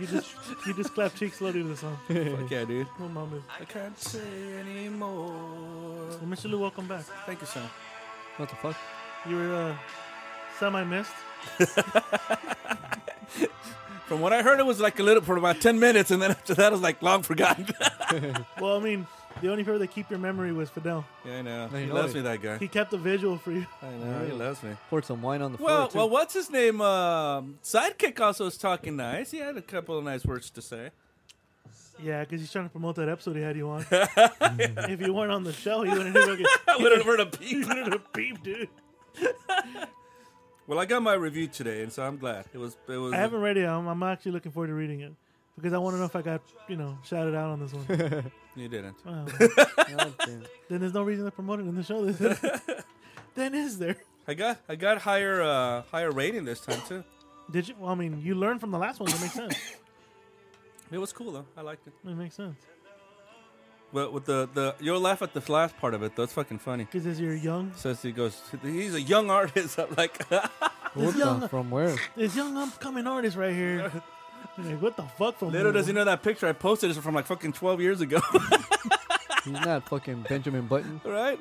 You just you just clap cheeks loaded with the song. Fuck yeah, dude. Come on, man. I can't say anymore. Well, Mr. Lou, welcome back. Thank you, son. What the fuck? You were uh, semi missed. From what I heard, it was like a little for about ten minutes, and then after that, it was like long forgotten. Well, I mean, the only people that keep your memory was Fidel. yeah, I know. I He know loves it. me, that guy. He kept the visual for you. I know. He loves me. Poured some wine on the Well, well, floor. too. what's his name? Um, Sidekick also was talking nice. He had a couple of nice words to say. Yeah, because he's trying to promote that episode he had you on. If you weren't on the show, he wouldn't have fucking- I wouldn't have heard a peep. he wouldn't have peeped, dude. Well, I got my review today, and so I'm glad it was. It was. I haven't read it. I'm, I'm actually looking forward to reading it because I want to know if I got you know shouted out on this one. You didn't. Wow. God damn. then there's no reason to promote it in the show. then is there? I got. I got higher. Uh, higher rating this time too. Did you? Well, I mean, you learned from the last one. It makes sense. It was cool though. I liked it. It makes sense But with the the you'll laugh at the last part of it though. It's fucking funny. because as you're young, Says he goes. He's a young artist. I'm like, What young- the- From where? this young upcoming artist right here. I'm like, what the fuck? From little does he know that picture I posted is from like fucking 12 years ago, He's not fucking Benjamin Button. right?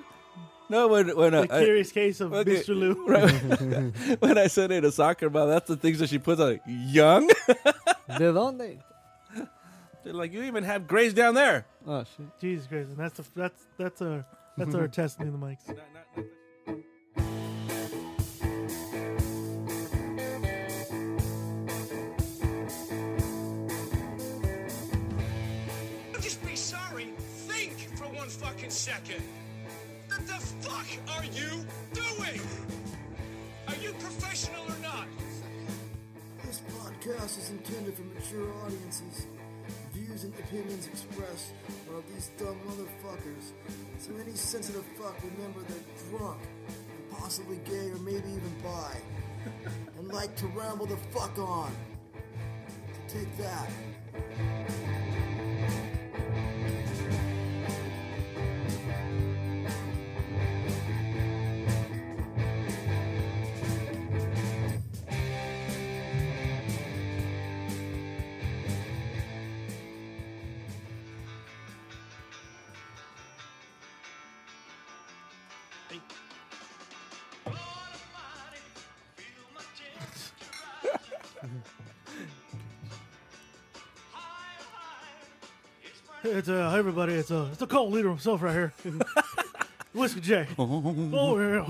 No, when when uh, The curious case of okay. Mr. Lou. I, when I said it to soccer mom, that's the things that she puts. on. young. De donde? They're like, you even have grays down there. Oh shit. Jesus Christ, and that's the that's that's our that's our testing in the mics. Just be sorry. Think for one fucking second. What the fuck are you doing? Are you professional or not? This podcast is intended for mature audiences. Views and opinions expressed are of these dumb motherfuckers. So any sensitive fuck remember they're drunk and possibly gay or maybe even bi. And like to ramble the fuck on. So take that. It's uh, hi everybody. It's uh, it's the cult leader himself right here, Whiskey J. Oh, yeah.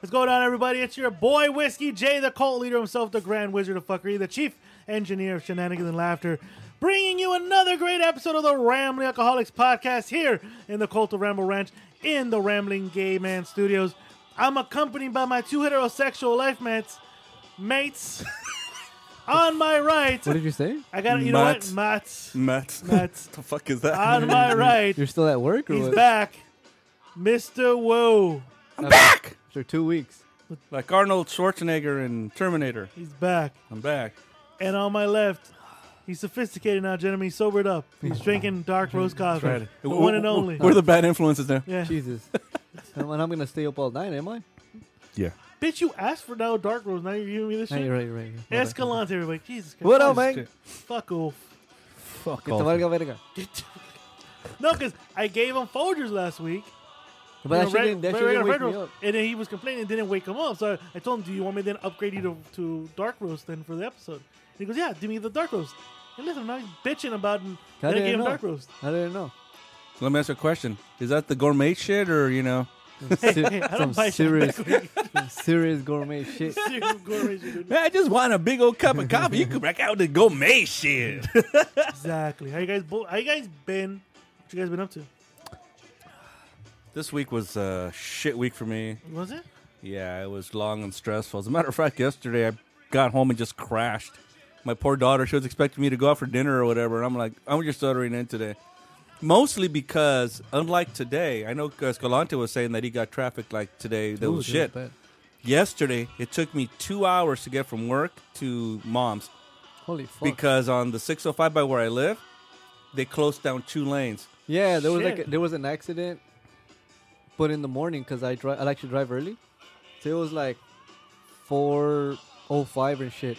What's going on, everybody? It's your boy Whiskey J, the cult leader himself, the Grand Wizard of Fuckery, the Chief Engineer of Shenanigans and Laughter, bringing you another great episode of the Rambling Alcoholics Podcast here in the Cult of Ramble Ranch in the Rambling Gay Man Studios. I'm accompanied by my two heterosexual life mates, mates. on my right, What did you say? I got you know what, Mats. Mats. Matt. Mats. the fuck is that? On my right, You're still at work or He's what? back, Mr. Wu. I'm back! After two weeks. Like Arnold Schwarzenegger in Terminator. He's back. I'm back. And on my left, he's sophisticated now, gentlemen. He's sobered up. He's drinking dark roast coffee. Right. The one and only. We're the bad influences now. yeah. Jesus. and I'm gonna stay up all night, am I? Yeah. Bitch, you asked for now dark roast. Now you're giving me this Right, shit. right, right. right. Escalante, everybody. Jesus Christ. What up, man? Fuck off. Fuck Que te valga verga. No, because I gave him Folgers last week. But that You know, shit didn't, that red- shit red- didn't red wake me roast. up. And then he was complaining it didn't wake him up. So I, I told him, Do you want me to then upgrade you to, to dark roast then for the episode? And he goes, Yeah, do me the dark roast. And listen, now he's bitching about and I then I didn't gave him know. dark roast. I didn't know. Let me ask you a question. Is that the gourmet shit or, you know? Se- hey, I don't some buy shit serious, some serious gourmet shit. Serious gourmet shit, dude. Man, I just want a big old cup of coffee. You could break out the gourmet shit. Exactly. How you guys? Bo- how you guys been? What you guys been up to? this week was a shit week for me. Was it? Yeah, it was long and stressful. As a matter of fact, yesterday I got home and just crashed. My poor daughter, she was expecting me to go out for dinner or whatever, and I'm like, I'm just ordering in today. Mostly because, unlike today, I know Escalante was saying that he got traffic like today. That Ooh, Oh, was dude, shit. bad. Yesterday, it took me two hours to get from work to mom's Holy fuck. because on the 605 by where I live, they closed down two lanes. yeah, there was like Shit. a, there was an accident, but in the morning because I drive I like to drive early, so it was like four oh five and shit.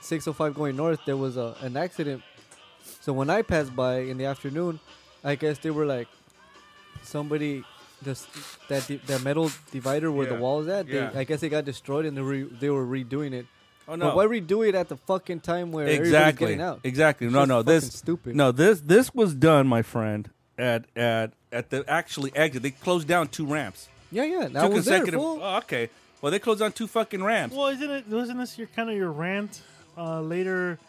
605 going north, there was a, an accident. So when I passed by in the afternoon, I guess they were like, somebody just that de- that metal divider where Yeah. the wall is at. They, Yeah. I guess it got destroyed and they re- they were redoing it. Oh no! But why redo it at the fucking time where everybody's exactly. getting out? Exactly. It's No, just no. fucking This stupid. No, this this was done, my friend, at at at the actually exit. They closed down two ramps. Yeah, yeah. That two was there, consecutive. fool. oh, okay. Well, they closed down two fucking ramps. Well, isn't it? Wasn't this your kind of your rant uh, later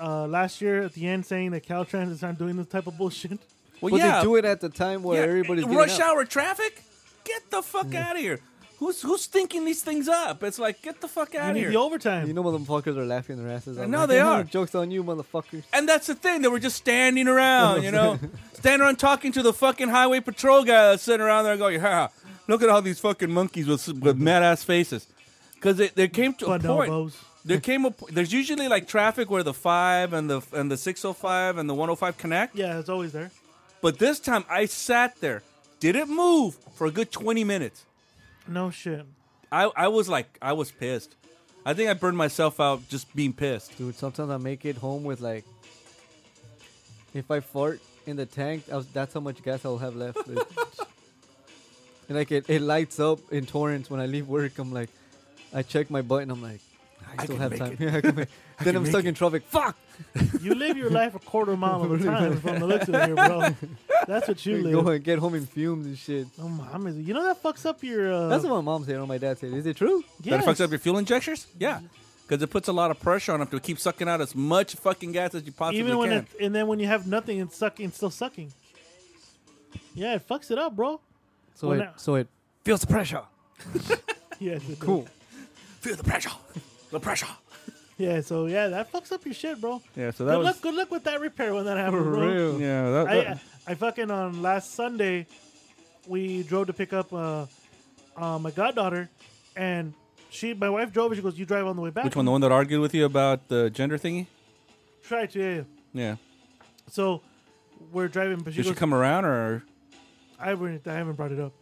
uh, last year at the end saying that Caltrans is not doing this type of bullshit? Well, but yeah. they do it at the time where yeah. everybody's getting rush out. Mm. hour traffic. Get the fuck out of here. Who's who's thinking these things up? It's like get the fuck You out of need here. the overtime. You know, motherfuckers are laughing their asses off. know Like, they "Haha, are. Jokes on you, motherfuckers. And that's the thing. They were just standing around, you know, standing around talking to the fucking highway patrol guy that's sitting around there going, ha, look at all these fucking monkeys with, with mad ass faces. Because there came to a point. Bonobos. There came a po- There's usually like traffic where the 5 and the and the 605 and the 105 connect. Yeah, it's always there. But this time I sat there, didn't move for a good 20 minutes. No shit. I, I was like, I was pissed. I think I burned myself out just being pissed. Dude, sometimes I make it home with like, if I fart in the tank, I was, that's how much gas I'll have left. Like, and like it, it lights up in torrents when I leave work. I'm like, I check my butt and I'm like, I, I still can have make time. it. Yeah, I can make- then I'm stuck in traffic. Fuck! You live your life a quarter mile at a time from the looks of it here, bro. That's what you Go live. and get home in fumes and shit. Oh, I'm- you know that fucks up your. Uh, That's what my mom said or my dad said. Is it true? That yes. fucks up your fuel injectors? Yeah. Because it puts a lot of pressure on them to keep sucking out as much fucking gas as you possibly even when can. it, and then when you have nothing and sucking, it's still sucking. Yeah, it fucks it up, bro. So Well, it, now- so it feels the pressure. Yeah, it does. Cool. Feel the pressure. The pressure. Yeah, so yeah, that fucks up your shit, bro. Yeah, so good luck. Good luck with that repair when that happens, For bro. real. Yeah, that, I, uh, I fucking on last Sunday, we drove to pick up uh, uh, my goddaughter, and she, my wife drove, and she goes, "You drive on the way back." Which one? The one that argued with you about the gender thingy? Try to. Yeah. yeah. Yeah. So we're driving, but she Did she goes, come around or? I haven't, I haven't brought it up.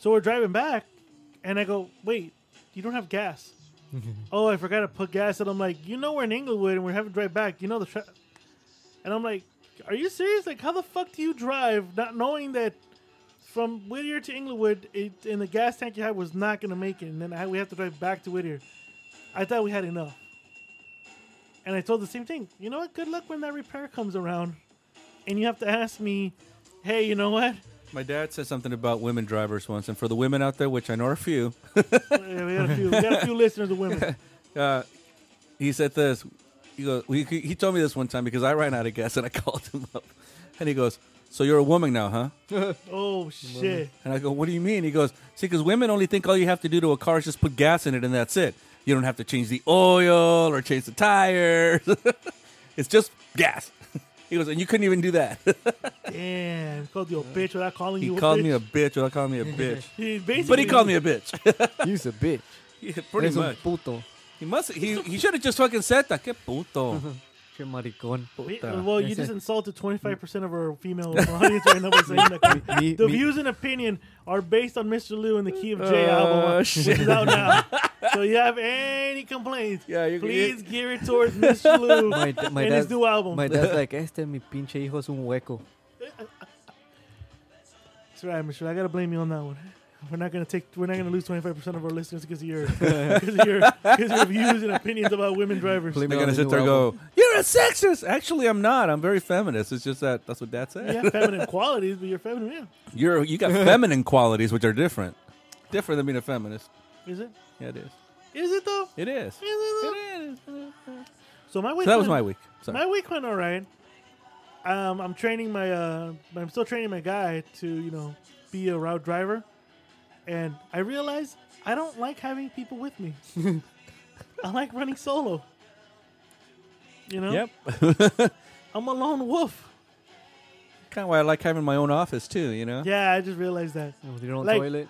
So we're driving back, and I go, wait, you don't have gas. oh, I forgot to put gas. And I'm like, you know, we're in Inglewood and we're having to drive back. You know the tra-. And I'm like, are you serious? Like, how the fuck do you drive not knowing that from Whittier to Inglewood it, and the gas tank you had was not going to make it? And then I, we have to drive back to Whittier. I thought we had enough. And I told the same thing. You know what? Good luck when that repair comes around. And you have to ask me, hey, you know what? My dad said something about women drivers once, and for the women out there, which I know are few, Yeah, we got a few. We got a few listeners of women. uh, he said this. He goes. He, he told me this one time because I ran out of gas and I called him up, and he goes, "So you're a woman now, huh?" Oh shit! And I go, "What do you mean?" He goes, "See, because women only think all you have to do to a car is just put gas in it, and that's it. You don't have to change the oil or change the tires. it's just gas." He goes, "And you couldn't even do that." Damn, called you a bitch without calling he you. called a bitch. me a bitch without calling me a bitch, He basically, but he called me a bitch. You's a bitch. Yeah, pretty Eres un much. puto. He must. He he should have just fucking said that. Que puto. Che maricón. We- Puta. well, you just insulted twenty five percent of our female audience right now by saying that. Me- The me- views and opinion are based on Mr. Lou and the Key of J album, Oh, which shit. is out now. so you have any complaints? Yeah, you- please you- gear it towards Mr. Lou My, d- my and his dad's, new album. my dad's like, este mi pinche hijo es un hueco. That's right, Michelle. I gotta blame you on that one. We're not gonna take. We're not gonna lose twenty five percent of our listeners because of your because of your because of your views and opinions about women drivers. Blame- They're on gonna the sit new there and go, album. "You're a sexist." Actually, I'm not. I'm very feminist. It's just that that's what Dad You said. have feminine qualities, but you're feminine. Yeah, You're you got feminine qualities which are different, different than being a feminist. is it? Yeah, it is. Is it though? It is. Is it though? It is. So So my week. that was my went- week. Sorry. My week went all right. Um, I'm training my. Uh, I'm still training my guy to you know be a route driver, and I realized I don't like having people with me. I like running solo. You know, Yep. I'm a lone wolf. kind of why I like having my own office too. You know. Yeah, I just realized that. With your own Like- Oh, toilet.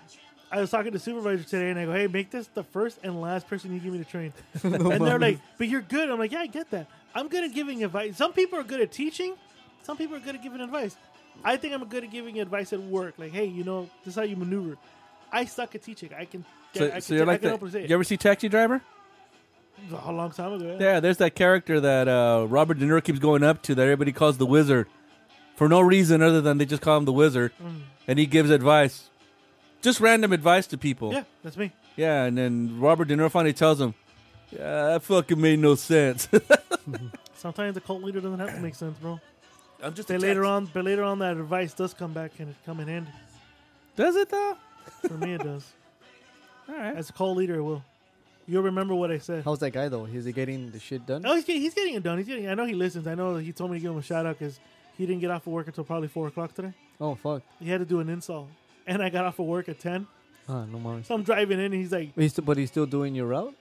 I was talking to supervisor today, and I go, "Hey, make this the first and last person you give me to train." and they're like, "But you're good." I'm like, "Yeah, I get that. I'm good at giving advice. Some people are good at teaching. Some people are good at giving advice. I think I'm good at giving advice at work. Like, hey, you know, this is how you maneuver. I suck at teaching. I can. Get, So, I can so you're I like can that. open and say You it. ever see Taxi Driver? a long time ago. Yeah. Yeah, there's that character that uh, Robert De Niro keeps going up to that everybody calls the Wizard for no reason other than they just call him the Wizard, Mm. and he gives advice, just random advice to people. Yeah, that's me. Yeah, and then Robert De Niro finally tells him, "Yeah, that fucking made no sense." Sometimes the cult leader doesn't have to make sense, bro. I'm just They later on, but later on, that advice does come back and it come in handy. Does it though? For me, it does. All right. As a cult leader, it will. You'll remember what I said. How's that guy though? Is he getting the shit done? Oh, he's getting, he's getting it done. He's getting. I know he listens. I know he told me to give him a shout out because he didn't get off of work until probably four o'clock today. Oh fuck! He had to do an install, and I got off of work at ten. Ah, no more. So I'm driving in, and he's like, He's still, but he's still doing your route.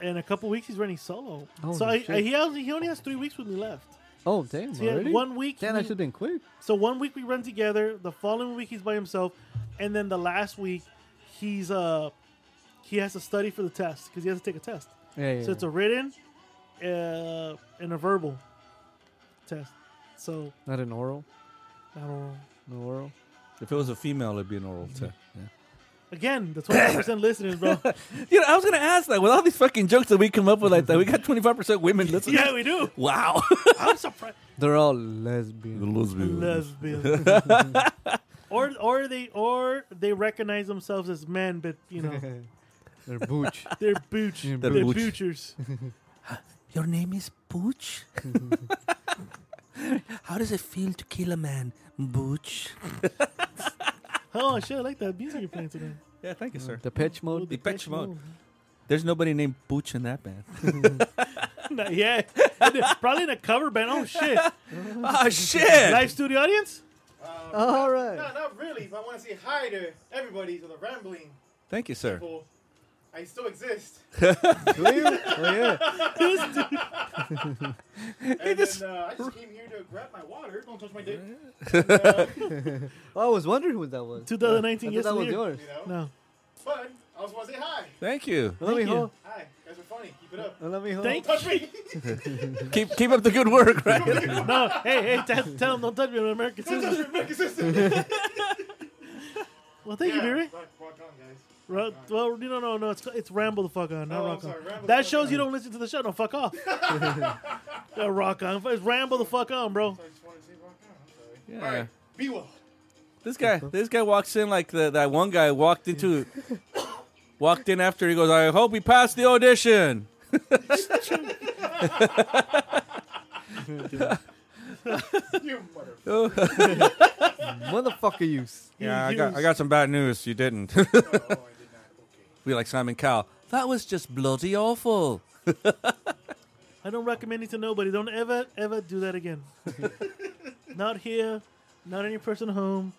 in a couple weeks he's running solo. Holy so I, Oh, shit. I, he has, he only has three weeks with me left. Oh damn! So he had already? one week. Damn, I we- should have been quick. So one week we run together. The following week he's by himself, and then the last week he's uh he has to study for the test because he has to take a test. Yeah, yeah. So it's a written uh, and a verbal test. So not an oral. I don't know. No oral. If it was a female, it'd be an oral test. Mm-hmm. Again, the twenty percent listeners, bro. You know, I was gonna ask that with all these fucking jokes that we come up with like that. We got 25 percent women listening. yeah, we do. Wow. I'm surprised. They're all lesbian. Lesbian. or or they or they recognize themselves as men, but you know They're booch. they're booch. They're they're booch. boochers. Your name is Booch. How does it feel to kill a man, Booch? Oh shit! I like that music you're playing today. Yeah, thank you, sir. the pitch mode. Depeche Mode. There's nobody named Booch in that band. Not yet. Probably in a cover band. Oh shit! oh shit! Live studio audience? All right. not really. But I want to say hi to everybody to the rambling Thank you, sir. people. I still exist. Oh, yeah. And just- uh, I just came here to grab my water. Don't touch my dick. Oh, I was wondering who that was. 2019. I Yes, thought that was year. yours. No. But I just want to say hi. Thank you. Let me Thank you. hold. Hi, you guys are funny. Keep it up. Let me hold. Thank Touch me. Keep keep up the good work, right? No. Hey, hey! Tell, tell them don't touch me. I'm an American citizen. Make it sister. Well, thank you, Beery. Rock, rock on, guys. Ro- Well, no, no, no. It's it's ramble the fuck on, not Oh, I'm rock on. sorry, Ramble the that Fuck shows you On. don't listen to the show. No, fuck off. Yeah, rock on. It's ramble the fuck on, bro. I just wanted to say rock on. I'm sorry. Yeah. All right. Be well. This guy, this guy walks in like the, that one guy walked into, walked in after he goes. I hope he passed the audition. You mother. Oh. Motherfucker, use. Yeah, I he got was- I got some bad news. You didn't. Oh, I did not. Okay. we like Simon Cowell. That was just bloody awful. I don't recommend it to nobody. Don't ever, ever do that again. not here, not in your personal home.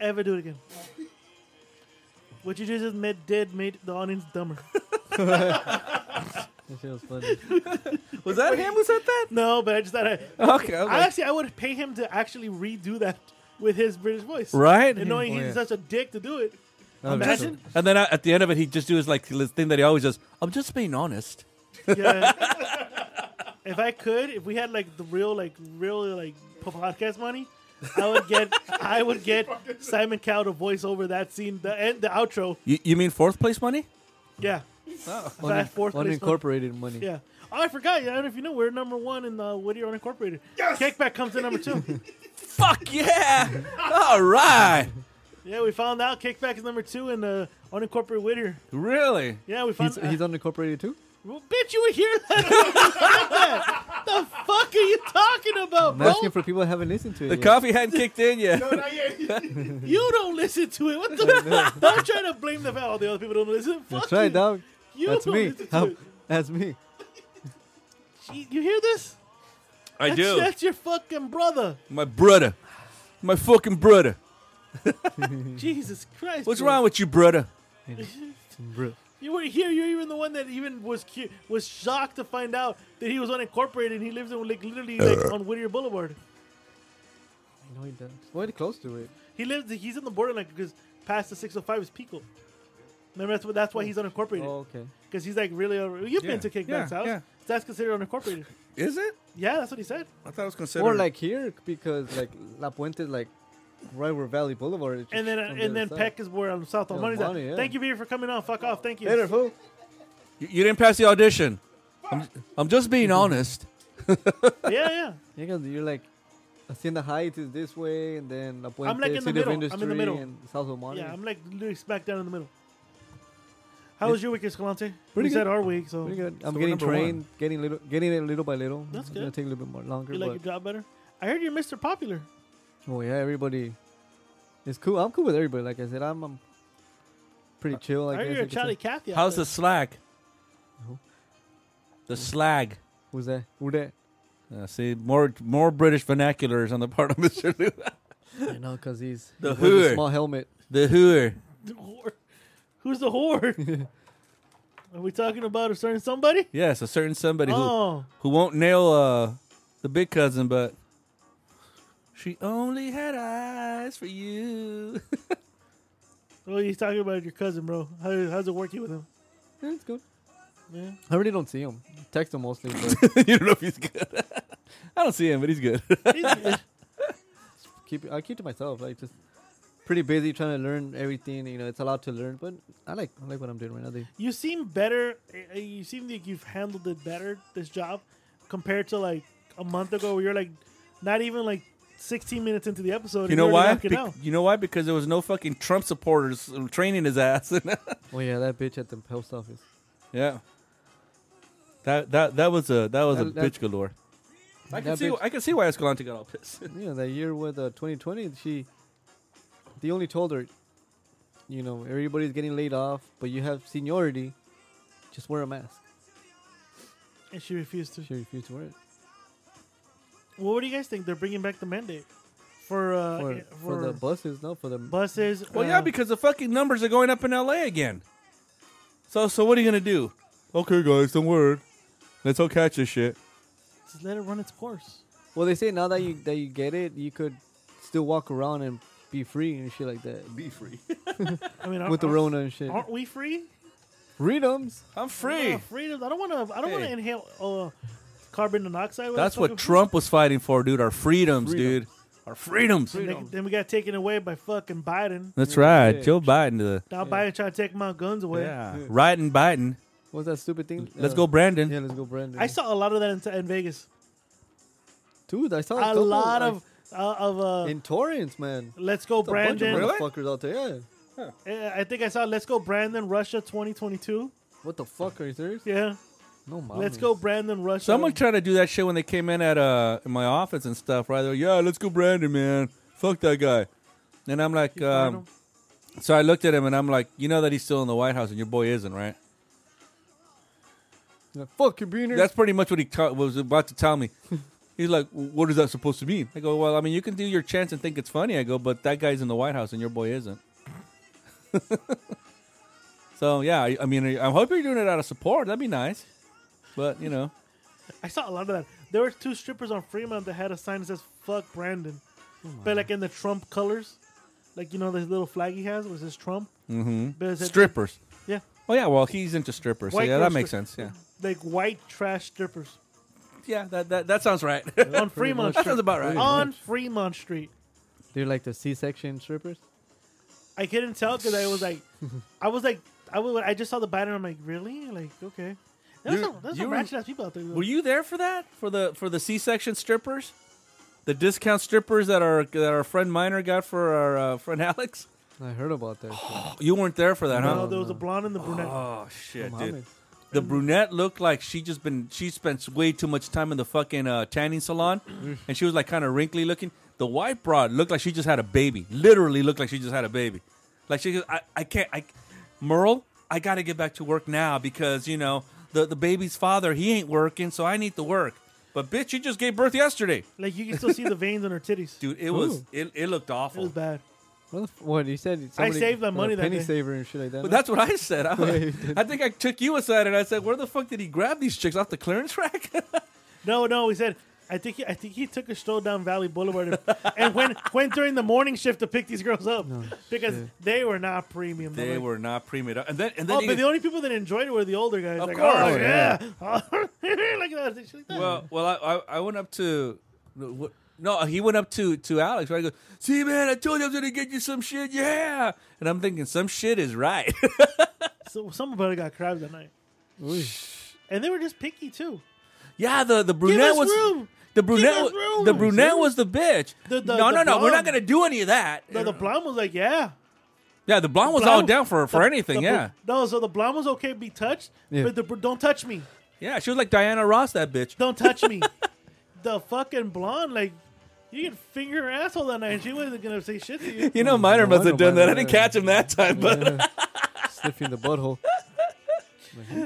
Ever do it again. What you just made did made the audience dumber. That shit was funny. Was that him who said that? no, but I just thought I, Okay. I was I like, actually I would pay him to actually redo that with his British voice. right. And knowing Oh, he's yeah. such a dick to do it. That was Imagine. so- And then uh, at the end of it, he just do his like his thing that he always does. I'm just being honest. Yeah. if I could, if we had like the real, like real, like po- podcast money, I would get, I would get Simon Cowell to voice over that scene, the end, the outro. You, you mean fourth place money? Yeah, unin- Fast fourth place one. unincorporated money. yeah. Oh, I forgot. Yeah, I don't know if you know, we're number one in the Whittier Unincorporated. Yes! Kickback comes in number two. Fuck yeah! All right. yeah, we found out Kickback is number two in the unincorporated Whittier. Really? Yeah, we found. He's, out. he's unincorporated too. well, bitch, you were here. that. the fuck are you talking about, I'm bro? asking for people who haven't listened to it. The yet. coffee hadn't kicked in yet. No, not yet. You don't listen to it. What the? don't try to blame the all the other people don't listen. Fuck That's right, you. dog. You That's don't me. listen to How- it. That's me. You- You hear this? I That's, That's your fucking brother. My brother. My fucking brother. Hmm. Jesus Christ. What's bro. wrong with you, brother? Bro. You were here. You're even the one that even was cu- was shocked to find out that he was unincorporated and he lives in like literally like on Whittier Boulevard. Uh. I know he does. Why close to it? He lives. He's in the borderline because past the 605 is Pico. Remember that's what, that's why he's Oh, unincorporated okay. because he's like really. over- You've Yeah, been to Kickback's yeah, house. yeah. That's considered unincorporated. Is it? Yeah, that's what he said. I thought it was considered. Or like here because like La Puente is like right where Valley Boulevard. is, And then uh, just on the and other then side. Peck is where I'm South on Yeah, Money's at. Money, yeah. Thank you, Peter, for coming on. Fuck off. Thank you. Later, fool. You, you didn't pass the audition. I'm just being honest. yeah, yeah. Yeah, 'cause you're like Hacienda Heights is this way, and then La Puente, I'm like in the City middle. I'm of in the Industry, middle. and South of Monterey. Yeah, I'm like literally smack down in the middle. How was your week, Escalante? we Pretty good. said our week, so Pretty good. I'm we're getting number one. trained, getting little, getting it little by little. That's it's gonna good. take a little bit more longer. you like your But, job better. I heard you're Mr. Popular. oh yeah, everybody is cool. I'm cool with everybody. Like I said, I'm, I'm pretty chill. I I heard guess you're Uh, I a could say. Charlie Cathy. out How's there. the slag? Who? The slag. Who's that? Who that? Uh, see more more British vernaculars on the part of Mister Lou. I know, cause he's The he wears a hood. small helmet. the hooer. The whore. Who's the whore? Are we talking about a certain somebody? Yes, a certain somebody Oh, who who won't nail uh, the big cousin, but she only had eyes for you. well, he's talking about your cousin, bro. How, how's it working with him? Yeah, it's good. Yeah. I really don't see him. Text him mostly, but you don't know if he's good. I don't see him, but he's good. He's- keep I keep to myself. Like just pretty busy trying to learn everything. You know, it's a lot to learn, but I like I like what I'm doing right now. dude. you seem better. uh, You seem like you've handled it better this job compared to like a month ago, where you're like not even like 16 minutes into the episode. and you know you're why? already knocking Bec- out. you know why? Because there was no fucking Trump supporters training his ass. Oh yeah, that bitch at the post office. yeah. That that that was a that was a That- that- bitch galore. I can that see bitch- I can see why Escalante got all pissed. Yeah, that year with uh, 2020, she, they only told her, you know, everybody's getting laid off, but you have seniority, just wear a mask. And she refused to. She refused to wear it Well, what do you guys think? They're bringing back the mandate for uh, for, for, for, the buses, no, for the buses. Well, uh, yeah, because the fucking numbers are going up in LA again. So, so what are you gonna do? Okay, guys, don't worry. Let's all catch this shit. just let it run its course. Well, they say now that you that you get it, you could still walk around and be free and shit like that Be free. I mean, aren't- with the aren't- Rona and shit. Aren't we free? Freedoms. I'm Uh, free. freedom. I don't want to. I don't want to Hey. inhale uh, carbon monoxide. That's Whatever what the fuck Trump was fighting for, dude. Our freedoms, Freedom. dude. Our freedoms. it was. Then, then we got taken away by fucking Biden. That's right. Yeah. Joe Biden. The, Now Biden trying to take my guns away. yeah. Right and Biden. What's that stupid thing? Let's Uh, go, Brandon. Yeah, let's go, Brandon. I saw a lot of that in, in Vegas. dude. I saw A couple, lot like, of uh, of uh, in Torrance, man. Let's Go A bunch of Brandon. Really? motherfuckers out there. Yeah. Uh, I think I saw Let's Go Brandon Russia 2022. What the fuck are you serious? Yeah, No, mommy. Let's Go Brandon Russia. Someone tried to do that shit when they came in at uh in my office and stuff. Right? They're like, yeah, let's go, Brandon, man. Fuck that guy. And I'm like, fired um, so I looked at him and I'm like, you know that he's still in the White House and your boy isn't, right? Like, fuck you, beaner. That's pretty much what he ta- was about to tell me. He's like, "What is that supposed to mean?" I go, "Well, I mean, you can do your chance and think it's funny." I go, "But that guy's in the White House and your boy isn't." so yeah, I, I mean, I I hope you're doing it out of support. That'd be nice, but you know, I saw a lot of that. There were two strippers on Fremont that had a sign that says "Fuck Brandon," but like in the Trump colors, like you know this little flag he has was this Trump. Mm-hmm. But it said- strippers. Yeah, Oh yeah, well, he's into strippers, so White yeah, girl that makes strip- sense. Yeah, like white trash strippers yeah, that that, that sounds right. on Fremont. that sounds Street. about right. On Fremont Street. They're like the C-section strippers. I couldn't tell because I was like, I was like, I was, I just saw the banner. I'm like, really? Like, okay. There was You- some, there was you some were- ratchet ass people out there. Um, Were you there for that? For the for the C-section strippers, the discount strippers that our that our friend Miner got for our uh, friend Alex. I heard about Oh, that. shit. You weren't there for that, No, huh? there was a blonde and the brunette. Oh shit, Mommy. dude! The brunette looked like she just been she spent way too much time in the fucking uh, tanning salon, and she was like kind of wrinkly looking. The white broad looked like she just had a baby. Literally looked like she just had a baby. Like she, goes, I, I can't, I, Merle, I got to get back to work now because you know the the baby's father he ain't working, so I need to work. But bitch, you just gave birth yesterday, Like, you can still see the veins on her titties. dude. oh. It was Ooh. it, it looked It awful. was bad. What, the f- what you said? somebody saved that got a money that penny day. saver and shit like that. But no? that's what I said. I, Yeah, you did. I think I took you aside and I said, "Where the fuck did he grab these chicks off the clearance rack?" No, no, he said. I think he, I think he took a stroll down Valley Boulevard and- and went went during the morning shift to pick these girls up because shit. they were not premium. They Like, were not pre-made. And then, and then Oh, he- but the only people that enjoyed it were the older guys. Of like, course. oh, Oh, yeah, like that, shit like that. well, well, I, I, I went up to, no, he went up to to Alex. Right, I go, see, man, I told you I was gonna get you some shit. Yeah, and I'm thinking some shit is right. so somebody got crabs that night. Ooh. And they were just picky too. Yeah, the the brunette us was room! the Give brunette. us wa- room! The brunette was the bitch. The- the- no, no, the no. We're not blonde. gonna do any of that. No, the blonde was like, yeah. yeah, the blonde was all Blonde- down for for the- anything. the- yeah, No, so the blonde was okay to be touched, Yeah. but the, br- don't touch me. yeah. She was like Diana Ross. That bitch. Don't touch me. the fucking blonde, like, you could finger her asshole that night. and She wasn't gonna say shit to you. You know, Miner No must have wonder done that. I Miner- didn't catch him that time, but Yeah. Sniffing the butthole.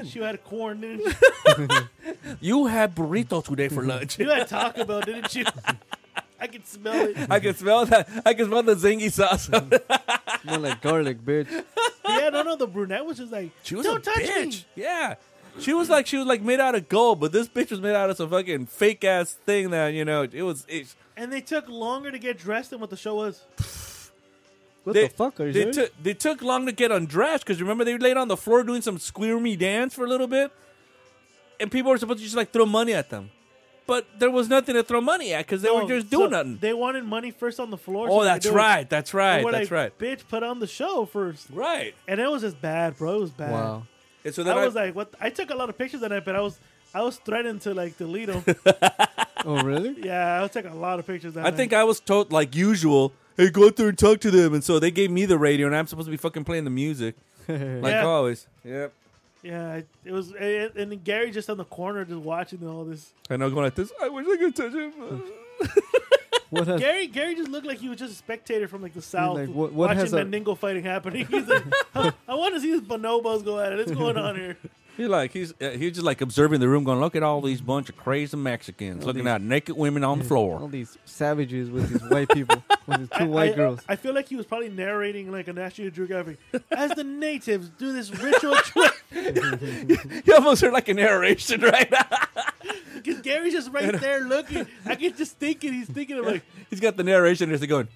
she had corn, didn't she? you had burrito today for lunch. You had Taco Bell, didn't you? I can smell it. I can smell that. I can smell the zingy sauce. Smell like garlic, bitch. Yeah, no, no. The brunette was just like, she was don't a touch bitch. me. Yeah. She was like she was like made out of gold, but this bitch was made out of some fucking fake ass thing that you know it was. It, And they took longer to get dressed than what the show was. What They- the fuck are you they doing? took they took long to get undressed because remember they laid on the floor doing some squirmy dance for a little bit, and people were supposed to just like throw money at them, but there was nothing to throw money at because they No, were just so doing nothing. They wanted money first on the floor. so oh, they that's could do it. right, that's And right, we're that's like, right, Bitch, put on the show first. right. And it was just bad, bro. It was bad. wow. And so then I I, was like, what? I took a lot of pictures that night, but I was, I was threatened to like delete them. Oh really? yeah, I was taking a lot of pictures that I night. think I was told like usual, hey, go out there and talk to them, and so they gave me the radio, and I'm supposed to be fucking playing the music like Yeah. always. Yep. yeah, I- it was. And, and Gary just on the corner, just watching all this. And I was going like this. I wish I could touch him. What has Gary, Gary just looked like he was just a spectator from like the south, like, what- what watching has the a- Ningle fighting happening. He's like, "Huh, I want to see these bonobos go at it. What's going on here? He like he's uh, he's just like observing the room, going, look at all these bunch of crazy Mexicans looking at naked women on the all floor. these savages with these white people, with these two I- white I, girls? I feel like he was probably narrating like a National Geographic. As the natives do this ritual trip, You almost heard like a narration, right? because Gary's just right there looking. I can just think it. He's thinking of like, he's got the narration. He's going.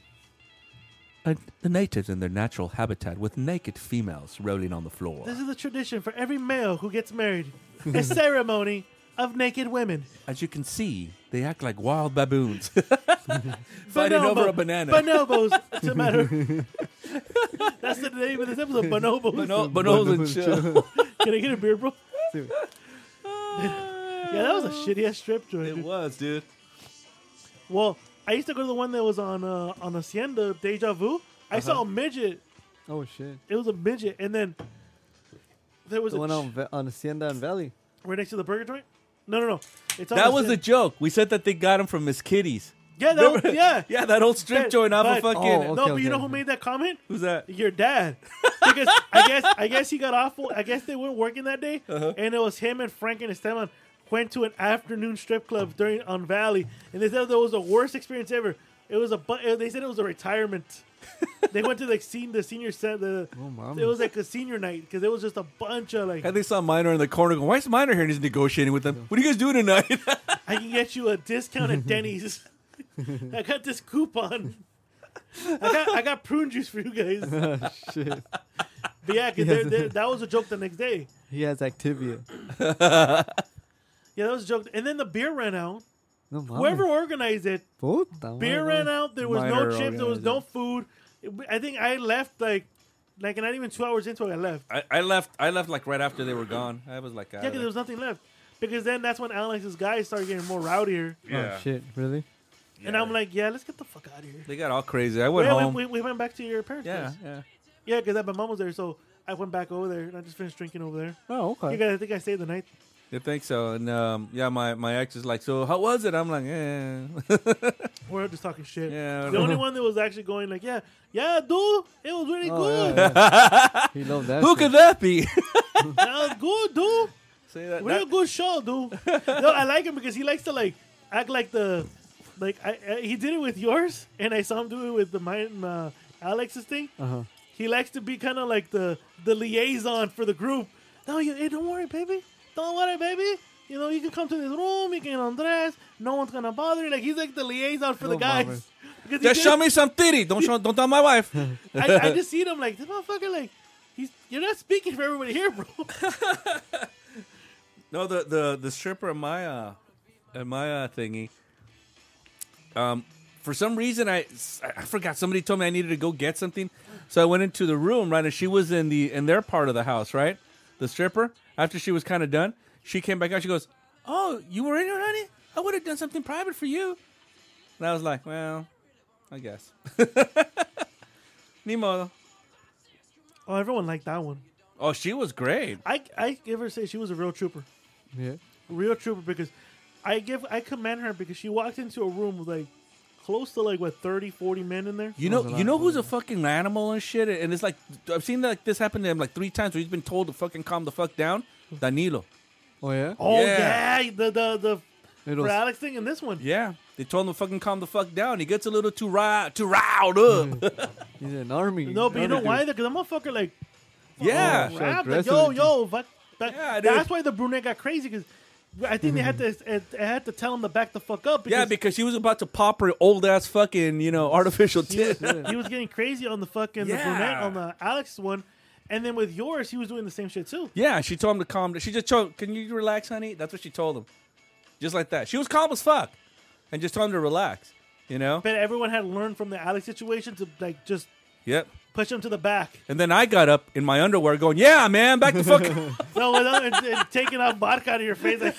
And the natives in their natural habitat with naked females rolling on the floor. this is the tradition for every male who gets married. A ceremony of naked women. As you can see, they act like wild baboons. Fighting Bonobo- over a banana. Bonobos. It's a matter. That's the name of this episode. Bonobos. Bono- bonobos and chill. Can I get a beer, bro? yeah, Dude. that was a shitty ass strip It joint. was, dude. Well, I used to go to the one that was on uh, on Hacienda, Deja Vu. I Uh-huh. saw a midget. Oh shit! It was a midget, and then there was The a one ch- on Va- on Hacienda and Valley. right next to the burger joint. No, no, no. It's on That was Hacienda- the joke. We said that they got him from Miss Kitty's. yeah, that was, Remember? Oh, yeah. Yeah, that old strip But- joint off of but- fucking. Oh, no, okay, but you okay, know who okay. made that comment? Who's that? Your dad, because I guess I guess he got off. I guess they weren't working that day, and it was him and Frank and Esteban went to an afternoon strip club during on Valley, and they said that was the worst experience ever. It was a bu- uh, they said it was a retirement. they went to like seen the senior set the Oh, mama. it was like a senior night because it was just a bunch of like And they saw Minor in the corner going, why is Minor here? And he's negotiating with them. What are you guys doing tonight? I can get you a discount at Denny's. I got this coupon. I got I got prune juice for you guys. Oh, shit! But yeah, because Yes. that was a joke the next day. He has Activia. Yeah, that was a joke. And then the beer ran out. No, Oh. mama. Whoever organized it, Puta beer madre. ran out. There was Minor no chips. There was organized no food. It- I think I left like, like not even two hours into it. I left. I, I left. I left like right after they were gone. I was like, Yeah, because there was nothing left. Because then that's when Alex's guys started getting more rowdier, Oh shit! Really? and I'm like, yeah, let's get the fuck out of here. They got all crazy. I went yeah, we- home. We, we went back to your parents' yeah, place. yeah. Yeah, because my mom was there, so I went back over there and I just finished drinking over there. Oh Uh. You okay. guys, I think I stayed the night. You think so? And um, yeah, my, my ex is like, so how was it? I'm like, eh. We're just talking shit. yeah. The only one that was actually going like, yeah, yeah, dude, it was really Oh, good. yeah, yeah. he loved that. Who shit. could that be? That was good, dude. Say that, Real that- good show, dude. no, I like him because he likes to like act like the like I, I he did it with yours, and I saw him do it with the mine uh, Alex's thing. Uh-huh. He likes to be kind of like the the liaison for the group. No, you hey, don't worry, baby. Don't worry, baby. You know, you can come to this room. You can undress. No one's gonna bother you. Like he's like the liaison for the Oh, guys. mama. Because he Just did- show me some titty. Don't show. Don't tell my wife. I, I just seen him like this motherfucker. Like he's you're not speaking for everybody here, bro. No, the the the stripper and my uh, and my uh, thingy. Um, for some reason I I forgot. Somebody told me I needed to go get something, so I went into the room right, and she was in the in their part of the house, right? The stripper after she was kind of done, She came back out. She goes, "Oh, you were in here, honey. I would have done something private for you." And I was like, "Well, I guess." Nemo. Oh, everyone liked that one. Oh, she was great. I I give her say she was a real trooper, Yeah. real trooper because I give I commend her because she walked into a room with like close to like what 30, 40 men in there. You That was know, a you lot know of who's a fucking animal and shit. And it's like I've seen like this happen to him like three times where he's been told to fucking calm the fuck down. Danilo. Oh yeah. Oh Yeah. yeah, the the the It for was. Alex thing and this one. Yeah, they told him to fucking calm the fuck down. He gets a little too riled, too riled Mm. Oh, up. He's an army. No, but you know army why? dude. Because that motherfucker like yeah, Oh, grabbed it. aggressive Yo and yo, but, but Yeah, dude. that's why the brunette got crazy because. I think they had to. Mm-hmm. I had to tell him to back the fuck up. yeah, because she was about to pop her old ass fucking you know artificial tit. he was getting crazy on the fucking the Yeah. brunette on the Alex one, and then with yours, he was doing the same shit too. Yeah, she told him to calm. She just told, "Can you relax, honey?" That's what she told him, just like that. She was calm as fuck, and just told him to relax. You know. But everyone had learned from the Alex situation to like just Yep. push him to the back. And then I got up in my underwear, going, "Yeah, man, back the fuck, up. No, without and, and taking out vodka out of your face, like,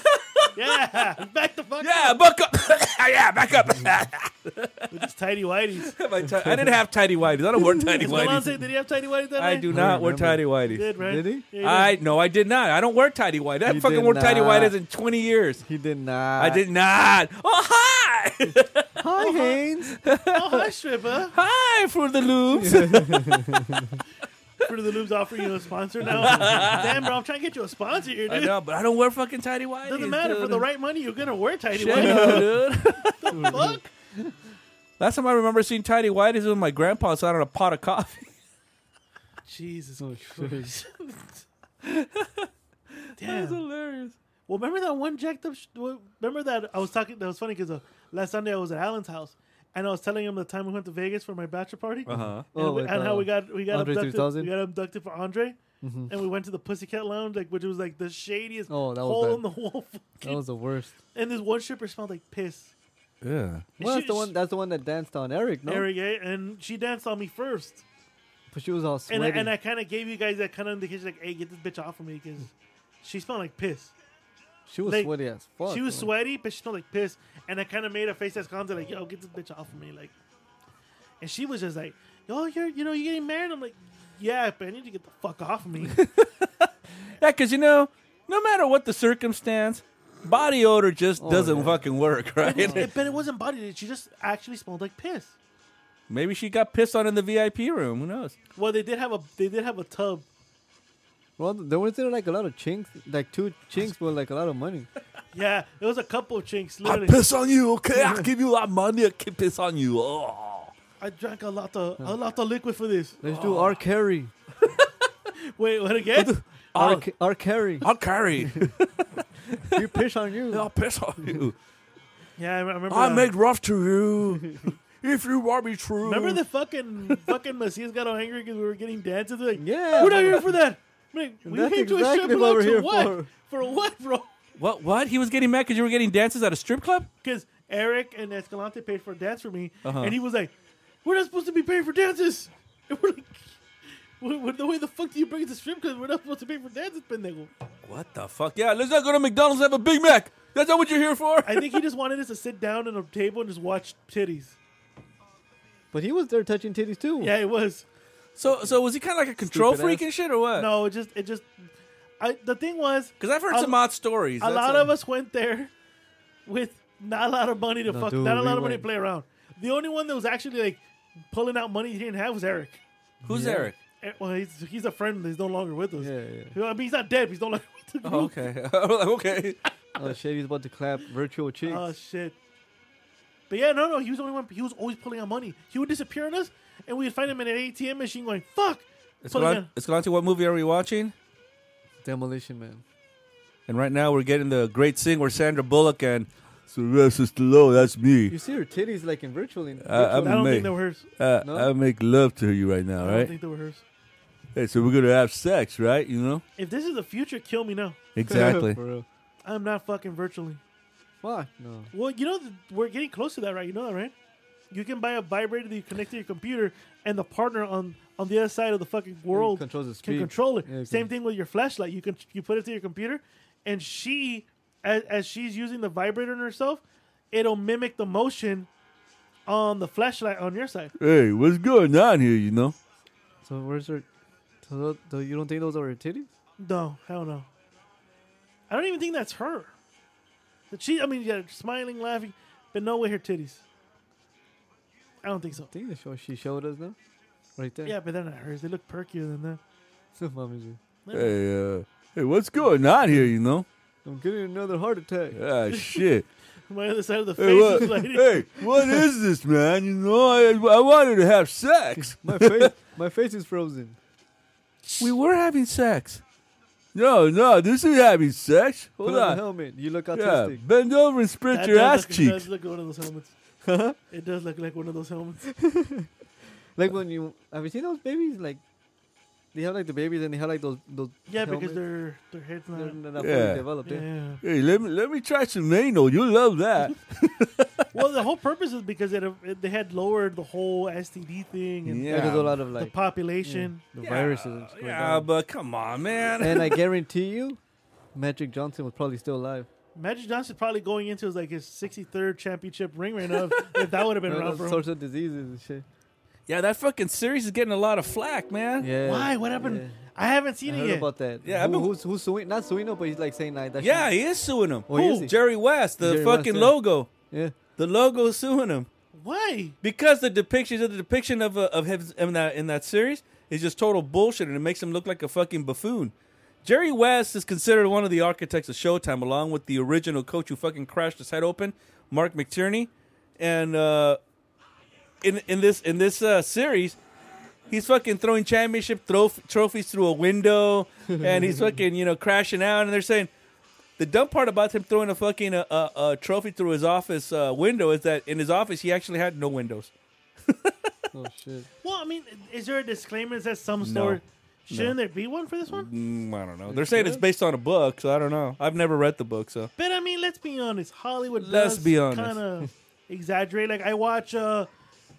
yeah, back the fuck yeah, up. buck up, yeah, back up." With his tidy whities. My ti- I didn't have tidy whities. I don't wear tidy Is Malante, whities. did he have tidy whities that I night? do I not wear remember. tidy He whities. did, right? Did he? Yeah, I did. no, I did not. I don't wear tidy white. I You fucking did wore tidy not. whities in twenty years. He did not. I did Uh-huh. not. Oh hi, Hi, Haynes. Oh, hi, stripper. hi for the loops. Fruit of the Loom's offering you a sponsor now. Damn, bro, I'm trying to get you a sponsor here, I dude. know, but I don't wear fucking tidy whities. Doesn't matter. For dude. the right money, you're going to wear tidy Shit, whities. dude. Fuck. Last time I remember seeing tidy whities was when my grandpa sat on a pot of coffee. Jesus Oh, shit. Christ. That was Damn. hilarious. Well, remember that one jacked up? Sh- well, remember that I was talking. That was funny because uh, last Sunday I was at Alan's house and I was telling him the time we went to Vegas for my bachelor party Uh-huh. and, Oh, we- with, and how uh, we got we got Andre abducted. 3000? We got abducted for Andre, and we went to the Pussycat Lounge, like which was like the shadiest Oh, that was hole bad. in the wall. That was the worst. and this one stripper smelled like piss. Yeah. And Well, she- that's the one. That's the one that danced on Eric. No, Eric, eh? and she danced on me first, But she was all and I, sweaty. and I kind of gave you guys that kind of indication, like, "Hey, get this bitch off of me," because she smelled like piss. she was like, sweaty as fuck. she was man. sweaty, but she smelled like piss. And I kind of made her face as Gonzo, like, yo, get this bitch off of me. Like, and she was just like, yo, you're, you know, you're getting married. I'm like, yeah, but I need to get the fuck off of me. Yeah, because you know, no matter what the circumstance, body odor just doesn't yeah. fucking work, It- right? it- but it wasn't body. She just actually smelled like piss. Maybe she got pissed on in the VIP room. Who knows? Well, they did have a, they did have a tub. Well, there was there like a lot of chinks, like two chinks with like a lot of money. Yeah, it was a couple of chinks. I Literally, piss on you, okay? I'll give you a lot of money. I can piss on you. Oh. I drank a lot of, a lot of liquid for this. Let's do R carry, Wait, what again? R, Ca- R carry. Oh. I'll carry. you piss on you. I'll piss on you. yeah, I remember. I uh, make rough to you. if you want me true. Remember the fucking fucking Macias got all angry because we were getting dances. Like, Yeah. we're not here for that. I mean, we That's came to a strip exactly what club we're to here what? For. for. what, bro? What? What? He was getting mad because you were getting dances at a strip club? Because Eric and Escalante paid for a dance for me, Uh-huh. and he was like, "We're not supposed to be paying for dances." And we're like, what, what, "The way the fuck do you bring it to strip club? We're not supposed to pay for dances, pendejo." What the fuck? Yeah, let's not go to McDonald's and have a Big Mac. That's not what you're here for. I think he just wanted us to sit down at a table and just watch titties. But he was there touching titties too. Yeah, it was. So, so was he kind of like a control Stupid freak ass. and shit, or what? No, it just it just. I the thing was, because I've heard A- some odd stories. a That's lot of us went there with not a lot of money to No, fuck, dude, not a lot we of money to went- play around. The only one that was actually like pulling out money he didn't have was Eric. Who's Yeah. Eric? Eh, Well, he's he's a friend. He's no longer with us. Yeah, yeah. You know, I mean, he's not dead. But he's no longer with the group. Oh, okay. I was like, okay. Oh shit, he's about to clap virtual cheeks. Oh shit. But yeah, no, no. He was the only one. He was always pulling out money. He would disappear on us, and we'd find him in an ATM machine going, "Fuck." Pulling Escalante, out- Escalante, what movie are we watching? Demolition Man. And right now we're getting the great sing where Sandra Bullock and Sylvester Stallone. That's You me. see her titties like in virtual. In virtual Uh, I don't Mate. think that were hers. Uh, No? I make love to you right now, I don't right? think that were hers. Hey, so we're gonna have sex, right? You know If this is the future, kill me now. exactly. For real. I'm not fucking virtually. Fuck no. Well, you know, th- we're getting close to that, right? You know that, right? You can buy a vibrator that you connect to your computer, and the partner on on the other side of the fucking world controls the can speed. control it. Yeah, you Same can- thing with your flashlight. You can you put it to your computer, and she, as, as she's using the vibrator on herself, it'll mimic the motion on the flashlight on your side. Hey, what's going on here? You know, So where's her? So tho- tho- you don't think those are her titties? No, hell no. I don't even think that's her. That she, I mean, yeah, smiling, laughing, but no way her titties. I don't think so. I think the show she showed us now, right there. Yeah, but they're not hers. They look perkier than that. Mommy's like, hey, uh, hey, what's going on here? You know, I'm getting another heart attack. ah, shit. My other side of the Hey, face what, is like, hey, what is this, man? You know, I, I wanted to have sex. My face, my face is frozen. We were having sex. No, no, this is having sex. Hold Put on on. the helmet. You look Yeah, autistic. bend over and spread that your does ass look, cheeks. Uh-huh. Does look like one of those helmets. It does look like one of those helmets. Like when you have you seen those babies? Like they have like the babies and they have like those those. Yeah, because helmets. their their head's not. they're not Yeah. fully developed. eh? Yeah. yeah. Hey, let me let me try some anal. You love that. well, the whole purpose is because it, uh, it, they had lowered the whole STD thing and Yeah. Because a lot of the like population. the viruses. And stuff like Yeah, that. but come on, man. and I guarantee you, Magic Johnson was probably still alive. Magic Johnson's probably going into his, like his 63rd championship ring right now. if- if that would have been All around those for him. sorts of diseases and shit. yeah, that fucking series is getting a lot of flack, man. Yeah. Why? What happened? Yeah. I haven't I seen it heard yet. about that. Yeah, Yeah, I've Who, been- who's who's suing? Not suing him, but he's like saying like that. Yeah, shit. he is suing him. Oh, is he? Jerry West, the Jerry fucking West, yeah. logo. yeah. The logo is suing him Why? because the depiction of the depiction of uh, of him in that in that series is just total bullshit, and it makes him look like a fucking buffoon. Jerry West is considered one of the architects of Showtime, along with the original coach who fucking crashed his head open, Mark McTierney, and uh, in in this in this uh, series. He's fucking throwing championship throw- trophies through a window, and he's fucking you know crashing out. And they're saying, the dumb part about him throwing a fucking uh, uh, uh, trophy through his office uh, window is that in his office he actually had no windows. Oh shit. Well, I mean, is there a disclaimer that says some No. sort? Shouldn't there be one for this one? Mm, I don't know. They're saying it's based on a book, so I don't know. I've never read the book, so But I mean, let's be honest. Hollywood Let's does be honest. kind of exaggerate. Like I watch, uh,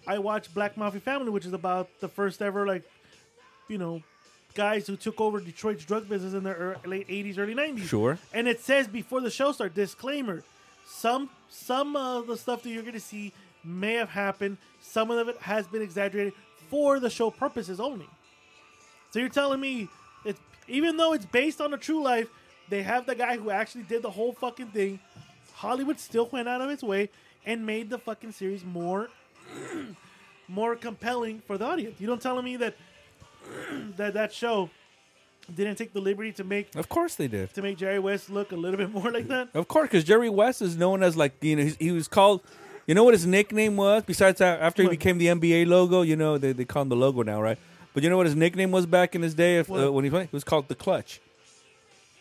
I watch Black Mafia Family, which is about the first ever like, you know, guys who took over Detroit's drug business in the ear late '80s, early '90s. sure. And it says before the show starts, disclaimer: some some of the stuff that you're going to see may have happened. Some of it has been exaggerated for the show purposes only. So you're telling me it's even though it's based on a true life, they have the guy who actually did the whole fucking thing. Hollywood still went out of its way and made the fucking series more more compelling for the audience. You don't telling me that that that show didn't take the liberty to make Of course they did. to make Jerry West look a little bit more like that. Of course, because Jerry West is known as like you know he's, he was called. You know what his nickname was? Besides that, after he What? became the NBA logo, you know they, they call him the logo now, right? But you know what his nickname was back in his day if, uh, What? when he played? He was called the Clutch.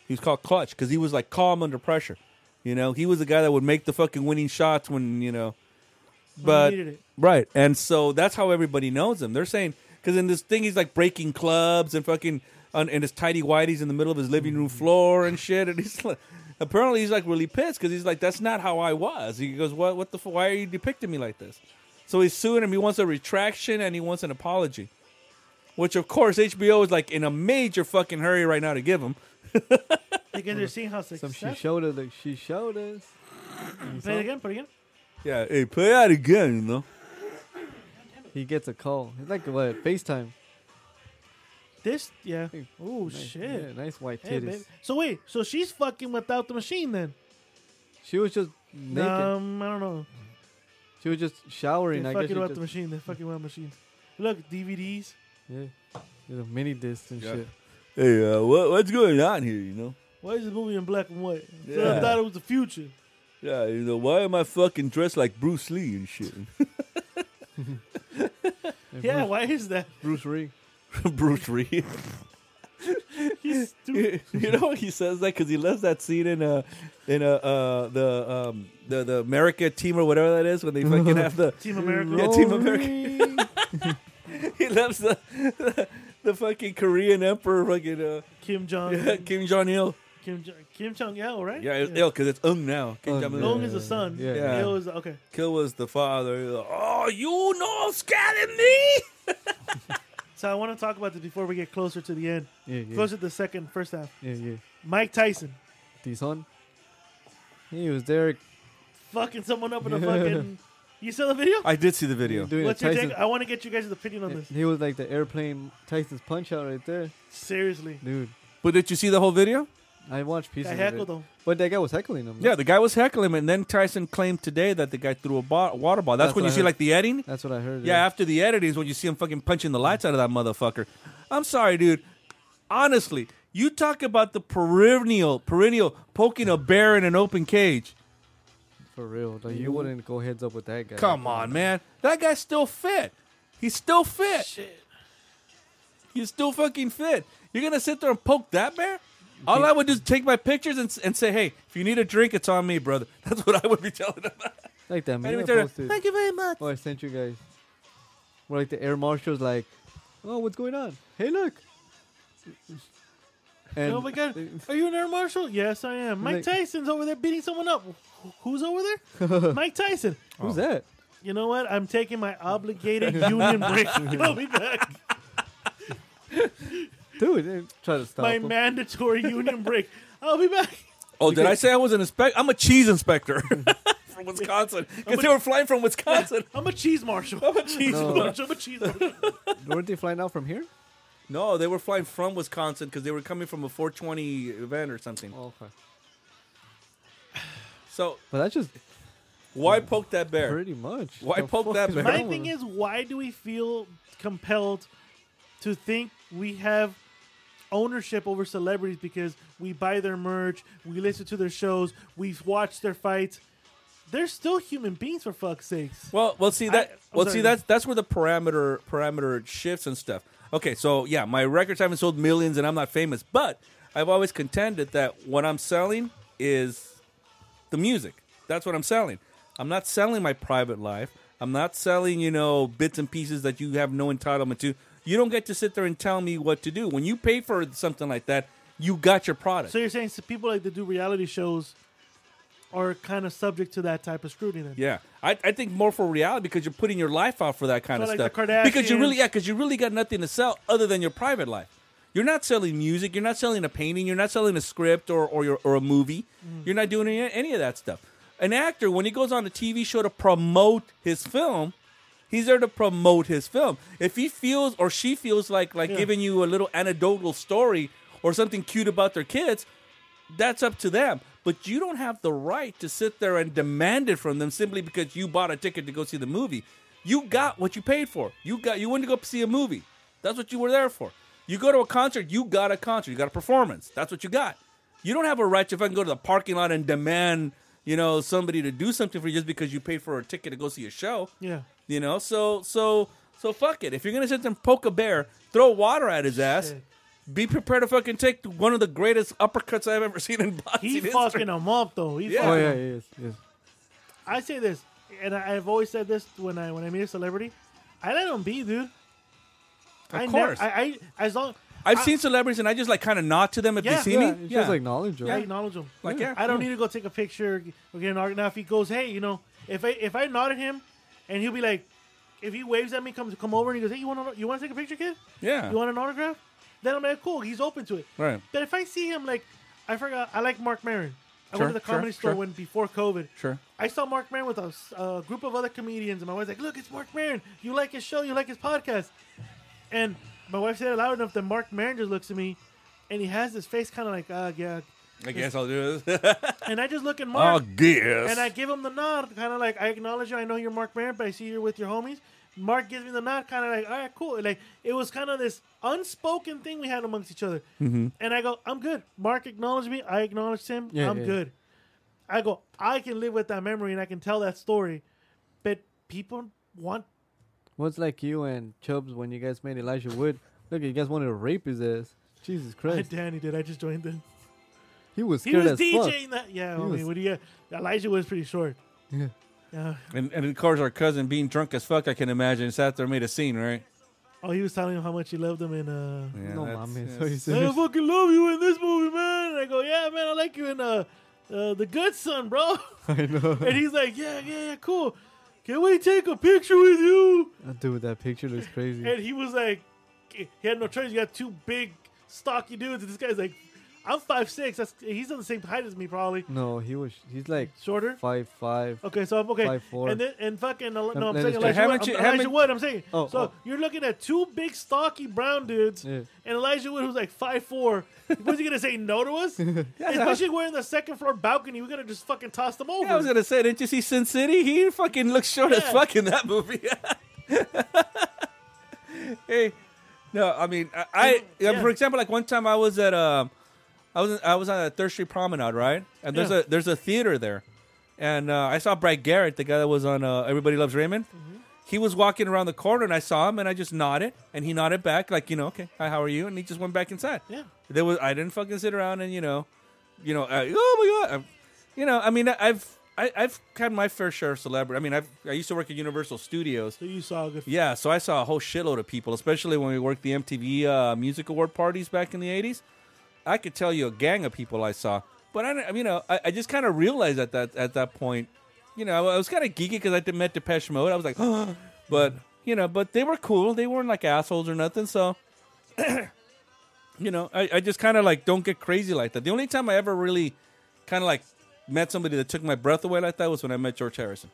He was called Clutch because he was like calm under pressure. You know, he was the guy that would make the fucking winning shots when you know. But needed it. right, and so that's how everybody knows him. They're saying because in this thing he's like breaking clubs and fucking on, and his tidy whities in the middle of his living room floor and shit. And he's like, apparently he's like really pissed because he's like, that's not how I was. He goes, what, what the, f- why are you depicting me like this? So he's suing him. He wants a retraction and he wants an apology, which of course HBO is like in a major fucking hurry right now to give him. Because they're seeing how Some she successful. showed us. Like she showed us. Play it again, put it again. Yeah, hey, play that again, you know. He gets a call. It's like what? FaceTime. This, yeah. Hey, Oh Nice, shit. yeah, nice white Hey, titties. baby. So wait, so she's fucking without the machine then? she was just naked. Um, I don't know. she was just showering. They're I guess. fucking she without just, the machine. They're fucking without machines. Look, DVDs. yeah. There's a mini disc and Yeah. shit. Hey, uh, what, what's going on here, you know? Why is the movie in black and white? Yeah. I thought it was the future. Yeah, you know, why am I fucking dressed like Bruce Lee and shit? And Yeah, why is that? Bruce, Bruce Lee. Bruce Lee. He's stupid. you know he says that because he loves that scene in uh in uh, uh the um the the America team or whatever that is when they fucking have the Team America. Yeah, Team Oh, America. he loves the, the fucking Korean emperor fucking uh Kim Jong. yeah, Kim Jong Il. Kim Jong. Kim Jong Il, right? Yeah, it's ill because it's Ung now. Kim Ung, Jong yeah. Il. Long is the son. Yeah. Yeah. Il is okay. Kill Oh, was the father. Oh, you know, scaring me. So I want to talk about this before we get closer to the end, Yeah, yeah, closer to the second, first half. yeah, yeah. Mike Tyson. Tizon. He was there Fucking someone up in a fucking. You saw the video? I did see the video. doing a What's your Tyson. take? I want to get you guys' opinion on this. He was like the airplane Tyson's punch out right there, Seriously. dude. But did you see the whole video? I watched I pieces heckled of it. him. But that guy was heckling him. Yeah, the guy was heckling him, and then Tyson claimed today that the guy threw a bo- water ball. That's, That's when what you I see heard. like the editing. that's what I heard. Yeah, after the editing is when you see him fucking punching the lights out of that motherfucker. I'm sorry, dude. Honestly, you talk about the perennial, perennial poking a bear in an open cage. for real. Like you wouldn't go heads up with that guy. Come on, man. That guy's still fit. He's still fit. He's still fucking fit. You're gonna sit there and poke that bear? All I would do is take my pictures and, s- and say, "Hey, if you need a drink, it's on me, brother." That's what I would be telling him. like that I'd meme be I telling him, posted. Thank you very much. Oh, I sent you guys. Where like the air marshal's like, oh, what's going on? Hey, look. And oh my god, are you an air marshal? Yes, I am. Mike Like- Tyson's over there beating someone up. Wh- Who's over there? Mike Tyson. who's that? You know what? I'm taking my obligated union break. I'll be back. Dude, they try to stop My him. mandatory union break. I'll be back. Oh, did I say I was an inspector? I'm a cheese inspector from Wisconsin because they were flying from Wisconsin. I'm a cheese marshal. I'm a cheese. No. marshal. I'm a cheese marshal. Weren't they flying out from here? No, they were flying from Wisconsin because they were coming from a 420 event or something. Oh, okay. So But that's just why poke that bear? pretty much. Why the poke fuck that is bear? wrong My with thing him? is, why do we feel compelled to think we have ownership over celebrities because we buy their merch, we listen to their shows, we've watched their fights? They're still human beings, for fuck's sakes. Well, well, see that. I'm well, sorry. see that's that's where the parameter parameter shifts and stuff. Okay, so yeah, my records haven't sold millions, and I'm not famous, but I've always contended that what I'm selling is the music. That's what I'm selling. I'm not selling my private life. I'm not selling, you know, bits and pieces that you have no entitlement to. You don't get to sit there and tell me what to do. When you pay for something like that, you got your product. So you're saying so people like that do reality shows are kind of subject to that type of scrutiny? Then? Yeah, I, I think more for reality because you're putting your life out for that kind So of like stuff. the Kardashians. Because you really, yeah, because you really got nothing to sell other than your private life. You're not selling music. You're not selling a painting. You're not selling a script or or, your, or a movie. Mm. You're not doing any, any of that stuff. An actor, when he goes on a TV show to promote his film, he's there to promote his film. If he feels or she feels like like Yeah. giving you a little anecdotal story or something cute about their kids, that's up to them. But you don't have the right to sit there and demand it from them simply because you bought a ticket to go see the movie. You got what you paid for. You got you went to go see a movie. That's what you were there for. You go to a concert, you got a concert, you got a performance. That's what you got. You don't have a right to fucking go to the parking lot and demand, you know, somebody to do something for you just because you paid for a ticket to go see a show. Yeah. You know, so so so fuck it. If you're gonna sit there and poke a bear, throw water at his ass. Shit. Be prepared to fucking take one of the greatest uppercuts I've ever seen in boxing He history. fucking them up though. He Yeah. Oh fucking- yeah, yes, yes. I say this, and I, I've always said this when I when I meet a celebrity, I let them be, dude. Of I nev- course. I, I as long I've seen celebrities and I just like kind of nod to them if Yeah. they see Yeah, me. it's just like knowledge. I Right? acknowledge him. Like, yeah. I don't need to go take a picture or get an autograph. Now, if he goes, hey, you know, if I if I nod at him, and he'll be like, if he waves at me, comes come over and he goes, hey, you want to you want to take a picture, kid? yeah. You want an autograph? Then I'm like, cool, he's open to it. Right. But if I see him, like, I forgot, I like Mark Maron. I Sure, went to the sure, comedy store sure. when before COVID. Sure. I saw Mark Maron with a s- a group of other comedians, and my wife's like, "Look, it's Mark Maron. You like his show. You like his podcast." And my wife said it loud enough that Mark Maron just looks at me, and he has this face kind of like, "Ah, yeah." I guess I'll do this. And I just look at I Mark, guess. and I give him the nod, kind of like, "I acknowledge you. I know you're Mark Maron, but I see you're with your homies." Mark gives me the nod, kind of like, "All right, cool." Like it was kind of this unspoken thing we had amongst each other. And I go, "I'm good." Mark acknowledged me. I acknowledged him. Mm-hmm. Yeah, I'm yeah. good. I go, I can live with that memory and I can tell that story, but people want. What's like you and Chubbs when you guys made Elijah Wood? Look, you guys wanted to rape his ass. Jesus Hey, Christ, Danny did. I just joined in. he was He scared was as fuck. DJing that. Yeah, He I mean, was- what do you? Elijah was pretty short. Yeah. Yeah. and, and of course, our cousin being drunk as fuck, I can imagine, sat there and made a scene, right? Oh, he was telling him how much he loved him and. Uh, Yeah, No, that's- mames. yeah. Are you "Man, I serious? fucking love you in this movie, man. And I go, yeah, man, I like you in uh, uh, the Good Son, bro. I know. and he's like, yeah, yeah, yeah, cool. Can we take a picture with you? Dude, that picture looks crazy. And he was like, he had no choice. You got two big, stocky dudes. And this guy's like, I'm five six. That's he's on the same height as me, probably No, he was. He's like shorter. five five. Okay, so I'm okay. Five, four. And then and fucking no, I'm Let saying Elijah us go. Wood. Haven't you- I'm, Elijah haven't- Wood. I'm saying Oh, so oh. you're looking at two big stocky brown dudes Yeah. and Elijah Wood who's like five four. Was he gonna say no to us? Especially we're in the second floor balcony. We're gonna just fucking toss them over. Yeah, I was gonna say, didn't you see Sin City? He fucking looks short as Yeah. fuck in that movie. hey, no, I mean, I, I Yeah. uh, for example, like one time I was at um, I was I was on a Third Street Promenade, right? And there's Yeah. a there's a theater there, and uh, I saw Brad Garrett, the guy that was on uh, Everybody Loves Raymond. Mm-hmm. He was walking around the corner, and I saw him, and I just nodded, and he nodded back, like you know, okay, hi, how are you? And he just went back inside. Yeah. There was I didn't fucking sit around and you know, you know, uh, oh my god, I, you know. I mean, I've I, I've had my fair share of celebrity. I mean, I've I used to work at Universal Studios. So you saw a good. Yeah, so I saw a whole shitload of people, especially when we worked the MTV uh, Music Award parties back in the '80s. I could tell you a gang of people I saw, but I, don't- you know, I, I just kind of realized at that at that point, you know, I, was kind of geeky because I did- met Depeche Mode. I was like, but you know, but they were cool. They weren't like assholes or nothing. So, you know, I, I just kind of like don't get crazy like that. The only time I ever really kind of like met somebody that took my breath away like that was when I met George Harrison.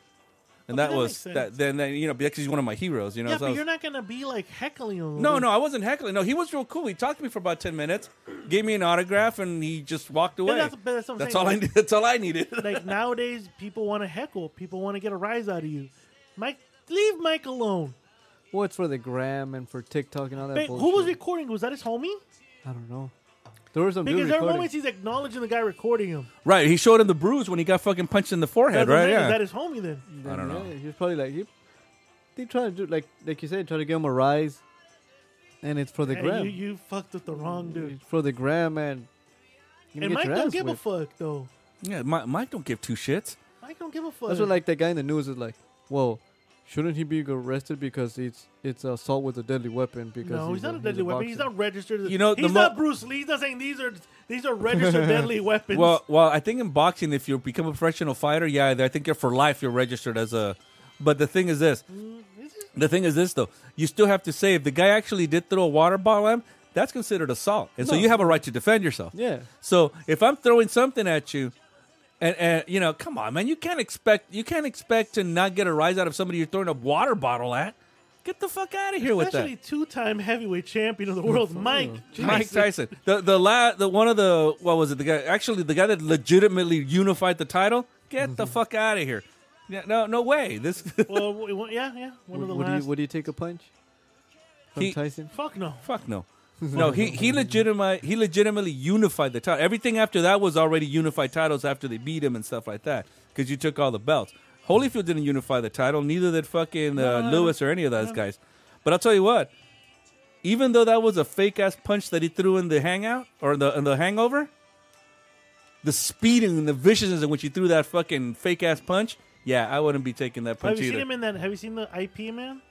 And Okay, that, that makes was sense. that. Then, then you know, because he's one of my heroes. You know, Yeah, so I but was- you're not gonna be like heckling him. no, no, I wasn't heckling. No, he was real cool. He talked to me for about ten minutes, gave me an autograph, and he just walked away. that's- but that's what I'm saying. all I. need- That's all I needed. like nowadays people want to heckle people want to get a rise out of you mike leave mike alone Well, it's for the gram and for TikTok and all that Ba- bullshit. who was recording was that his homie I don't know. There was some dude because there are recording. moments he's acknowledging the guy recording him right, he showed him the bruise when he got fucking punched in the forehead. That's what I'm Right, saying, yeah. is that his homie then I don't know. Yeah, he was probably like he, they try to do like like you said, try to give him a rise, and it's for the Hey, gram. you, you fucked with the wrong dude It's for the gram, and you and get mike your don't ass give a whipped. fuck though yeah, Mi- Mike don't give two shits. mike don't give a fuck That's what like that guy in the news is like. Whoa, shouldn't he be arrested because it's it's assault with a deadly weapon? Because no, he's, not a deadly weapon. He's boxer." not registered. as- You know, the he's mo- not Bruce Lee. He's not saying these are these are registered deadly weapons. Well, well, I think in boxing, if you become a professional fighter, yeah, I think you're for life. You're registered as a. But the thing is this. Mm, Is it? The thing is this though. You still have to say if the guy actually did throw a water bottle at him, that's considered assault, and so No. you have a right to defend yourself. Yeah. So if I'm throwing something at you, and, and you know, come on, man, you can't expect you can't expect to not get a rise out of somebody you're throwing a water bottle at. Get the fuck out of here with especially that. two-time heavyweight champion of the world, Mike. Mike Tyson. Tyson, the the la, the one of the what was it? The guy actually the guy that legitimately unified the title. Get the fuck out of here. Yeah, no, no way. This Well, w- w- yeah, yeah. One of Would, the would, last. you, would you take a punch from He- Tyson? Fuck no. fuck no. No, he he legitimate he legitimately unified the title. Everything after that was already unified titles after they beat him and stuff like that because you took all the belts. Holyfield didn't unify the title, neither did fucking uh, Lewis or any of those guys. But I'll tell you what, even though that was a fake ass punch that he threw in the hangout or the in the hangover, the speed and the viciousness in which he threw that fucking fake ass punch, yeah, I wouldn't be taking that punch Have you either. seen him in that? Have you seen the IP man?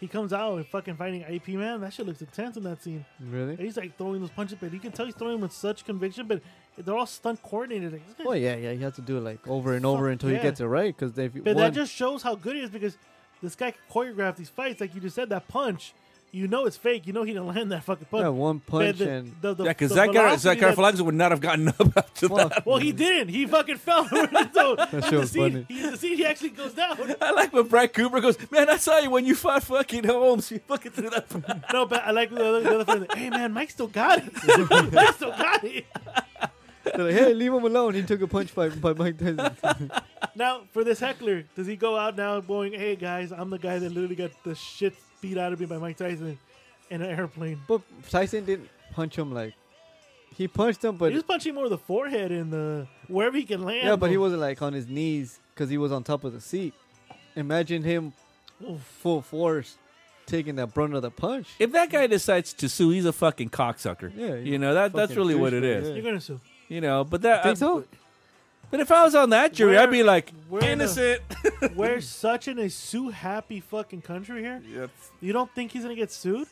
He comes out and fucking fighting IP man. That shit looks intense in that scene. And Really? he's like throwing those punches, but you can tell he's throwing them with such conviction. But they're all stunt coordinated. Like, this guy- Well, yeah, yeah. You have to do it like over and over Fuck, until yeah. he gets it right. Because if you but one, that just shows how good he is because this guy can choreograph these fights. Like you just said, that punch. You know it's fake. You know he didn't land that fucking punch. yeah, one punch the, and the, the, yeah, because the that guy, velocity that guy that- would not have gotten up after that. fuck. Well, he didn't. He fucking fell. so in shit the was scene, funny. he, in the scene, he actually goes down. I like when Brad Cooper goes, man, I saw you when you fought fucking Holmes. You fucking threw that. No, but I like the other, the other friend. Hey, man, Mike still got it. Mike still got it. They're like, hey, leave him alone. He took a punch by, by Mike Tyson. Now, for this heckler, does he go out now going, hey, guys, I'm the guy that literally got the shit beat out of me by Mike Tyson in an airplane? but Tyson didn't punch him like he punched him, but he was punching more the forehead and the wherever he can land. yeah, but he though. wasn't like on his knees because he was on top of the seat. Imagine him full force taking that brunt of the punch. If that guy decides to sue, he's a fucking cocksucker. Yeah, you know that that's fucking really what it douchebag, is. yeah. You're going to sue. You know, but that. Think so? But if I was on that jury, I'd be Where- like where in a- innocent. We're such in a sue happy fucking country here. You don't think he's going to get sued?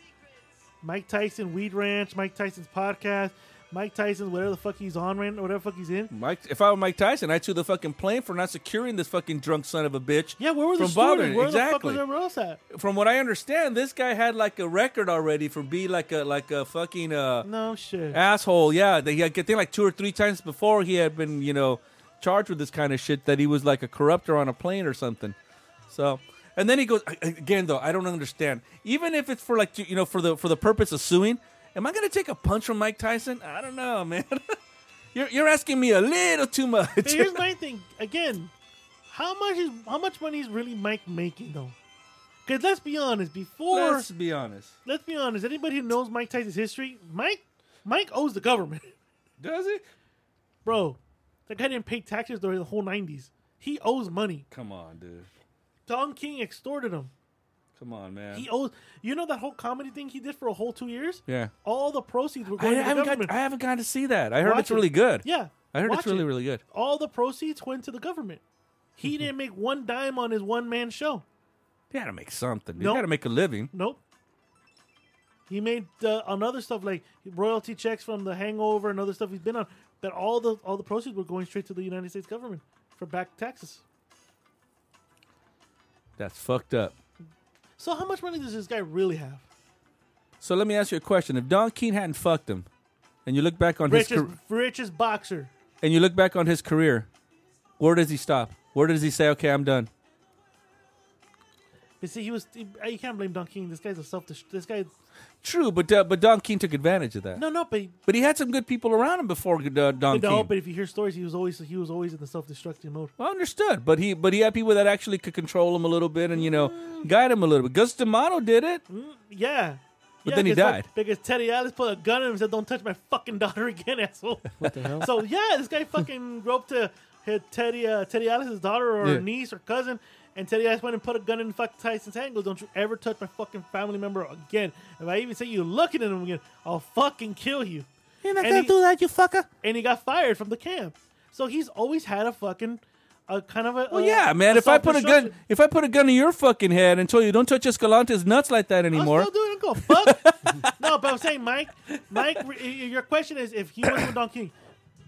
Mike Tyson, Weed Ranch, Mike Tyson's podcast. Mike Tyson, whatever the fuck he's on right now, whatever the fuck he's in. Mike, if I were Mike Tyson, I'd sue the fucking plane for not securing this fucking drunk son of a bitch. Yeah, where were the from stories? bothering- Where the fuck exactly. was everyone else at? From what I understand, this guy had like a record already for being like a like a fucking uh, No shit. asshole. Yeah, they I think like two or three times before he had been you know charged with this kind of shit that he was like a corrupter on a plane or something. So. And then he goes I- I- again, though. I don't understand. Even if it's for like to- you know for the for the purpose of suing, am I going to take a punch from Mike Tyson? I don't know, man. you're, you're asking me a little too much. But here's my thing. Again, how much is how much money is really Mike making though? Because let's be honest. Before Let's let's, be honest. be honest. Anybody who knows Mike Tyson's history, Mike Mike owes the government, Does it? bro. That guy didn't pay taxes during the whole '90s. He owes money. Come on, dude. Don King extorted him. Come on, man. He owes. You know that whole comedy thing he did for a whole two years. yeah. All the proceeds were I going to the haven't, government. got, I haven't gotten to see that. I heard Watch it's it. really good. yeah, I heard watch it's really, it. really good. All the proceeds went to the government. He didn't make one dime on his one man show. You gotta make something. Nope. You gotta make a living. Nope. He made uh, on other stuff like royalty checks from The Hangover and other stuff he's been on. That all the all the proceeds were going straight to the United States government for back taxes. That's fucked up. So how much money does this guy really have? So let me ask you a question: If Don Keene hadn't fucked him, and you look back on his Richest car- richest boxer. and you look back on his career, where does he stop? Where does he say, "Okay, I'm done"? You see, he was. He, you can't blame Don King. This guy's a self. This guy. True, but uh, but Don Keene took advantage of that. No, no, but, But he had some good people around him before uh, Don no. Keene. But if you hear stories, he was always he was always in the self destructing mode. Well, understood, but he but he had people that actually could control him a little bit and you know Mm. guide him a little bit. Gus D'Amato did it. Yeah. But Yeah, then he 'cause that- died. because Teddy Atlas put a gun at him and said, "Don't touch my fucking daughter again, asshole." What the hell? so yeah, this guy fucking grew up to hit Teddy uh, Teddy Atlas's daughter or Yeah. niece or cousin, and Teddy Atlas went and put a gun in fucking Tyson's hand. and Goes, "Don't you ever touch my fucking family member again. If I even see you looking at him again, I'll fucking kill you." You're not And gonna he- do that, you fucker. And he got fired from the camp. So he's always had a fucking a kind of a Well, a- Oh, yeah, man. If I put a gun, self-destruction. if I put a gun in your fucking head and told you don't touch Escalante's nuts like that anymore, I'll still do it. Uncle. Fuck. no, but I'm saying, Mike, Mike, y- y- your question is if he was with Don King,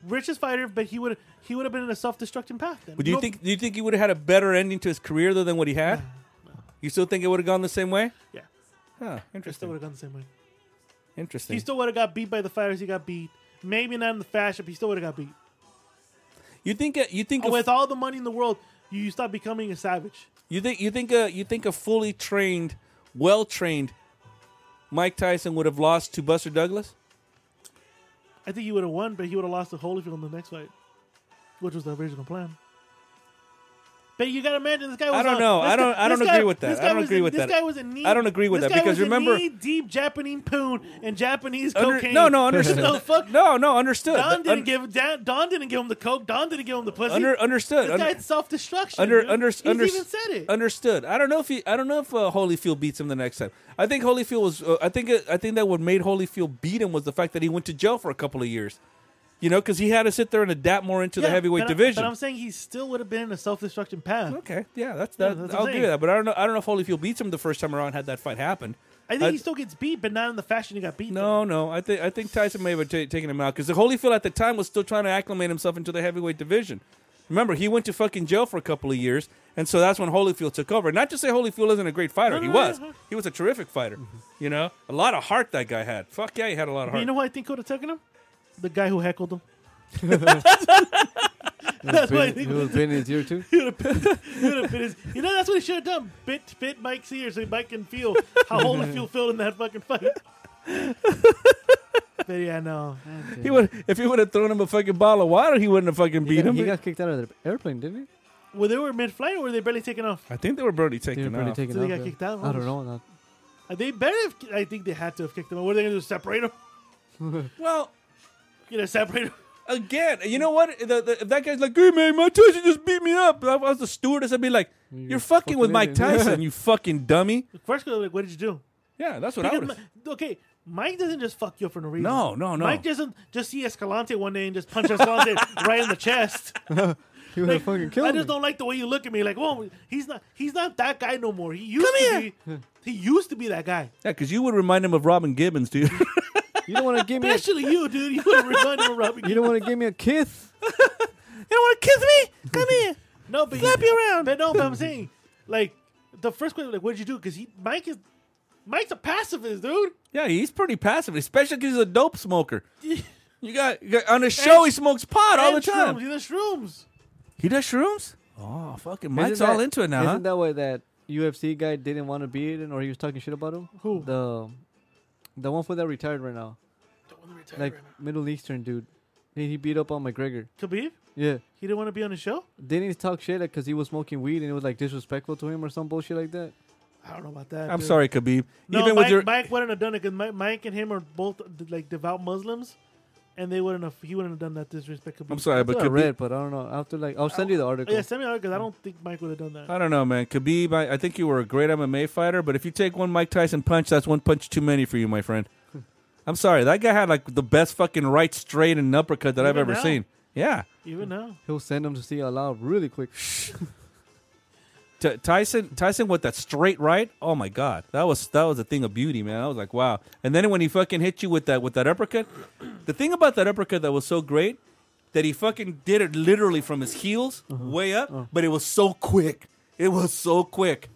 richest fighter, but he would he would have been in a self destructing path. Then. would you No- think? Do you think he would have had a better ending to his career though than what he had? You still think it would have gone the same way? Huh. Yeah, he still Interesting. would have gone the same way. Interesting. He still would have got beat by the fighters he got beat. Maybe not in the fashion, but he still would have got beat. you think? A, you think? A, With all the money in the world, you stop becoming a savage. you think? You think? A, you think a fully trained, well trained Mike Tyson would have lost to Buster Douglas? I think he would have won, but he would have lost to Holyfield in the next fight, which was the original plan. But you gotta imagine this guy was. I don't on- know. this I guy- don't- I don't this guy- agree with that. this I guy don't was agree in- with this that. Guy was in knee, I don't agree with this that guy because was in remember- knee-deep Japanese poon and Japanese Under- cocaine. no, no, understood. no fuck. No, no, understood. Don Un- didn't give Don, Don didn't give him the coke. Don didn't give him the pussy. under, understood. this Under- guy's self destruction. under dude. under He's under even said it. understood. I don't know if he. I don't know if uh, Holyfield beats him the next time. I think Holyfield was. Uh, I think. Uh, I think that what made Holyfield beat him was the fact that he went to jail for a couple of years. You know, because he had to sit there and adapt more into Yeah, the heavyweight but I- division. but I'm saying he still would have been in a self destruction path. okay, yeah, that's that. that's what I'm I'll give you saying. that. But I don't know. I don't know if Holyfield beats him the first time around. Had that fight happened. I think I- he still gets beat, but not in the fashion he got beat. though. No, no. I think I think Tyson may have ta- taken him out because the Holyfield at the time was still trying to acclimate himself into the heavyweight division. Remember, he went to fucking jail for a couple of years, and so that's when Holyfield took over. Not to say Holyfield isn't a great fighter, he no, was. no, no. He was a terrific fighter. You know, a lot of heart that guy had. Fuck yeah, he had a lot of But heart. you know who I think would have taken him? The guy who heckled him. That's what I been, think. it was been his year too. He would've been his- you know, that's what he should have done. Bit, bit Mike's ear so Mike can feel how Holyfield felt in that fucking fight. but yeah, no. he would if he would have thrown him a fucking bottle of water, he wouldn't have fucking He beat got, him. he got kicked out of the airplane, didn't he? Were they were mid flight or were they barely taken off? I think they were barely They were taken pretty off. taken So they off, got yeah. kicked out? I don't know. Not, Uh, They better have. I think they had to have kicked him out. What are they going to do? Separate him? well, You know, separate him. again, you know what? The, the, if that guy's like, "Hey man, Mike Tyson just beat me up," if I was the stewardess, I'd be like, "You're, fucking, fucking with Mike idiot." Tyson, you fucking dummy." First, they're like, what did you do? Yeah, that's what I Because would. Mi- okay, Mike doesn't just fuck you up for no reason. No, no, no. Mike doesn't just see Escalante one day and just punch Escalante right in the chest. he would Like, have fucking killed I just me. don't like the way you look at me. Like, whoa, he's not he's not that guy no more. He used Come to here. be he used to be that guy. Yeah, because you would remind him of Robin Gibbons, dude. You don't want to give me. A, Especially you, dude. You would resigned from Robin. you don't want to give me a kiss. You don't want to kiss me? Come here. No, but Slap you around. But no, but I'm saying, like, the first question, like, what did you do? Because he, Mike is, Mike's a pacifist, dude. Yeah, he's pretty passive, especially because he's a dope smoker. You got, you got- on his show, he smokes pot all the And time. Shrooms, he does shrooms. He does shrooms? Oh, fucking Isn't Mike's that- all into it now, huh? Isn't that why that UFC guy didn't want to be in, or he was talking shit about him? Who? The the one for that retired right now, like Middle Eastern dude. He, he beat up on McGregor. Khabib, Yeah, he didn't want to be on the show. didn't he talk shit because he was smoking weed and it was like disrespectful to him or some bullshit like that? I don't know about that. I'm dude. sorry, Khabib. No, Even Mike, with your Mike wouldn't have done it because Mike, Mike and him are both like devout Muslims, and they wouldn't have. He wouldn't have done that disrespect. Khabib. I'm sorry, but That's what I Khabib, read, but I don't know. After like, I'll send you the article. yeah, send me because I don't think Mike would have done that. I don't know, man. Khabib, I, I think you were a great MMA fighter, but if you take one Mike Tyson punch, that's one punch too many for you, my friend. I'm sorry, that guy had like the best fucking right straight and uppercut that I've Even ever now? seen. Yeah, Even now, He'll send him to see Allah really quick. T- Tyson, Tyson with that straight right. Oh my god, that was that was a thing of beauty, man. I was like, wow. And then when he fucking hit you with that with that uppercut, the thing about that uppercut that was so great that he fucking did it literally from his heels way up, but it was so quick. It was so quick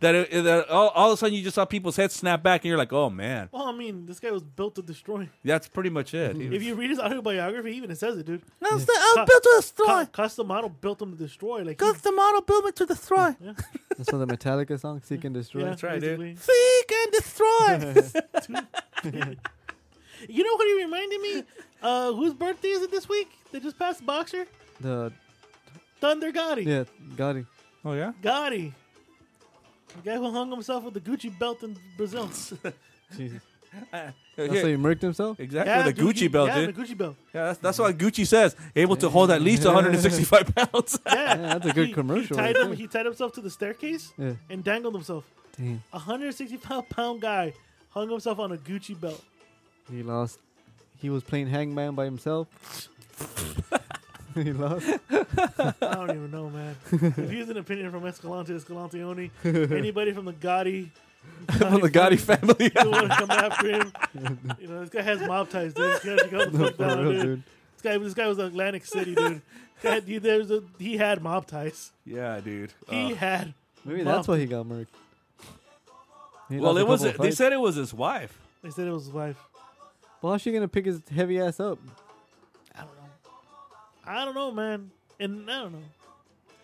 that, it, that all, all of a sudden you just saw people's heads snap back, and you're like, oh man, well, I mean, this guy was built to destroy. that's pretty much it. He was- If you read his autobiography, even it says it, dude. I was, Cu- built to Cu- destroy. custom model built him to destroy. Like he- Custom model built me to destroy. That's what the Metallica song "Seek and Destroy." yeah, That's right, basically. dude. Seek and destroy. You know what he reminded me? Uh, whose birthday is it this week? They just passed boxer The Thunder Gotti. yeah, got it. oh yeah. Gotti, the guy who hung himself with the Gucci belt in Brazil. Jesus, Here- that's how he murked himself. Exactly, Yeah, the dude, Gucci he- belt, yeah, dude. the Gucci belt. yeah, that's, that's why Gucci says able to hold at least 165 pounds. Yeah, Yeah, that's a good He- commercial He tied, right him, there. he tied himself to the staircase Yeah. and dangled himself. Damn, A 165 pound guy hung himself on a Gucci belt. he lost. He was playing Hangman by himself. he lost. I don't even know, man. if he's an opinion from Escalante Escalanteoni, anybody from the Gotti, From the Gotti family. who want to come after him, you know, this guy has mob ties, dude. This guy, should go the fuck For down, real, dude. dude. This guy, this guy was Atlantic City, dude. That, he, there's a, he had mob ties. yeah, dude. He Uh, had. Maybe mob- that's why he got murked. He well, lost a it was. couple They fights. said it was his wife. They said it was his wife. Well, how's she gonna pick his heavy ass up? I don't know, man. And I don't know.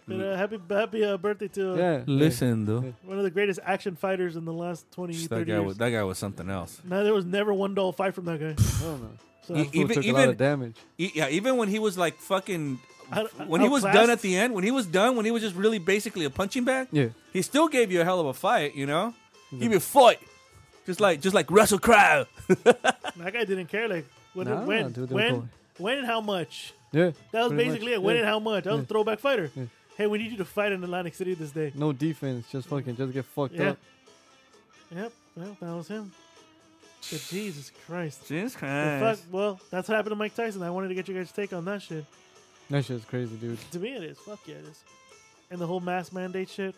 But uh, happy happy uh, birthday to uh, Yeah. Listen, though, one of the greatest action fighters in the last 20, 30 that guy years. was that guy was something else. No, there was never one dull fight from that guy. I don't know. So E- Fool Even- took a lot even- of damage. E- yeah, even when he was like fucking, Out- when he was outclassed? done at the end, when he was done, when he was just really basically a punching bag. Yeah. he still gave you a hell of a fight. You know, give you a fight, just like just like Russell Crowe. that guy didn't care. Like when, Nah, when, dude, they were cool. when, when, and how much. Yeah. That was pretty much. basically it. When Yeah. and how much. That was a Yeah. throwback fighter. Yeah. Hey, we need you to fight in Atlantic City this day. No defense, just fucking, just get fucked Yeah. up. Yep. Well, that was him. But Jesus Christ. Jesus The Christ. fuck. Well, that's what happened to Mike Tyson. I wanted to get your guys' take on that shit. That shit's crazy, dude. To me, it is. Fuck yeah, it is. And the whole mask mandate shit.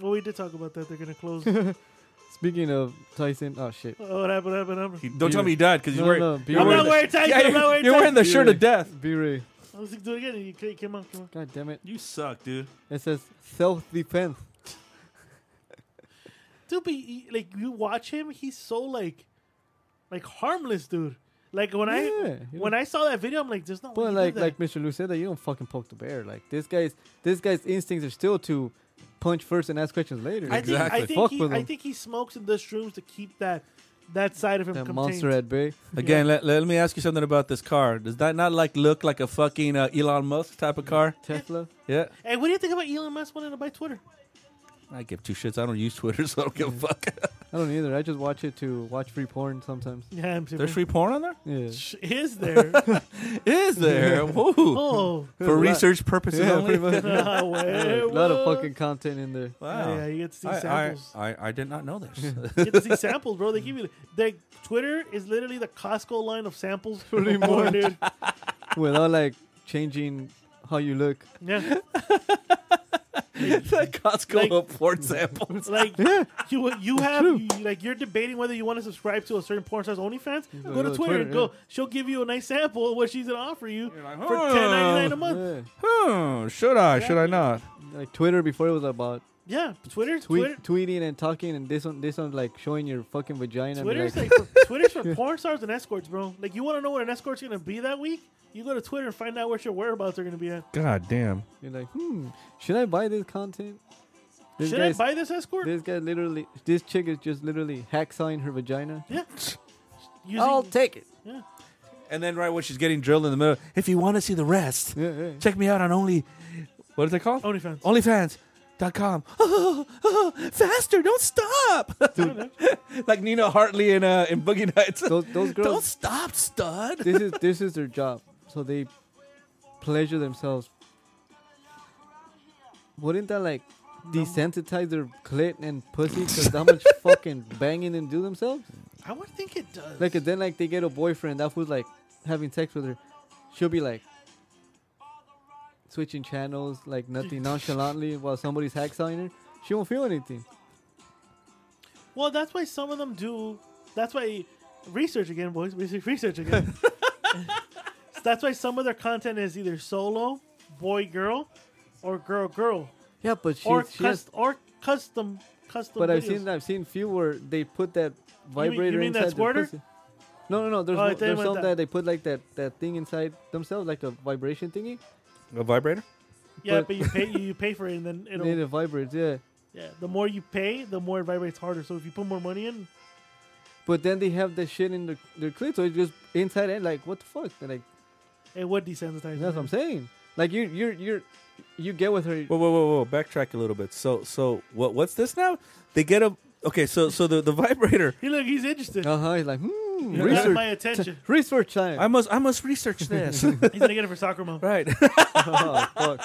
Well, we did talk about that. They're gonna close. oh, Speaking of Tyson, oh shit. what happened? What happened? What happened? He- don't tell me he died because No, you're wearing. no, be you're I'm real. not the- wearing tights. Yeah, I'm not wearing You're wearing the tights. shirt of death. B Ray. I was like, do it again. You can't come on, come on. God damn it. You suck, dude. It says self defense. Oh, Dude, but he- like you watch him, he's so like, like harmless, dude. Like when Yeah, I you when know. I saw that video, I'm like, there's no way. But he like did that. like Mr. Lu said that you don't fucking poke the bear. Like this guy's this guy's instincts are still to punch first and ask questions later. I think I Exactly. think Fuck he with I him. think he smokes and does shrooms to keep that that side of him that contained. monster at bay. Again, let, let me ask you something about this car. Does that not like look like a fucking uh, Elon Musk type of car? Tesla. Yeah, Hey, what do you think about Elon Musk wanting to buy Twitter? I give two shits. I don't use Twitter, so I don't give a fuck. I don't either. I just watch it to watch free porn sometimes. Yeah, I'm super- There's free porn on there. Yeah. Sh- Is there? Is there? Whoa. oh, For research purposes Yeah, only. pretty much. Ah, wait, A lot of what? fucking content in there. Wow. Yeah, you get to see I, samples. I, I, I did not know this. You get to see samples, bro. They give you they Twitter is literally the Costco line of samples. Pretty more, dude. Without like changing how you look. Yeah. It's like Costco Like- of porn samples. Like you, you have you- like you're debating whether you want to subscribe to a certain porn star's OnlyFans. Go, to Twitter. and Go. yeah. Oh, She'll give you a nice sample of what she's gonna offer you like, for huh. ten ninety nine a month. Yeah. Hmm, should I? Should I not? Like Twitter before it was about Yeah, Twitter, Twitter, tweet, tweeting and talking, and this one, this one's like showing your fucking vagina. and be Twitter's like, like for, Twitter's for porn stars and escorts, bro. Like you want to know what an escort's gonna be that week? You go to Twitter and find out what your whereabouts are gonna be at. God damn. you're like, hmm, should I buy this content? This Should I guy's- buy this escort? This guy literally, this chick is just literally hacksawing her vagina. yeah. Using, I'll take it. yeah. And then right when she's getting drilled in the middle, if you want to see the rest, Yeah, yeah. check me out on Only. What is it called? OnlyFans. OnlyFans.com. faster! Don't stop! like Nina Hartley in uh, in Boogie Nights. Those, those Don't girls, stop, stud. this is this is their job, so they pleasure themselves. Wouldn't that like desensitize their clit and pussy because how much fucking banging and do themselves? I would think it does. Like and then like they get a boyfriend that was like having sex with her, she'll be like switching channels like nothing nonchalantly while somebody's hacksawing her. She won't feel anything. Well, that's why some of them do. That's why research again, boys. Research, research again. that's why some of their content is either solo, boy girl, or girl girl, Yeah, but she, or she has, cus- or custom custom. But I've videos. seen I've seen few where they put that mean- you vibrator mean that inside their squirter? pussy. No, no, no. There's, Oh, I one- thought you there's meant some that. that. they put like that, that thing inside themselves, like a vibration thingy. A vibrator? Yeah, but- but you pay you, you pay for it, and then And it'll. then it vibrates, yeah. yeah, the more you pay, the more it vibrates harder. So if you put more money in, But then they have the shit in their, their clit, so it's just inside and like, what the fuck? They're like, it would desensitize. That's what I'm saying. Like you, you, you, you get with her. Whoa, whoa, whoa, whoa! Backtrack a little bit. So, so what? What's this now? They get a okay. So, so the, the vibrator. Hey, look, he's interested. Uh huh. He's like, hmm, You got my research, attention. research time. I must, I must research this. He's gonna get it for soccer mom. right. oh, fuck.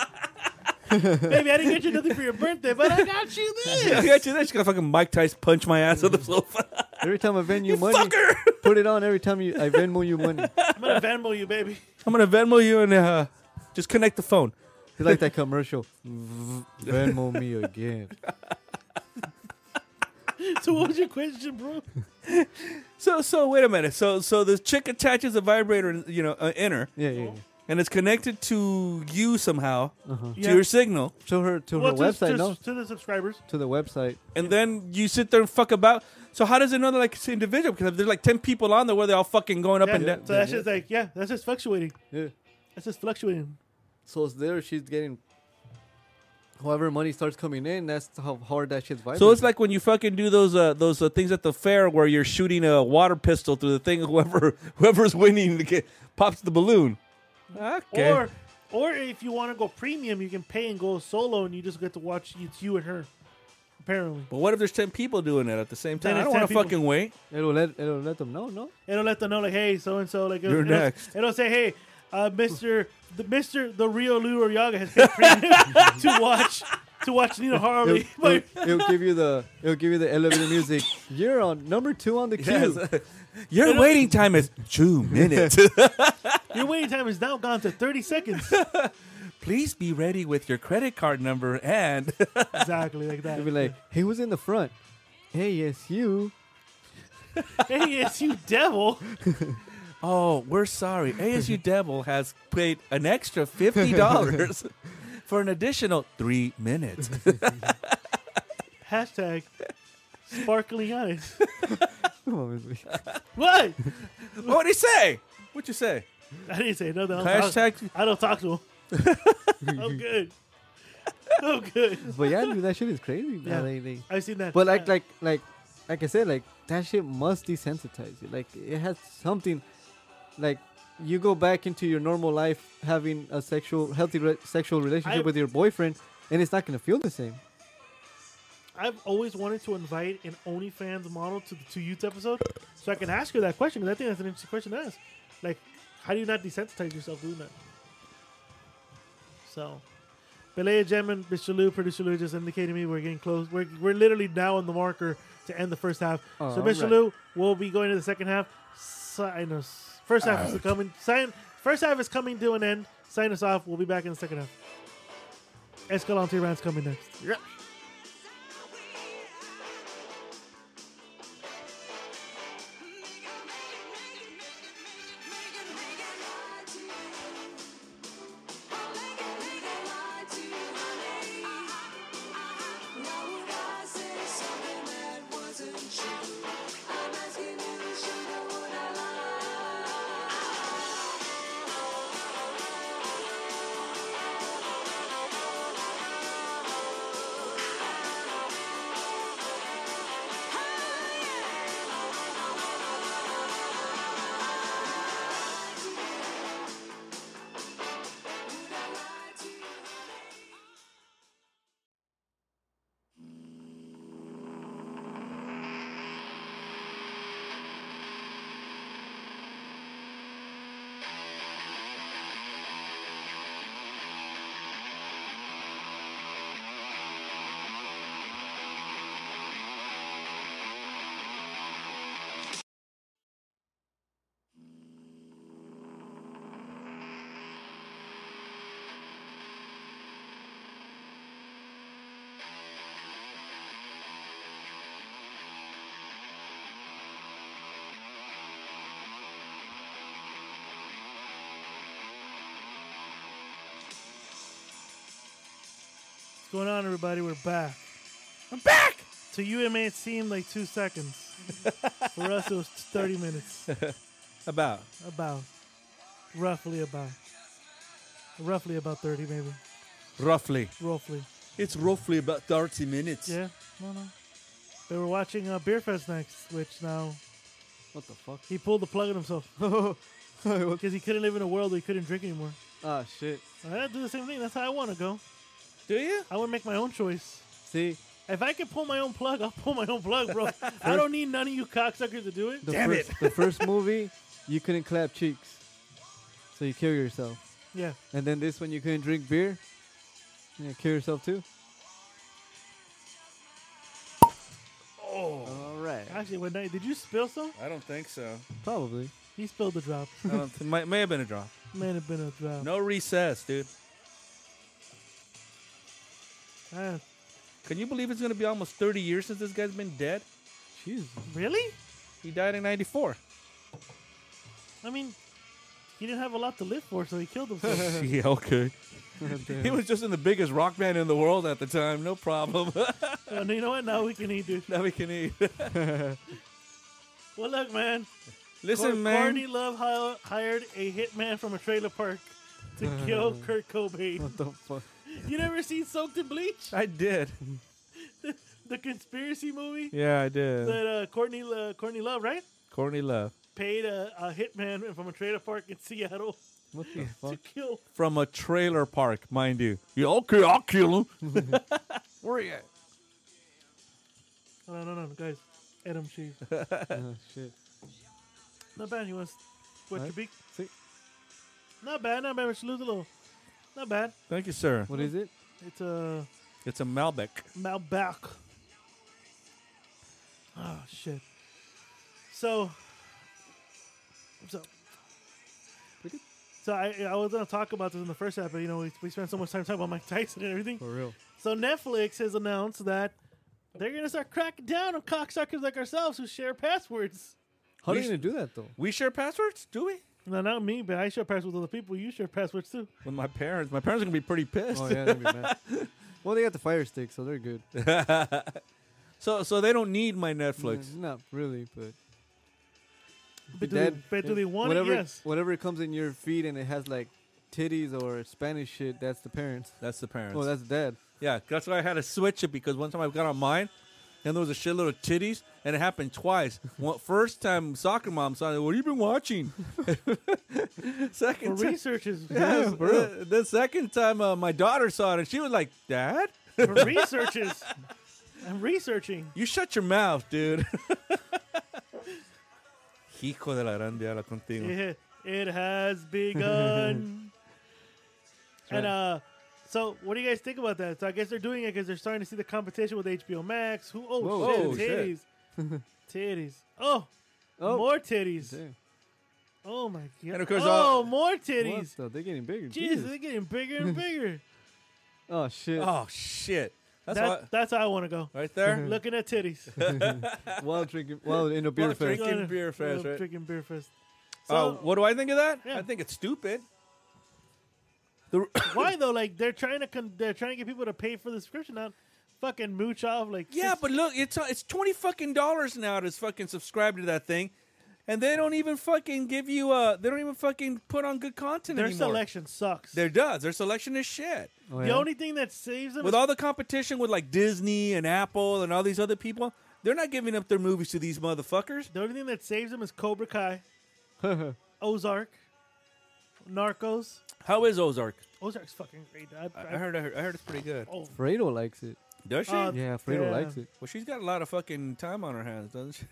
Baby, I didn't get you nothing for your birthday, but I got you this. I got you. She's gonna fucking Mike Tyson punch my ass on the sofa. Every time I Venmo you You money, fucker! put it on. Every time you, I Venmo you money. I'm gonna Venmo you, baby. I'm gonna Venmo you and uh, just connect the phone. It's like that commercial. V- Venmo me again. So what was your question, bro? Uh, So, so wait a minute. So, so this chick attaches a vibrator, you know, uh, in her, Yeah, yeah. yeah. and it's connected to you somehow Yeah. to your signal, To her, to Well, her to- website. to, no, to the subscribers. to the website. and then you sit there and fuck about. So how does it know that like it's individual? Because if there's like ten people on there, where they're all fucking going up Yeah, and down. so that's just like, yeah, that's just fluctuating. Yeah. That's just fluctuating. So it's there. She's getting. However, money starts coming in. That's how hard that shit's vibrating. So it's like when you fucking do those uh, those uh, things at the fair where you're shooting a water pistol through the thing. Whoever whoever's winning get, pops the balloon. Okay. Or, or if you want to go premium, you can pay and go solo, and you just get to watch it's you and her. Apparently, but what if there's ten people doing it at the same Then time? I it's don't want to 10 people. fucking wait. it'll let it'll let them know. No, it'll let them know like, hey, so and so, like, it'll, You're it'll- next. It'll say, hey, uh, Mister, the Mister, the real Lou Arriaga has paid premium to watch to watch Nina Harley. It'll, But it'll- it'll give you the it'll give you the elevator music. You're on number two on the queue. Your waiting time is two minutes. your waiting time is now gone to thirty seconds. Please be ready with your credit card number and exactly like that. You'll be like, "Hey, who's in the front? Hey, yes, you. hey, it's you, devil. oh, we're sorry. ASU Devil has paid an extra fifty dollars for an additional three minutes. Hashtag sparkling eyes. Come on, Miss Lee. What? What'd he say? What'd you say? I didn't say nothing. Uh-huh. I don't talk, Hashtag I don't talk to him. I'm good. I'm good. But yeah, dude, that shit is crazy. man. Yeah. Like, like- I've seen that. but like, like, like, like I said, like that shit must desensitize you. Like it has something. Like you go back into your normal life, having a sexual, healthy re- sexual relationship I- with your boyfriend, and it's not gonna feel the same. I've always wanted to invite an OnlyFans model to the Two Youths episode so I can ask her that question because I think that's an interesting question to ask. Like, how do you not desensitize yourself doing that? So, but ladies and gentlemen, Mr. Lou, producer Lou just indicated to me we're getting close. We're, we're literally now on the marker to end the first half. so, Oh, All Mr. right. Lou, we'll be going to the second half. Sign us. First half is coming. Sign. First half is coming to an end. Sign us off. We'll be back in the second half. Escalante Rant's coming next. What's going on, everybody? We're back. I'm back. To you, it may seem like two seconds. For us, it was 30 minutes. About About. Roughly about. Roughly about 30, maybe. roughly. Roughly. It's roughly about thirty minutes. Yeah, no, no. They were watching uh, Beer Fest next, which now What the fuck? he pulled the plug on himself because he couldn't live in a world where he couldn't drink anymore. ah shit. I do the same thing. That's how I want to go. Do you? I want to make my own choice. See, If I can pull my own plug, I'll pull my own plug, bro. I don't need none of you cocksuckers to do it. the Damn first the first movie, you couldn't clap cheeks, so you kill yourself. Yeah, And then this one, you couldn't drink beer, and you kill yourself too. Oh. All right. actually, one night did you spill some? I don't think so. Probably. He spilled the drop. I don't think, might, may have been a drop. Man, it been a drop. No recess, dude. Ah, Can you believe it's gonna be almost thirty years since this guy's been dead? Jeez. really? He died in '94. I mean, he didn't have a lot to live for, so he killed himself. yeah, okay. He was just in the biggest rock band in the world at the time. No problem. and you know what? Now we can eat, dude. now we can eat. Well, look, man. Listen, Cour- man. Courtney Love hi- hired a hitman from a trailer park to kill Kurt Cobain. what the fuck? You never seen Soaked in Bleach? I did. The conspiracy movie Yeah, I did. that uh, Courtney uh, Courtney Love, right? Courtney Love Paid a, a hitman from a trailer park in Seattle What the to fuck? kill. from a trailer park, mind you. Yeah, okay, I'll kill him. Where are you? No, no, no, no, guys. Adam Sheaf. Oh shit. Not bad. You want to wet your Right. beak? See, Not bad. Not bad. Mr. Luther. Not bad. Thank you, sir. what is it? It's a It's a Malbec. Malbec. Oh shit. So. So. Pretty- So I, I was gonna talk about this in the first half, but you know we, we spent so much time talking about Mike Tyson and everything. For real. So Netflix has announced that they're gonna start cracking down on cocksuckers like ourselves who share passwords. How We are you gonna do that though? We share passwords, do we? No, not me, but I share passwords with other people. You share passwords too. With my parents. My parents are going to be pretty pissed. Oh yeah, they'd be mad. well, they got the fire stick, so they're good. So so they don't need my Netflix. Mm, Not really, but. But do, That- they, but do they want whatever, it? Yes. Whatever comes in your feed and it has like titties or Spanish shit, that's the parents. That's the parents. Oh, that's dad. yeah, that's why I had to switch it because one time I got on mine and there was a shitload of titties and it happened twice. one, first time, soccer mom saw it. What have you been watching? For Second time. research is Yeah, the, the second time uh, my daughter saw it and she was like, Dad? for research is I'm researching. You shut your mouth, dude. Hijo de la gran diabla contigo. It, it has begun. and uh, so what do you guys think about that? So I guess they're doing it because they're starting to see the competition with HBO Max. Who? Oh Whoa, shit! shit. Titties, titties. Oh, Oh. more titties. Damn. Oh my god! And of course oh, all- more What titties. the- They're getting bigger. Jesus, Jesus. they're getting bigger and bigger. Oh shit! Oh shit! That's That- Mm-hmm. what, that's how I want to go. right there. Looking at titties. While drinking, while in a beer While fest. drinking- beer fest, right? Drinking beer fest. oh, what do I think of that? Yeah. I think it's stupid. The, Why though? Like they're trying to con- they're trying to get people to pay for the subscription, not fucking mooch off. Like yeah, six- but look, it's uh, it's twenty fucking dollars now to fucking subscribe to that thing, and they don't even fucking give you. Uh, they don't even fucking put on good content their anymore. selection sucks. There does. Their selection is shit. Oh, the yeah? only thing that saves them With is- all the competition with like Disney and Apple and all these other people, they're not giving up their movies to these motherfuckers. the only thing that saves them is Cobra Kai, Ozark, Narcos. How is Ozark? Ozark's fucking great. I, I, I I heard. I heard, I heard it's pretty good. oh, Fredo likes it. Does she? Uh, Yeah, Fredo Yeah. likes it. well, she's got a lot of fucking time on her hands, doesn't she?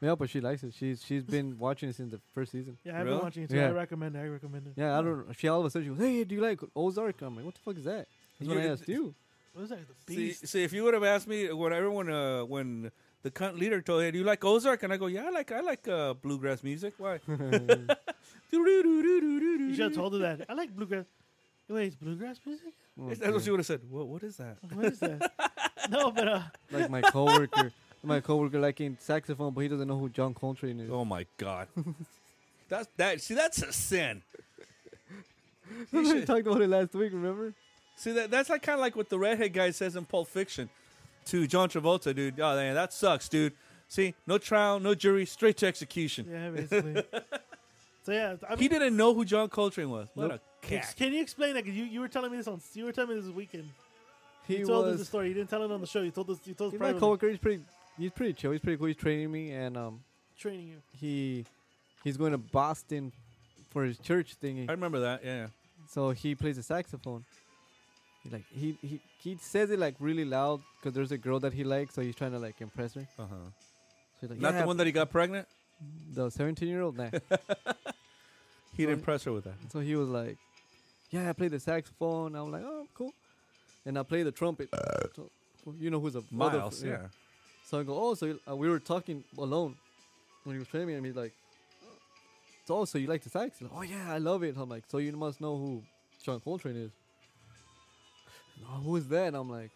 Yeah, but she likes it. She's she's been watching it since the first season. yeah, I've Really? been watching it too. Yeah. I recommend it. I recommend it. Yeah, I don't. She all of a sudden she goes, "Hey, do you like Ozark?" I'm like, "What the fuck is that?" That's when I You- asked you. Ozark, the See, beast. see, if you would have asked me when everyone, uh, when the cunt leader told me, "Do you like Ozark?" and I go, "Yeah, I like, I like uh, bluegrass music." Why? you should have That's told her that. I like bluegrass. Wait, it's bluegrass music? Oh, what she would have said. What? What is that? What is that? no, but uh, like my coworker. my coworker liking saxophone, but he doesn't know who John Coltrane is. Oh my god. That's that. See, that's a sin. we should- talked about it last week. Remember? See, that that's like kind of like what the redhead guy says in Pulp Fiction to John Travolta, dude. Oh man, that sucks, dude. See, no trial, no jury, straight to execution. yeah, basically. so yeah, I mean, He didn't know who John Coltrane was. What Nope. a cack. Can you explain that? 'Cause you, you were telling me this on you were telling me this weekend. He you told us the was. story. You didn't tell it on the show. You told us you told us He's my privately. coworker. He's pretty. He's pretty chill. He's pretty cool. He's training me, and um, training you. he he's going to Boston for his church thingy. I remember that. Yeah. So he plays the saxophone. He like he he he says it like really loud because there's a girl that he likes, so he's trying to like impress her. Uh huh. So he's like, Not "Yeah, the one that he got pregnant. the 17 year old. Nah. He Well, didn't press her with that. so he was like, yeah, I play the saxophone. I'm like, oh, cool. And I play the trumpet. so, you know who's a mother- Miles, yeah. So I go, oh, so you- uh, we were talking alone when he was training me, and he's like, so oh, so you like the sax? He's like, oh yeah, I love it. I'm like, so you must know who John Coltrane is. No, who is that? And I'm like,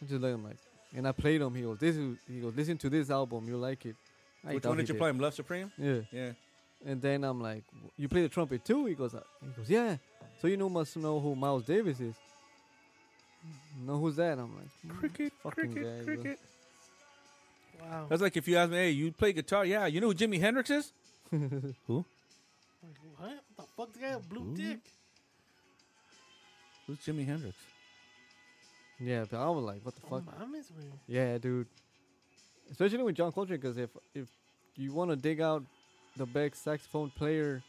I just like I'm like, and I played him. He goes, this is he goes, listen to this album, you'll like it. I Which doubt one he did you did. play him? Love Supreme. Yeah. Yeah. And then I'm like, "W- "You play the trumpet too?" He goes, uh, "He goes, yeah." So you know must know who Miles Davis is. No, who's that? I'm like, "Mm, Cricket, fucking guys, bro." Wow. That's like if you ask me, hey, you play guitar? Yeah. You know who Jimi Hendrix is? Like, what? what the fuck? The guy with blue dick. Who's Jimi Hendrix? Yeah, but I was like, "What the Oh, fuck?" mom is weird. Yeah, dude. Especially with John Coltrane, because if if you want to dig out the best saxophone player,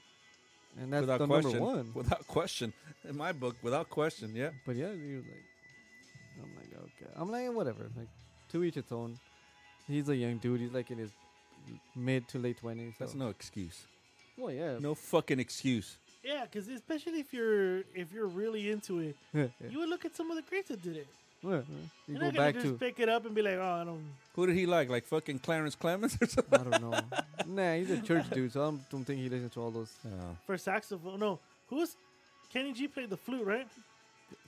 and that's without the question. number one. Without question. In my book, without question. Yeah. But yeah, he was like, I'm like, okay. I'm like, whatever. Like, to each its own. He's a young dude. He's like in his mid to late twenties. That's no excuse. Well, yeah. No fucking excuse. Yeah, because especially if you're if you're really into it, Yeah, you would look at some of the greats that did it. yeah. You You're go not gonna back just to pick it up and be like, oh, I don't. Who did he like? Like fucking Clarence Clemens or something? I don't know. nah, he's a church dude, so I don't- don't think he listens to all those. No. For saxophone, no. Who's Kenny G played the flute, right?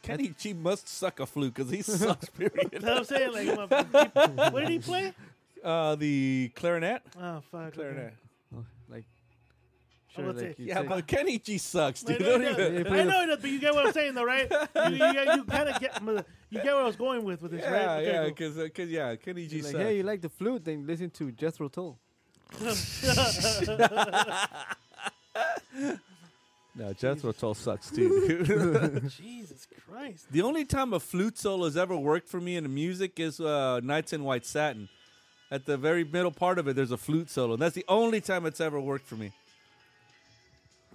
Kenny G must suck a flute because he sucks. Period. That's what I'm saying. Like, my- what did he play? Uh, the clarinet. Oh fuck. okay. Clarinet. Oh, Like, sure, what's like it? you Yeah, say- but Kenny G sucks, I dude. know, Don't it even. Yeah, does. play I the- know it does, but you get what I'm saying, though, right? you you, you kind of get you get what I was going with with this, Yeah, right? Okay, yeah, cool. because because yeah, Kenny G like, sucks. hey, you like the flute? Then listen to Jethro Tull. No, Jethro Tull sucks too. Jesus Christ. the only time a flute solo has ever worked for me in the music is uh, "Nights in White Satin." At the very middle part of it, there's a flute solo, and that's the only time it's ever worked for me.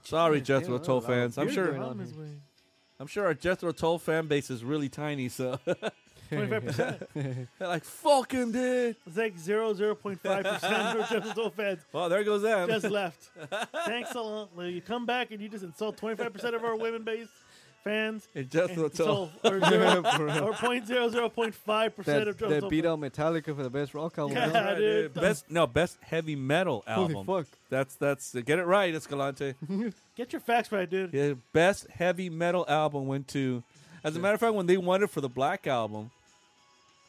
Sorry, Jethro there's a Tull lot of fans. I'm beer sure. going on. Problem here. is way- I'm sure our Jethro Tull fan base is really tiny, so 25%. they're like, "Fuck him, dude." It's like 0, 0.5% of Jethro Tull fans Well, there goes them. just left. Thanks a lot. Well, you come back and you just insult 25% of our women base. fans. It just and will so, tell. or, zero, For real. or 0.005 percent that, of Jones that Soul beat fans. out Metallica for the best rock album. Yeah. huh? Right, dude. dude. Best no best heavy metal Holy album. fuck. That's that's get it right, Escalante. Get your facts right, dude. yeah, best heavy metal album went to. As a matter of fact, when they won it for the Black album,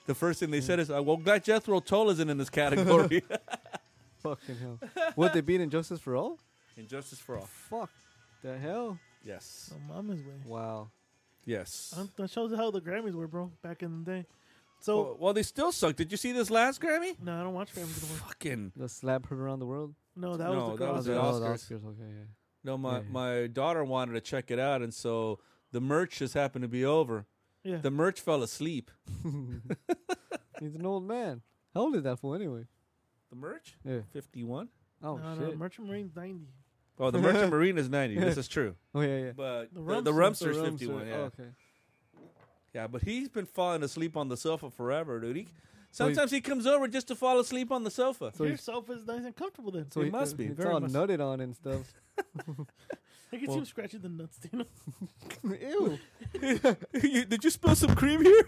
the first thing they said is, "Uh, "Well, glad Jethro Tull isn't in this category." Fucking hell. what they beat Injustice for All? Injustice for all. Fuck. The hell? Yes. Oh, mama's way. Wow. Yes. Um, That shows how the Grammys were, bro, back in the day. So, Well, well, they still suck. Did you see this last Grammy? no, I don't watch Grammys anymore. Fucking The slap heard around the world. No, that No, was the that girl. was Oh, the oh, Oscars. Okay, yeah. no. My Yeah. my daughter wanted to check it out, and so the merch just happened to be over. yeah. The merch fell asleep. He's an old man. How old is that fool anyway? The merch. Yeah. Fifty-one. Oh no, shit. no, Merchant Marine 90. Oh, the Merchant Marine is 90. This is true. oh yeah, yeah. But the, The the, Rumster. Rumster's The Rumster. 51. Yeah. Oh, okay. yeah, but he's been falling asleep on the sofa forever, dude. He, sometimes he comes over just to fall asleep on the sofa. So Your he's, sofa is nice and comfortable then. so It he must be, It's very all must- nutted on and stuff. I can see Well- him scratching the nuts, you know. Ew. You- Did you spill some cream here?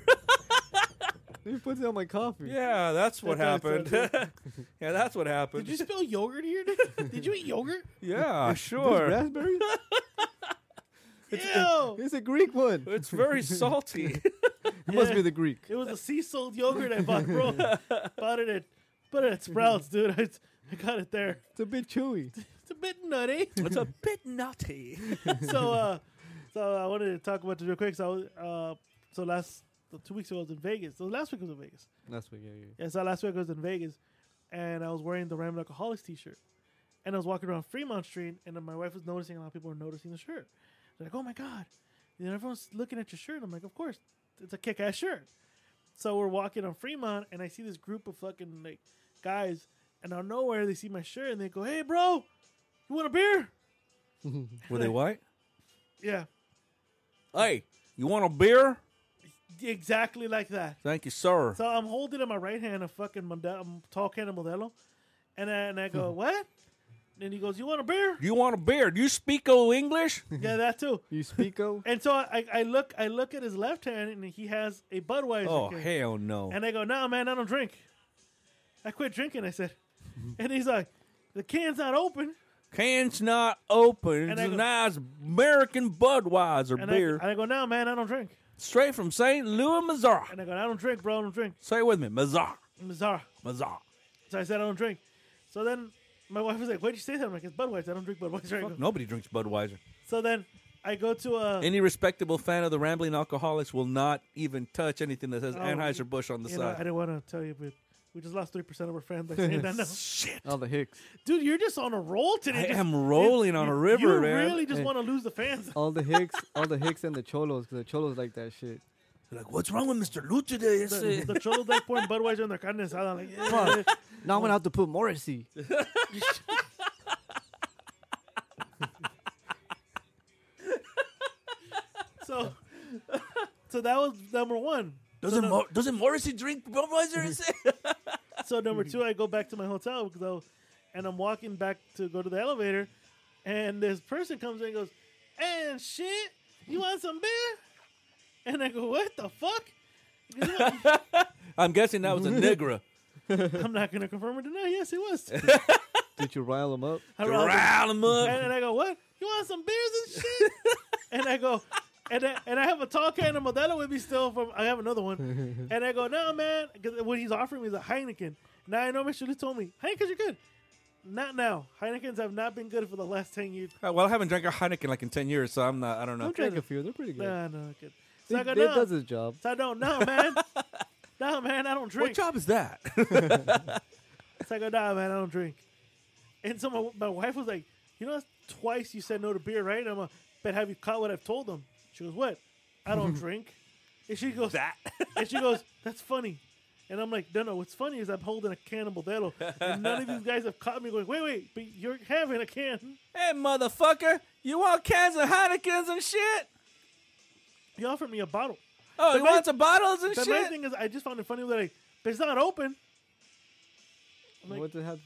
He puts it on my coffee. yeah, that's what happened. yeah, that's what happened. Did you spill yogurt here? dude? Did you eat yogurt? yeah, Those sure. raspberries? Ew! it's a Greek one. It's very salty. It must Yeah. be the Greek. It was a sea salt yogurt I bought, bro. bought it at, bought it at Sprouts, dude. I, I got it there. It's a bit chewy. It's a bit nutty. it's a bit nutty. so uh so I wanted to talk about this real quick. So I was, uh so last so two weeks ago I was in Vegas. So last week I was in Vegas. That's what. Yeah, yeah. Yeah, so last week I was in Vegas and I was wearing the Ramen Alcoholics t shirt. And I was walking around Fremont Street and then my wife was noticing a lot of people were noticing the shirt. They're like, Oh my god. And then everyone's looking at your shirt. I'm like, Of course, it's a kick ass shirt. So we're walking on Fremont and I see this group of fucking like guys and out of nowhere they see my shirt and they go, Hey bro, you want a beer? Were they white? Yeah. Hey, you want a beer? Exactly like that. Thank you, sir. So I'm holding in my right hand a fucking Modelo, um, tall can of Modelo, and I, and I go, what? And he goes, you want a beer? You want a beer? Do you speak old English? yeah, that too. You speako? And so I, I look I look at his left hand and he has a Budweiser. Oh, can. hell no. And I go, nah, man, I don't drink. I quit drinking. I said, and he's like, the can's not open. Can's not open. And It's I a go- nice American Budweiser And I, beer. and I go, nah, man, I don't drink. straight from St. Louis, Missouri. And I go, I don't drink, bro. I don't drink. Say it with me. Missouri. Bizarre. Missouri. So I said, I don't drink. So then my wife was like, why'd you say that? I'm like, it's Budweiser. I don't drink Budweiser. I go, Nobody drinks Budweiser. So then I go to uh, a. Any respectable fan of the Rambling Alcoholics will not even touch anything that says Anheuser-Busch on the Oh, You know, I side. didn't want to tell you, but we just lost three percent of our fans by saying that. No. Shit. All Oh, the Hicks. Dude, you're just on a roll today. I Just- am rolling on a river, you man. Eh. really just Hey. want to lose the fans. All the Hicks. all the Hicks and the Cholos, because the Cholos like that shit. They're like, what's wrong with Mr. Lou today? It's, The, uh, the cholos like pouring Budweiser in their carne asada. Like, yeah. Now I'm gonna have to put Morrissey. so, so that was number one. doesn't, Mor- doesn't Morrissey drink Budweiser? It's, uh, So number two, I go back to my hotel because I was- and I'm walking back to go to the elevator, and this person comes in and goes, "And shit, you want some beer?" And I go, "What the fuck?" He goes, "You want- I'm guessing that was a Negra. I'm not gonna confirm or deny. Yes, it was. Did you rile him up? I rolled it. Rile 'em And, up. and I go, what? You want some beers and shit? and I go, and I, and I have a tall can of Modelo with me still from, I have another one. And I go, no, man. Because when he's offering me the Heineken. Now I know Mr. Lee told me, Heineken's are good. Not now. Heineken's have not been good for the last 10 years. Uh, Well, I haven't drank a Heineken like in 10 years, so I'm not, I don't know. I drank a few. They're pretty good. Nah, no, good. So They- I go, it no. does its job. so I don't, no, man. no, man, I don't What drink. job is that? So I go, nah, man, I don't drink. And so my, my wife was like, you know, that's twice you said no to beer, right? And I'm like, but have you caught what I've told them? She goes, what? I don't drink. And she goes, that. and she goes, that's funny. And I'm like, no, no, what's funny is I'm holding a can of Modelo. And none of these guys have caught me going, wait, wait, but you're having a can. Hey, motherfucker, you want cans of Heinekens and shit? You offered me a bottle. Oh, you main- want some bottles and The main shit? thing is, I just found it funny that like, but it's not open. I'm like, what did have?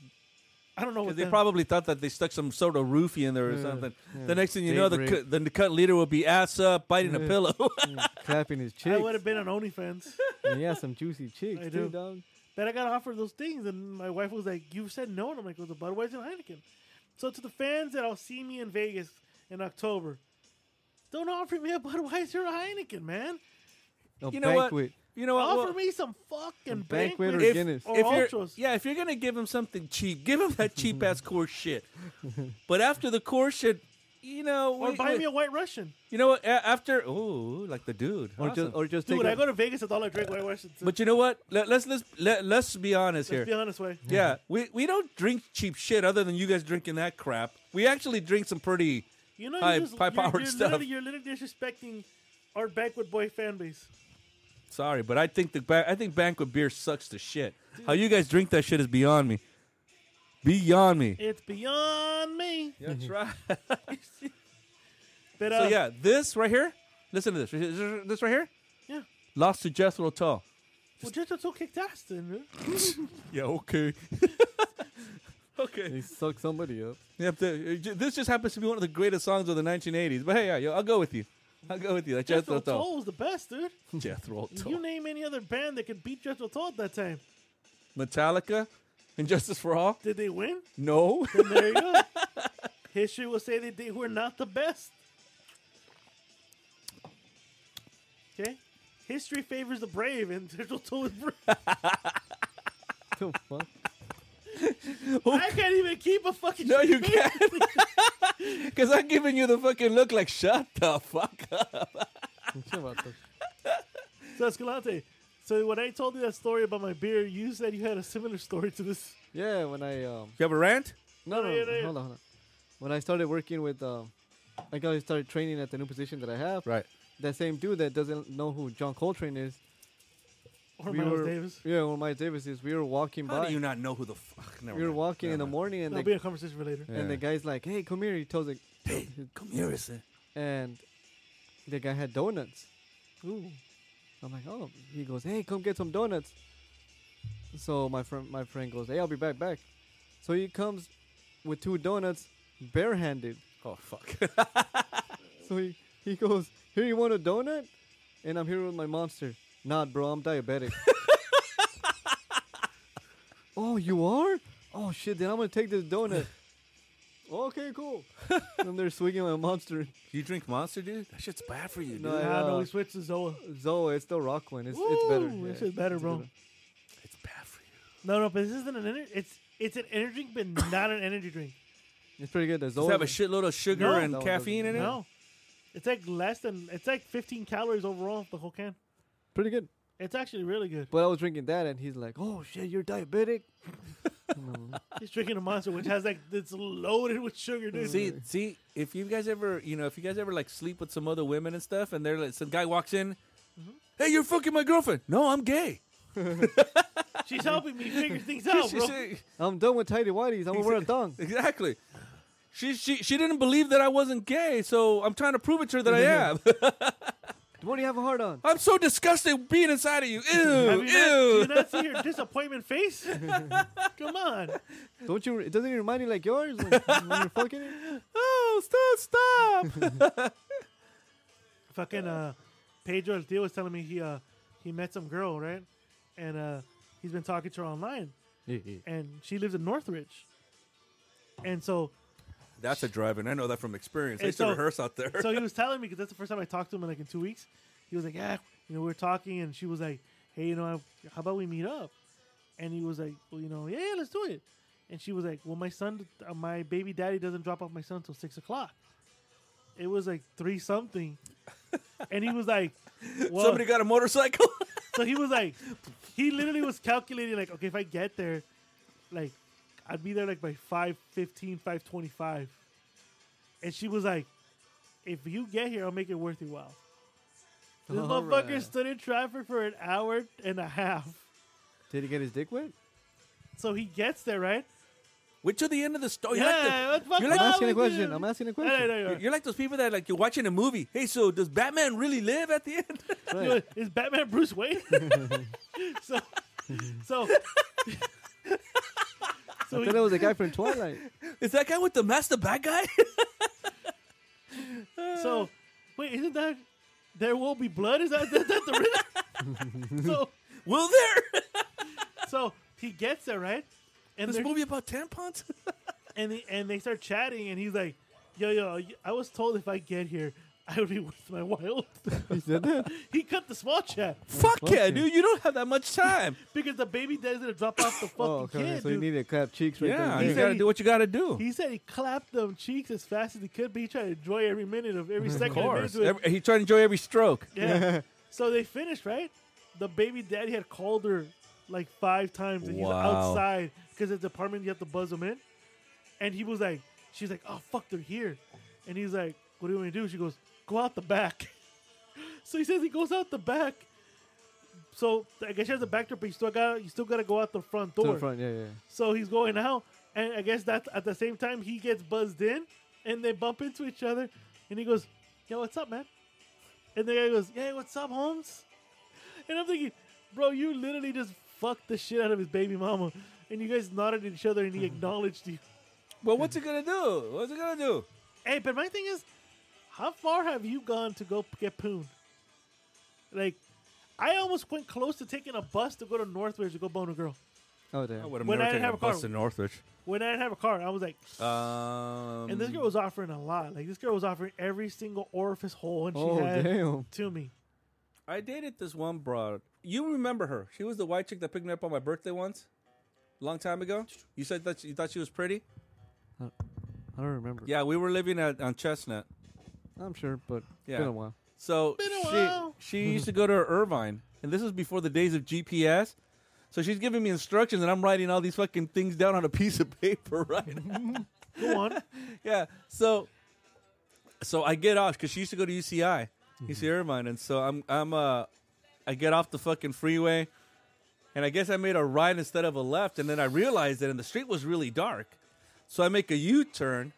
I don't know what Because they that- probably thought that they stuck some sort of roofie in there or something. The next thing you Date know, the rape. cut, the cut leader will be ass up, biting a Yeah. pillow. clapping his I cheeks. would have been on OnlyFans. And he has some juicy cheeks I too, do. dog. then I got offered those things, and my wife was like, "You said no," and I'm like, "It was a Budweiser and Heineken." So to the fans that'll see me in Vegas in October, don't offer me a Budweiser or Heineken, man. A You know what? banquet. you know what? offer Well, me some fucking banquet banquet. or If- Guinness. or if you're, ultras. yeah, if you're gonna give him something cheap, give him that Mm-hmm. cheap ass course shit. But after the course shit, you know, or we- buy we- me a White Russian, you know what? A- After oh, like the dude, Or Awesome. just or just dude. take I a, go to Vegas with all I drink White Russians. but you know what? Let, let's let's let, let's be honest here. let's be honest, way. Yeah, we, we don't drink cheap shit other than you guys drinking that crap. We actually drink some pretty. You know, High- you just, high you're, powered you're stuff. Literally, you're literally disrespecting our banquet boy fan base. Sorry, but I think the ba- I think banquet beer sucks to shit. How you guys drink that shit is beyond me. Beyond me. It's beyond me. That's right. But, uh, so yeah, this right here. Listen to this. This right here. yeah. Lost to Jethro Tull. Well, Jethro Tull kicked ass, then. huh? Yeah. Okay. okay. he suck somebody up. Yep, the- uh, this just happens to be one of the greatest songs of the 1980s. But hey, yeah, yo, I'll go with you. I'll go with you. Like Jethro Jethro Tull. Tull was the best, dude. Jethro You Tull. name any other band that could beat Jethro Tull at that time. Metallica. Injustice for All. Did they win? No. Then there you go. History will say that they were not the best. Okay? History favors the brave, and Jethro Tull is brave. The fuck? I can't even keep a fucking No, straight you face. can't. Because I'm giving you the fucking look like, shut the fuck up. Shut up, dog. So, Escalante, so when I told you that story about my beer, you said you had a similar story to this. Yeah, when I um You have a rant? no no, yeah, no, yeah. hold on hold on. When I started working with um like I started training at the new position that I have. Right. That same dude that doesn't know who John Coltrane is. Or we Miles were, Davis. Yeah, well, Miles Davis is. We were walking How by. do you not know who the fuck? Never we were mind. walking Never in the mind. morning, and That'll the, be a conversation for later. and the Yeah. guy's like, "Hey, come here." He tells like, Come here, is it? and the guy had donuts. Ooh. I'm like, oh. He goes, hey, come get some donuts. So my friend, my friend goes, hey, I'll be back, back. So he comes with two donuts, barehanded. Oh, fuck. So he, he goes, here, you want a donut? And I'm here with my monster. Nah, bro, I'm diabetic. oh, you are? Oh shit, then I'm gonna take this donut. okay, cool. and they're swinging my monster. you drink Monster, dude? That shit's bad for you, dude. No, Nah, I- no, uh, we switched to Zoa. Zoe, it's the rock one. It's, it's better. Ooh, Yeah, It's better, it's a bro. good one. It's bad for you. No, no, but this isn't an energy. It's it's an energy drink, but not an energy drink. It's pretty good. The Does Zoe it have a shitload of sugar No. and No, it caffeine in it? No, it's like less than it's like 15 calories overall the whole can. pretty good. It's actually really good. But I was drinking that, and he's like, "Oh shit, you're diabetic." He's drinking a monster, which has like it's loaded with sugar, dude. See, see, if you guys ever, you know, if you guys ever like sleep with some other women and stuff, and they're like, some guy walks in, hey, you're fucking my girlfriend. No, I'm gay. she's helping me figure things out, She bro. said- I'm done with tidy whities. I'm gonna wear a thong. Exactly. She she she didn't believe that I wasn't gay, so I'm trying to prove it to her that I am. What do you have a heart on? I'm so disgusted being inside of you. Ew, Have you not, do you ew. not see her disappointment face? Come on, Don't you? It doesn't it remind you like yours when, when you're fucking it? Oh, stop, stop. fucking uh, Pedro El Tio was telling me he uh he met some girl right, and uh he's been talking to her online, and she lives in Northridge, and so That's a driving. I know that from experience. I And used to so- rehearse out there. so he was telling me because that's the first time I talked to him in like in two weeks. He was like, yeah, you know, we were talking, and she was like, hey, you know, I- how about we meet up? And he was like, well, you know, yeah, yeah, let's do it. And she was like, well, my son, uh, my baby daddy doesn't drop off my son till six o'clock. It was like three something, and he was like, well, Somebody got a motorcycle. so he was like, he literally was calculating like, okay, if I get there, like, I'd be there like by 5.15, 5.25. And she was like, if you get here, I'll make it worth your while. This All motherfucker right. stood in traffic for an hour and a half. Did he get his dick wet? So he gets there, right? Wait till the end of the story. Yeah, You're like, what the fuck the, you're, I'm wrong like asking a with question. you? I'm asking a No, no, question. no, you're like those people that like you're watching a movie. Hey, so does Batman really live at the end? no. Right. Is Batman Bruce Wayne? so, so, so So I he- thought it was the guy from Twilight. Is that guy with the mask the bad guy? So, wait, isn't that there will be blood? Is that, is that the riddle? so, Will there? so he gets there right, and this they're- movie about tampons? and they, and they start chatting, and he's like, "Yo, yo, I was told if I get here, I would be with my wild." He said that. he cut the small chat Fuck yeah, you. dude! You don't have that much time. because the baby dad's gonna drop off the fucking Oh, okay. kid. so you dude. need to clap cheeks right yeah, He you there. said gotta he- do what you gotta do. He said he clapped them cheeks as fast as he could, but he tried to enjoy every minute of every second. of course, Of it. Every- he tried to enjoy every stroke. yeah. so they finished, right? The baby daddy had called her like five times, and he's Wow. outside because his apartment. You have to buzz him in, and he was like, "She's like, oh fuck, they're here," and he's like, "What do you want me to do?" She goes, "Go out the back." so he says he goes out the back. So I guess she has a backdoor, but you still got you still got to go out the front door. To the front, yeah, yeah. So he's going out, and I guess that's at the same time he gets buzzed in, and they bump into each other, and he goes, "Yo, what's up, man?" And the guy goes, "Hey, what's up, Holmes?" And I'm thinking, "Bro, you literally just fucked the shit out of his baby mama, and you guys nodded at each other, and he acknowledged you." Well, what's he gonna do? What's he gonna do? Hey, but my thing is, how far have you gone to go p- get poon? Like, I almost went close to taking a bus to go to Northridge to go bone a girl. Oh, damn. I would have When never I didn't taken have a a car- bus to Northridge. When I didn't have a car, I was like, Um, And this girl was offering a lot. Like this girl was offering every single orifice hole and she Oh, had damn. to me. I dated this one broad. You remember her? She was the white chick that picked me up on my birthday once, long time ago. You said that you thought she was pretty. I don't remember. Yeah, we were living at on Chestnut. I'm sure, but Yeah. it's been a while. So a while. she, she used to go to Irvine, and this was before the days of GPS. So she's giving me instructions, and I'm writing all these fucking things down on a piece of paper, right? Go on. yeah. So, so I get off because she used to go to UCI, UC Irvine, and so I'm I'm uh, I get off the fucking freeway, and I guess I made a right instead of a left, and then I realized that and the street was really dark, so I make a U turn,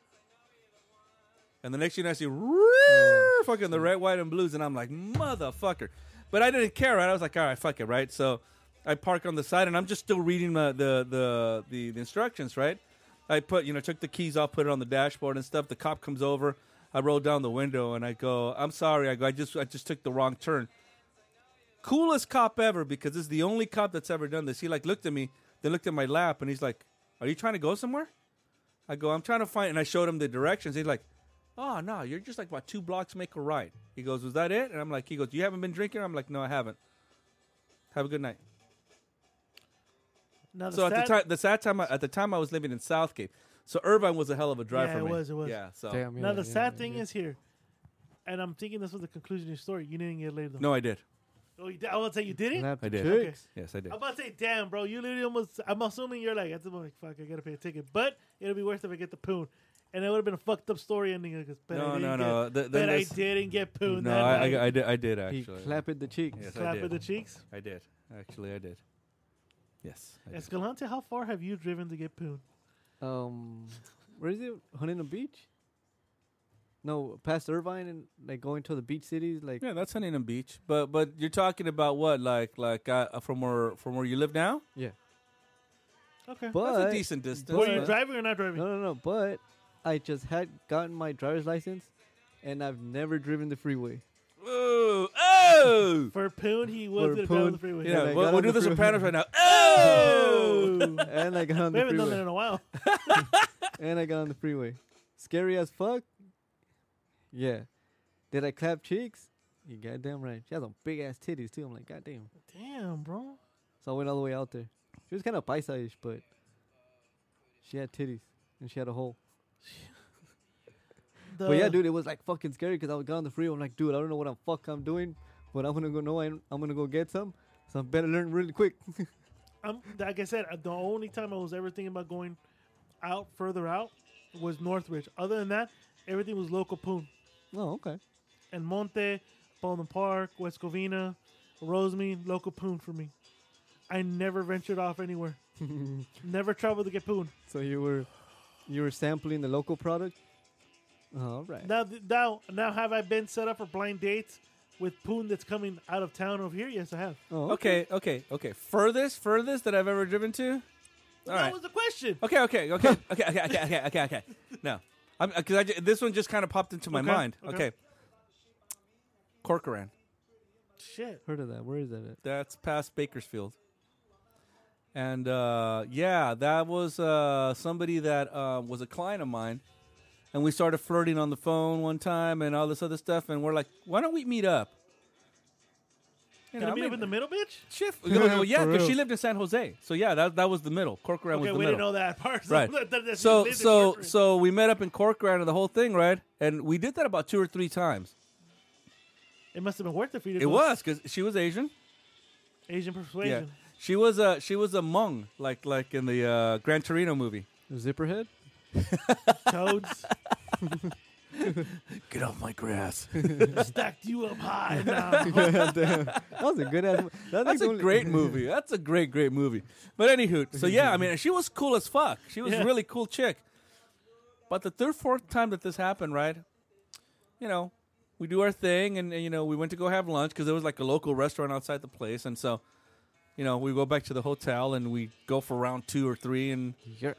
and the next thing I see, "Roar," fucking the red, white, and blues, and I'm like motherfucker, but I didn't care, right? I was like, all right, fuck it, right? So. I park on the side, and I'm just still reading the the the, the, the instructions, right? I put, you know, took the keys off, put it on the dashboard and stuff. The cop comes over. I roll down the window and I go, "I'm sorry." I go, "I just, I just took the wrong turn." Coolest cop ever because this is the only cop that's ever done this. He like looked at me, then looked at my lap, and he's like, "Are you trying to go somewhere?" I go, "I'm trying to find," and I showed him the directions. He's like, "Oh no, you're just like about two blocks, make a right." He goes, "Was that it?" And I'm like, "He goes, you haven't been drinking?" I'm like, "No, I haven't." Have a good night. Now the So at sad, the time, the sad time, I- at the time I was living in Southgate, so Irvine was a hell of a drive Yeah, for it me. was, it was. Yeah. So Damn. Yeah, now the yeah, sad yeah, thing yeah. is here, and I'm thinking this was the conclusion of your story. You didn't get laid though. no, I did. Oh, you did? I was about to say you didn't. Clap I the did. cheeks. Okay. Yes, I did. I'm about to say, damn, bro, you literally almost. I'm assuming you're like, at the moment, like, fuck, I gotta pay a ticket, but it'll be worth if I get the poon, and it would have been a fucked up story ending. Because, but I No, didn't no, no. get- The- the- but I this- didn't get poon. No, that I, night. I, I did. I did He actually. clapped the cheeks. Yes, I slap did. of the cheeks. I did. Actually, I did. Yes. I did. Escalante, how far have you driven to get poon? Um, where is it? Huntington Beach? No, past Irvine and like going to the beach cities. Like, Yeah, that's Huntington Beach. But but you're talking about what? Like like uh, from where from where you live now? yeah. Okay. But that's a decent distance. Were you but- driving or not driving? No, no, no. But I just had gotten my driver's license, and I've never driven the freeway. Ooh, oh. For Poon, he was For gonna drive on Poon, the freeway. Yeah, I we'll, got we'll on do the the freeway. Sopranos right now. Oh, and I got on we the haven't done that in freeway. a while. And I got on the freeway. Scary as fuck. Yeah. Did I clap cheeks? You goddamn right. She has some big ass titties too. I'm like, goddamn. Damn, bro. So I went all the way out there. She was kind of paisa-ish, but she had titties and she had a hole. The, but yeah, dude, it was like fucking scary because I was on the freeway. I'm like, dude, I don't know what the fuck I'm doing, but I'm gonna go know I'm, I'm gonna go get some. So I better learn really quick. I'm, like I said, uh, the only time I was ever thinking about going out further out was Northridge. Other than that, everything was local Poon oh, okay. and Monte, Baldwin Park, West Covina, Rosemead, local Poon for me. I never ventured off anywhere. never traveled to get Poon. So you were you were sampling the local product. All right. Now, th- now, now, have I been set up for blind dates with Poon that's coming out of town over here? Yes, I have. oh, okay, okay, okay. Furthest, furthest that I've ever driven to. All that right. was the question. Oh. Okay, okay, okay, okay, okay, okay, okay, okay, okay. No, because I, ju- this one just kind of popped into my Okay, mind. okay. Okay. Corcoran. Shit. Heard of that? Where is that? At? That's past Bakersfield. And uh, yeah, that was uh, somebody that uh, was a client of mine. And we started flirting on the phone one time and all this other stuff. And we're like, why don't we meet up? You Gonna know, I meet up mean, in the middle, bitch. Shit. Well, yeah, For because she real. lived in San Jose. So yeah, that, that was the middle. Corcoran Okay, was the we middle. didn't know that part. Right. That- that- that- so that- that- so that- so we met up in Corcoran and the whole thing, right? And we did that about two or three times. it must have been worth it for you. To It go was because she was Asian. Asian Yeah, persuasion. she was a she was a Hmong, like like in the uh, Gran Torino movie. Zipperhead? Toads Get off my grass! stacked you up high. Now. God damn. That was a good ass. That's, That's a great movie. That's a great great movie. But anywho, so yeah, I mean, she was cool as fuck. She was Yeah. a really cool chick. But the third fourth time that this happened, right? You know, we do our thing, and, and, you know, we went to go have lunch because there was like a local restaurant outside the place, and so. You know, we go back to the hotel and we go for round two or three, and Yeah.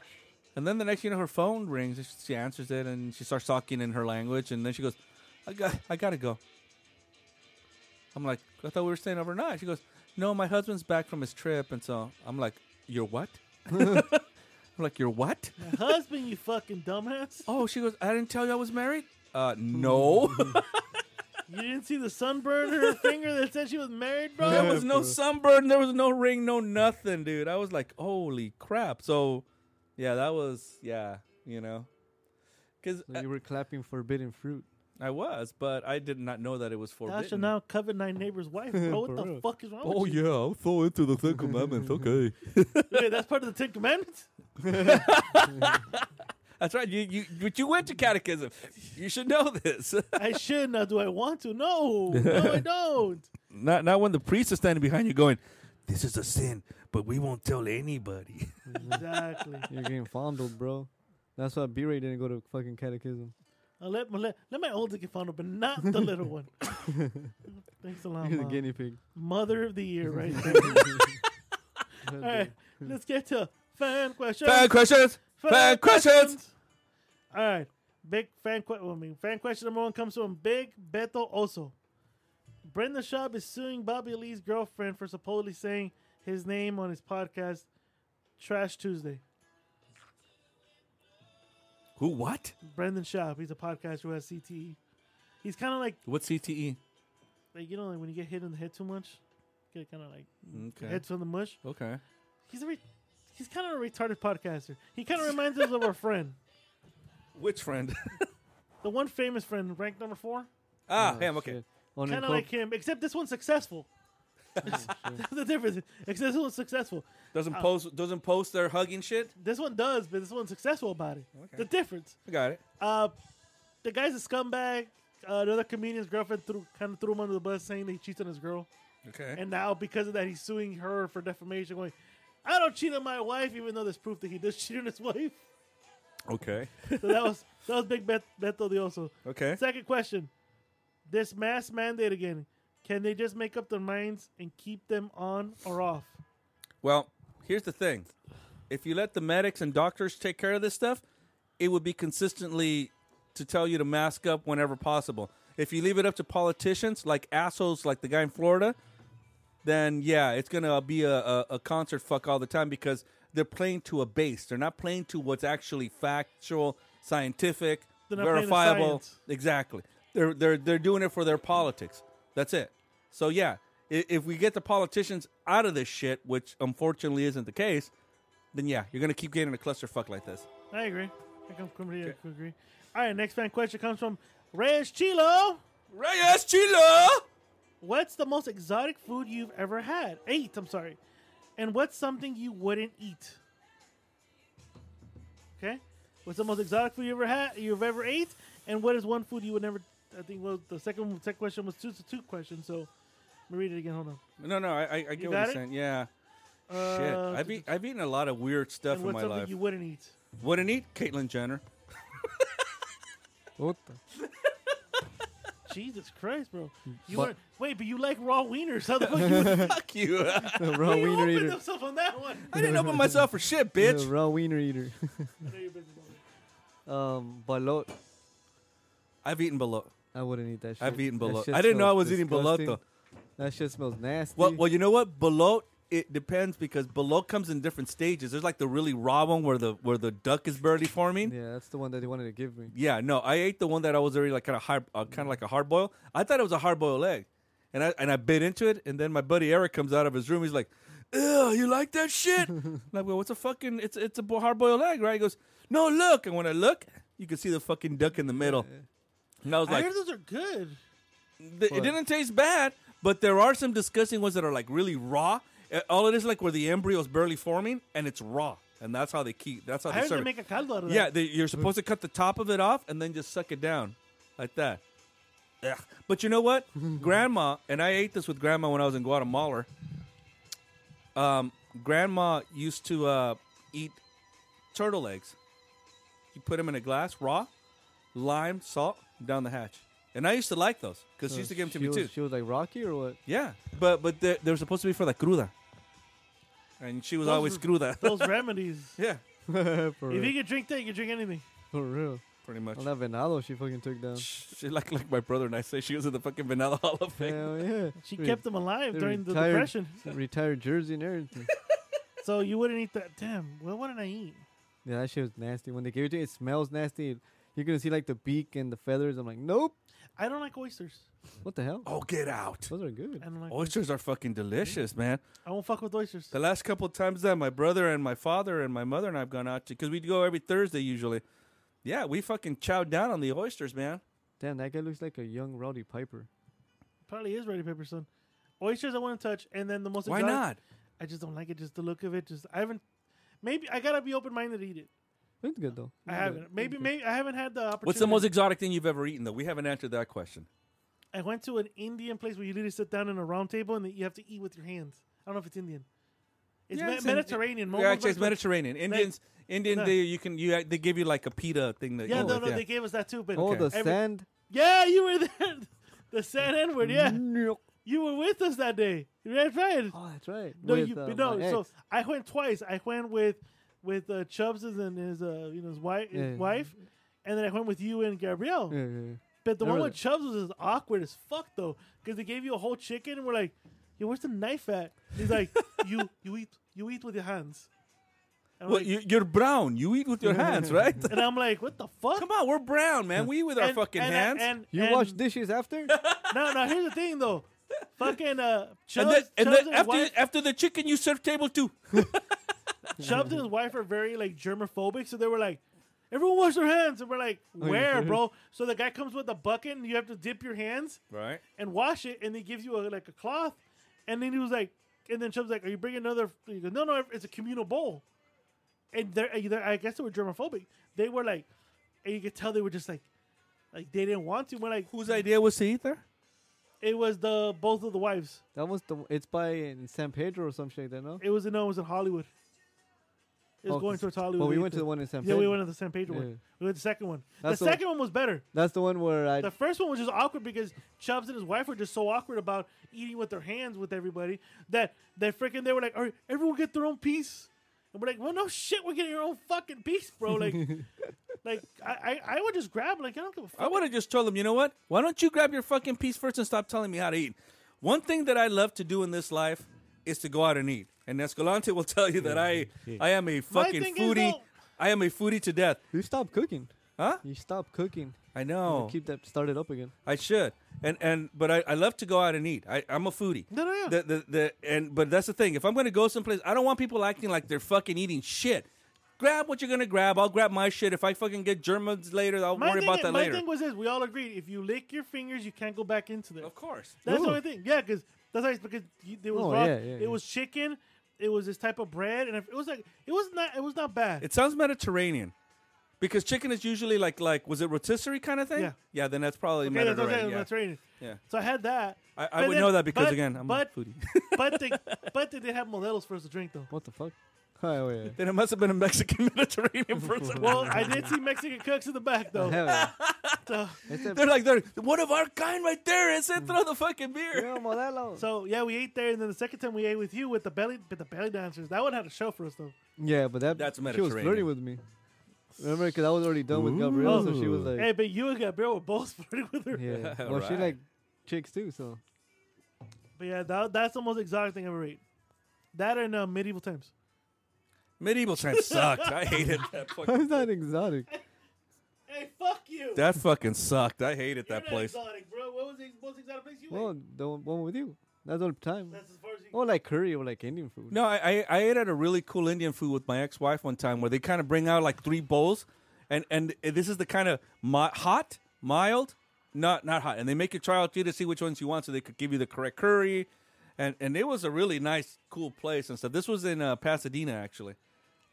And then the next, you know, her phone rings. and She answers it, and she starts talking in her language. And then she goes, "I got, I gotta go." I'm like, "I thought we were staying overnight." She goes, "No, my husband's back from his trip." And so I'm like, "Your what?" I'm like, "Your what?" Husband, you fucking dumbass. Oh, she goes, "I didn't tell you I was married." Uh, no, You didn't see the sunburn in her finger that said she was married, bro. there was no sunburn, there was no ring, no nothing, dude. I was like, "Holy crap!" So, yeah, that was, yeah, you know, because So you were clapping forbidden fruit. I was, but I did not know that it was Thou forbidden. shall now covet thy neighbor's wife, bro. What For the real. fuck is wrong Oh with you? yeah, I'm so into the Ten Commandments. Okay, Wait, that's part of the Ten Commandments? that's right. You you but you went to catechism. You should know this. I should. Now, do I want to? No. No, I don't. not not when the priest is standing behind you going, "This is a sin, but we won't tell anybody." Exactly. You're getting fondled, bro. That's why B-Ray didn't go to fucking catechism. I'll let, my, let, let my older get fondled, but not the little one. Thanks a lot, You're the Mom. guinea pig. Mother of the year right there. All right, let's get to fan questions. Fan questions. Fan questions. All right, big fan question. I mean, fan question number one comes from Big Beto Oso. Brendan Schaub is suing Bobby Lee's girlfriend for supposedly saying his name on his podcast, Trash Tuesday. Who? What? Brendan Schaub, he's a podcaster who has CTE. He's kind of like, What's E? CTE? like you know, like when you get hit in the head too much, get kind of like Okay. heads on the mush. okay. He's a re- he's kind of a retarded podcaster. He kind of reminds us of our friend, Which friend? the one famous friend, ranked number four. ah, Oh, him. Okay. shit. On Kind incorpor- of like him, except this one's successful. That's the difference. Except this one's successful. Doesn't post. Doesn't post their hugging shit. This one does, but this one's successful about it. Okay. The difference. I got it. Uh, the guy's a scumbag. Uh, another comedian's girlfriend threw kind of threw him under the bus, saying that he cheats on his girl. Okay. And now because of that, he's suing her for defamation. Going, I don't cheat on my wife, even though there's proof that he does cheat on his wife. okay. So that was that was Big Bet- Beto the also. Okay. Second question. This mask mandate again. Can they just make up their minds and keep them on or off? Well, here's the thing: if you let the medics and doctors take care of this stuff, it would be consistently to tell you to mask up whenever possible. If you leave it up to politicians, like assholes, like the guy in Florida, then yeah, it's gonna be a, a, a concert fuck all the time because they're playing to a base. They're not playing to what's actually factual, scientific, They're not playing to verifiable. science. Exactly. They're they're they're doing it for their politics. That's it. So yeah, if, if we get the politicians out of this shit, which unfortunately isn't the case, then yeah, you're gonna keep getting a clusterfuck like this. I agree. I can completely agree. All right, next fan question comes from Reyes Chilo. Reyes Chila. What's the most exotic food you've ever had? Eight, I'm sorry. And what's something you wouldn't eat? Okay. What's the most exotic food you ever had? You've ever ate? And what is one food you would never? I think well, the second second question was two to two questions. So let me read it again. Hold on. No, no, I, I, I get what got you're it? saying. Yeah. shit, Uh, I've, eat, I've eaten a lot of weird stuff And in what's my something life. you wouldn't eat? Wouldn't eat Caitlyn Jenner. What the? Jesus Christ, bro. You But- were wait, but you like raw wieners? How the fuck you would Fuck you. The raw how you wiener opened eater. himself on that one? I didn't open myself for shit, The bitch. raw wiener eater. I know you're busy, brother. um, balot. I've eaten below. I wouldn't eat that shit. I've eaten That below. shit I didn't know I smells was eating below disgusting. though. That shit smells nasty. Well, well, you know what? Below it depends because below comes in different stages. There's like the really raw one where the where the duck is barely forming. Yeah, yeah, that's the one that they wanted to give me. no, I ate the one that I was already like kind of hard, uh, kind of like a hard boil. I thought it was a hard boiled egg, and I and I bit into it, and then my buddy Eric comes out of his room. He's like, "Ew, you like that shit?" and I go, "What's a fucking? It's it's a hard boiled egg, right?" He goes, "No, look." And when I look, you can see the fucking duck in the middle. And I was I like, heard those are good. Th- it But- didn't taste bad, but there are some disgusting ones that are like really raw. Uh, All it is like where the embryo is barely forming, and it's raw, and that's how they keep. That's how I they heard serve. they it. make a caldo out of yeah, that. they, you're supposed to cut the top of it off and then just suck it down, like that. Ugh. But you know what, Grandma and I ate this with Grandma when I was in Guatemala. Um, Grandma used to uh, eat turtle eggs. You put them in a glass, raw, lime, salt, down the hatch. And I used to like those because she used to give them to me was, too. Uh, She was like Rocky or what? Yeah, but but they, they were supposed to be for the cruda, and she was Those always were- cruda. Those remedies. yeah, for, If you real. can drink that, you can drink anything. for real. pretty much. Well, that venado she fucking took down. She like like my brother and I say she was in the fucking Vanilla Hall of Fame. Hell yeah. She Re- kept them alive they're during the retired. depression. Retired jersey and everything. So you wouldn't eat that. Damn. Well, what did I eat? yeah, that shit was nasty. When they gave it to me, it smells nasty. You're gonna see like the beak and the feathers. I'm like, nope. I don't like oysters. What the hell? Oh, get out! Those are good. I don't like. Oysters are fucking delicious, man. I won't fuck with oysters. The last couple of times that my brother and my father and my mother and I've gone out to, because we go every Thursday usually. Yeah, we fucking chow down on the oysters, man. Damn, that guy looks like a young Rowdy Piper. Probably is ready paper son. Oysters I wouldn't touch, and then the most. Why exotic- not? I just don't like it. Just the look of it. Just I haven't. Maybe I gotta be open minded to eat it. It's good though. I It's good. haven't. Maybe It's maybe I haven't had the opportunity. Mm, What's the most exotic thing you've ever eaten though? We haven't answered that question. I went to an Indian place where you literally sit down in a round table and you have to eat with your hands. I don't know if it's Indian. It's Yeah, me- it's in- Mediterranean. yeah, Mongol actually, it's Mediterranean. Mediterranean. Indians, Indian, No. they you can you they give you like a pita thing that. Yeah, you no, with, no, they gave us that too. But good. Oh, the every- sand. yeah, you were there. The San Edward, yeah, Nope. you were with us that day. That's right. Oh, that's right. No, With, you uh, no. my So ex. I went twice. I went with with uh, Chubbs and his uh, you know his wife, Yeah. his wife, and then I went with you and Gabrielle. Yeah, yeah, yeah. But the I one remember with Chubbs was as awkward as fuck though, because they gave you a whole chicken and we're like, "Yo, where's the knife at?" He's like, "You you eat you eat with your hands." And I'm, Well, like, you- you're brown. You eat with your hands, right? and I'm like, "What the fuck?" Come on, we're brown, man. We eat with our And- fucking and- hands. And, You and- wash dishes after? No, no. Here's the thing though, fucking uh, Chubbs, And then, and Chubbs then and his after wife, after the chicken, you serve table two. Chubbs and his wife are very like germophobic, so they were like, "Everyone wash their hands," and we're like, "Where, bro?" So the guy comes with a bucket, and you have to dip your hands Right. and wash it, and he gives you a, like a cloth, and then he was like, and then Chubbs like, "Are you bringing another?" He goes, "No, no, it's a communal bowl," and they're, and they're- I guess they were germophobic. They were like, and you could tell they were just like, like they didn't want to. We're like, Whose idea was to eat there? It was the both of the wives. that was the. It's by in San Pedro or some shit. Like that no. It was no, it was in Hollywood. It was Oh, going 'cause- towards Hollywood. But we We went did- to the one in San Yeah, Pedro. we went to the San Pedro Yeah. one. We went to the second one. That's the the- second one was better. That's the one where I. The first one was just awkward because Chubbs and his wife were just so awkward about eating with their hands with everybody that they freaking they were like, "All right, everyone get their own piece," and we're like, "Well, no shit, we're getting our own fucking piece, bro." Like, like I, I, I would just grab like I don't give a fuck. I would have just told them, you know what? Why don't you grab your fucking piece first and stop telling me how to eat? One thing that I love to do in this life is to go out and eat. And Escalante will tell you that I I am a fucking thing is, foodie. though- I am a foodie to death. you stopped cooking. Huh? You stopped cooking. I You Oh. know. Keep that started up again. I should. And and but I, I love to go out and eat. I, I'm a foodie. No, no, yeah. The, the, the, and but that's the thing. If I'm gonna go someplace, I don't want people acting like they're fucking eating shit. Grab what you're gonna grab. I'll grab my shit. If I fucking get Germans later, I'll my worry thing, about that my later. thing was this: we all agreed if you lick your fingers, you can't go back into them. of course. That's Ooh. the only thing. Yeah, because that's nice because you, there was Oh, raw, yeah, yeah, it yeah. was chicken, it was this type of bread, and it was like it was not it was not bad. It sounds Mediterranean. Because chicken is usually like like was it rotisserie kind of thing? Yeah. Yeah, then that's probably Okay, that's what I'm saying, Mediterranean. yeah. Mediterranean. Yeah. So I had that. I, I But would then- know that because but- again, I'm but a foodie. but they but they did have modelos for us to drink though. What the fuck? Oh, yeah. Then it must have been a Mexican Mediterranean person. Well, I did see Mexican cooks in the back though. Hell yeah. So, It's a they're like, they're one of our kind right there. It's it throw the fucking beer. real modelo. so yeah, we ate there, and then the second time we ate with you with the belly, with the belly dancers. That one had a show for us though. yeah, but that That's she was flirting Mediterranean. with me. Remember, because I was already done with Gabrielle, so she was like, Hey, but you and Gabriel were both flirting with her. yeah. Well, she Right. like chicks too, so But yeah, that, that's the most exotic thing I ever ate. That and uh, medieval times. Medieval times sucked. I hated that fucking. it's not exotic. Hey, fuck you. That fucking sucked. I hated You're that not place. Exotic, bro. What was the most exotic place you Well, ate? the one one with you. That's all the time. That's as far as you. Or like curry or like Indian food. No, I, I I ate at a really cool Indian food with my ex wife one time where they kind of bring out like three bowls, and and this is the kind of mi- hot, mild, not not hot, and they make you try out three to see which ones you want so they could give you the correct curry, and and it was a really nice, cool place and stuff. This was in uh, Pasadena actually.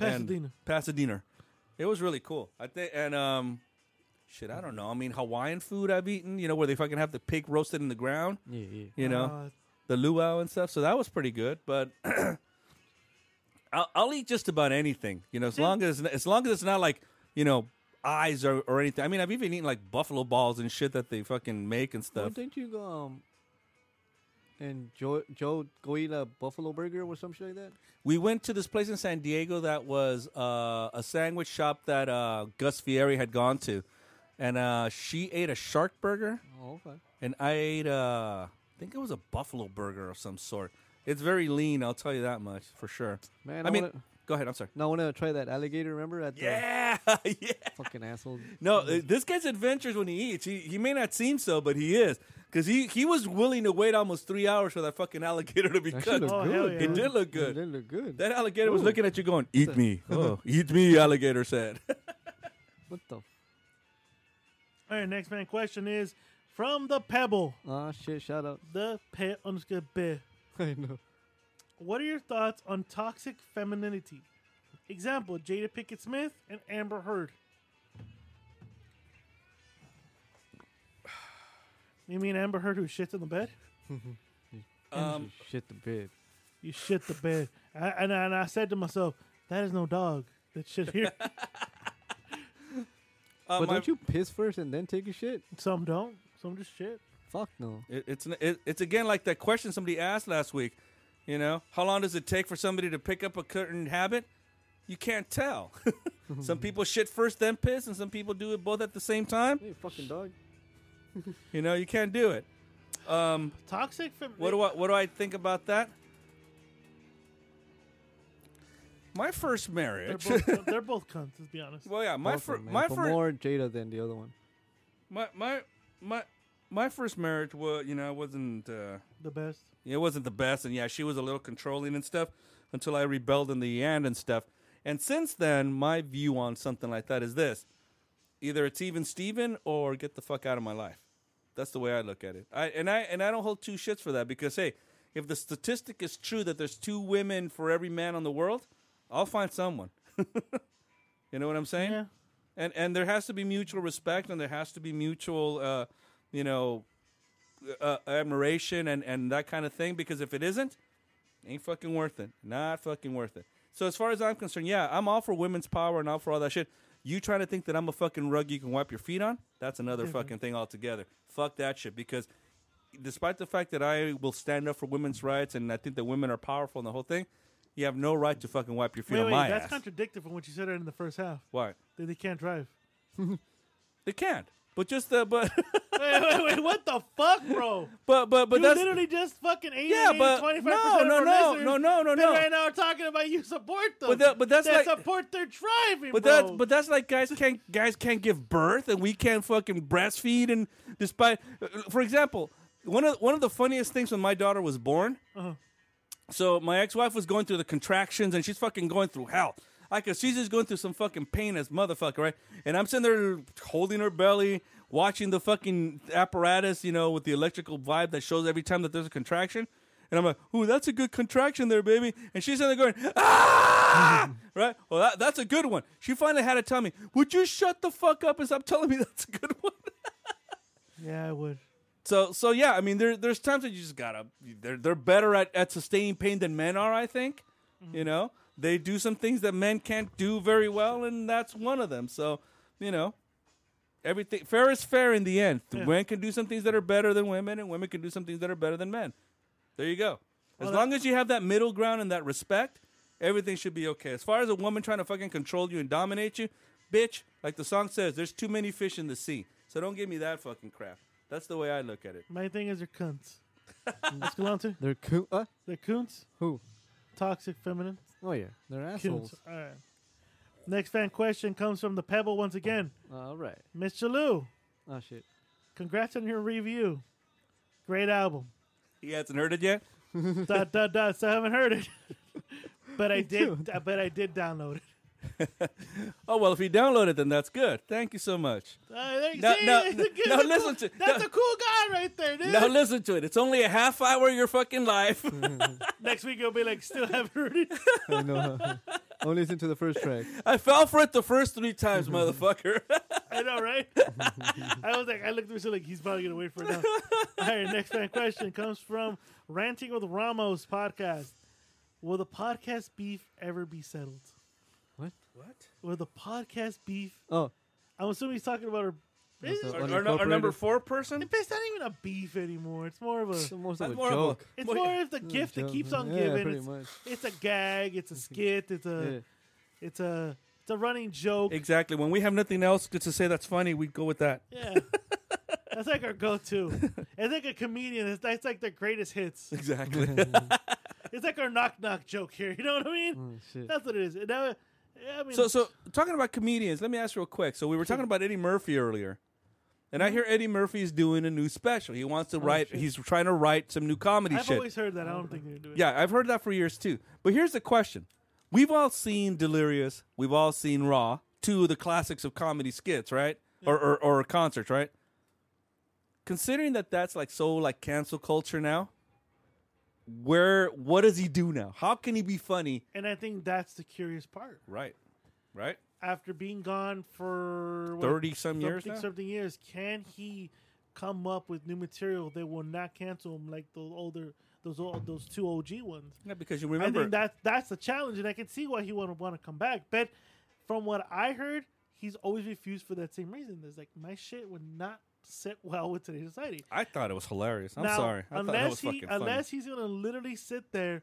And- Pasadena. Pasadena. It was really cool. I think and um. Shit, I don't know. I mean, Hawaiian food I've eaten, you know, where they fucking have the pig roasted in the ground, Yeah, yeah. you know Uh, the luau and stuff. So that was pretty good. But I'll, I'll eat just about anything, you know, as long as as long as it's not like you know eyes or, or anything. I mean, I've even eaten like buffalo balls and shit that they fucking make and Well, stuff. didn't you go um, and Joe Joe go eat a buffalo burger or some shit like that? We went to this place in San Diego that was uh, a sandwich shop that uh, Gus Fieri had gone to, and uh, she ate a shark burger. Oh, okay. and I ate uh I think it was a buffalo burger of some sort. It's very lean, I'll tell you that much for sure. Man, I, I mean, wanna- go ahead. I'm sorry. Now I want to try that alligator. Remember at Yeah, yeah. the fucking asshole. No, uh, this guy's adventures when he eats. He he may not seem so, but he is because he he was willing to wait almost three hours for that fucking alligator to be That cut. shit looked Oh, hell good. yeah. It did look It good. did look good. That alligator was Ooh. looking at you, going, "Eat me, oh, eat me," alligator said. what the? F- all right, next man question is from the Pebble, ah, shit! Shout out. the pe underscore be. I know. What are your thoughts on toxic femininity? Example: Jada Pickett Smith and Amber Heard. You mean Amber Heard who shits in the bed? Um, She shit the bed. You shit the bed, I, and, I- and I said to myself, "That is no dog that shit here." uh, but my- don't you piss first and then take a shit? some don't, some just shit. Fuck no. It, it's n- it, it's again like that question somebody asked last week. You know, how long does it take for somebody to pick up a certain habit? You can't tell. some people shit first, then piss, and some people do it both at the same time. Hey, fucking dog. You know, you can't do it. Um, Toxic femininity. what do I what do I think about that? My first They're marriage. both, they're both cunts. Let's be honest. well, yeah, my Both of first them, man. my But first more Jada than the other one. my my my my first marriage was you know wasn't. Uh, The best. It wasn't the best, and yeah, she was a little controlling and stuff until I rebelled in the end and stuff. And since then, my view on something like that is this: either it's even Steven or get the fuck out of my life. That's the way I look at it. I and I and I don't hold two shits for that because hey, if the statistic is true that there's two women for every man on the world, I'll find someone. you know what I'm saying? Yeah. And and there has to be mutual respect, and there has to be mutual, uh, you know, uh, admiration and, and that kind of thing because if it isn't, ain't fucking worth it. Not fucking worth it. So as far as I'm concerned, yeah, I'm all for women's power and all for all that shit. You trying to think that I'm a fucking rug you can wipe your feet on? That's another Mm-hmm. fucking thing altogether. Fuck that shit because despite the fact that I will stand up for women's rights and I think that women are powerful and the whole thing, you have no right to fucking wipe your feet Wait, on wait, my that's ass. contradicted from what you said in the first half. Why? That they can't drive. They can't. But just the but wait, wait, wait, what the fuck, bro? but but but you that's literally just fucking 80, Yeah, but- 25% no, of no, our no, listeners no, no, no, that no. right now are talking about you support them. But that- but that's that like- support their driving, But bro. that's but that's like guys can't guys can't give birth and we can't fucking breastfeed and despite uh, for example one of one of the funniest things when my daughter was born. Uh-huh. So my ex wife was going through the contractions and she's fucking going through hell. I could she's just going through some fucking pain as motherfucker, right? And I'm sitting there holding her belly, watching the fucking apparatus, you know, with the electrical vibe that shows every time that there's a contraction. And I'm like, ooh, that's a good contraction there, baby. And she's in there going, ah, right? Well, that, that's a good one. She finally had to tell me, would you shut the fuck up and stop telling me that's a good one? yeah, I would. So so yeah, I mean there there's times that you just gotta they're they're better at, at sustaining pain than men are, I think. You know, they do some things that men can't do very well, and that's one of them. So, you know, everything fair is fair in the end. The Yeah. Men can do some things that are better than women, and women can do some things that are better than men. There you go. As Well, long as you have that middle ground and that respect, everything should be okay. As far as a woman trying to fucking control you and dominate you, bitch, like the song says, there's too many fish in the sea. So don't give me that fucking crap. That's the way I look at it. My thing is they're cunts. Escalante, They're coon. Uh, they're cunts, who? toxic feminine. Oh yeah, they're assholes. Cunts. All right. Next fan question comes from the Pebble once again. All right. Miss Chalou, Oh shit. congrats on your review. Great album. He hasn't heard it yet? dot dot dot. So I haven't heard it, but I did. I bet I did download it. Oh, well, if he downloaded it, then that's good. Thank you so much. Uh, there you No, see, no, it's a- no, it's a no, cool- listen to- that's no. a cool guy right there, dude. Now listen to it. It's only a half hour of your fucking life. Next week you'll be like, still haven't heard it. I know. Only listen to the first track. I fell for it the first three times, motherfucker. I know, right? I was like, I looked through, so like, he's probably gonna wait for it now. All right, next fan question comes from Ranting with Ramos podcast. Will the podcast beef ever be settled? What? what? Will the podcast beef? Oh, I'm assuming he's talking about her. It's, That's Our, a- our nu- our number Unincorporated. four person? it's not even a beef anymore. It's more of a. it's almost That's of more a joke. of a- It's Well, more of the gift that Joke, keeps huh? on Mm, yeah, giving. Pretty It's, much. it's a gag. It's a skit. It's a. Yeah. It's a. It's a running joke. Exactly. When we have nothing else to say that's funny, we go with that. yeah. That's like our go-to. It's like a comedian. It's, that's like their greatest hits. Exactly. It's like our knock knock joke here. You know what I mean? Oh, shit. That's what it is. And that- I mean, Mm, so, so talking about comedians, let me ask real quick. So we were talking about Eddie Murphy earlier, and I hear Eddie Murphy's doing a new special. He wants to write. He's trying to write some new comedy I've shit. always heard that. I don't think they're doing. it. Yeah, I've heard that for years too. But here's the question: We've all seen Delirious, we've all seen Raw, two of the classics of comedy skits, right? Or, or or concerts, right? Considering that that's like so like cancel culture now, where what does he do now? How can he be funny? And I think that's the curious part. Right, right. After being gone for what, 30 some years something, now? something years, can he come up with new material that will not cancel him like those older those old, those two OG ones? Yeah, because you I remember think that that's the challenge, and I can see why he would want to come back. But from what I heard, he's always refused for that same reason. There's like my shit would not sit well with today's society. I thought it was hilarious. I'm Now, sorry. I thought that was unless he, fucking funny. unless he's gonna literally sit there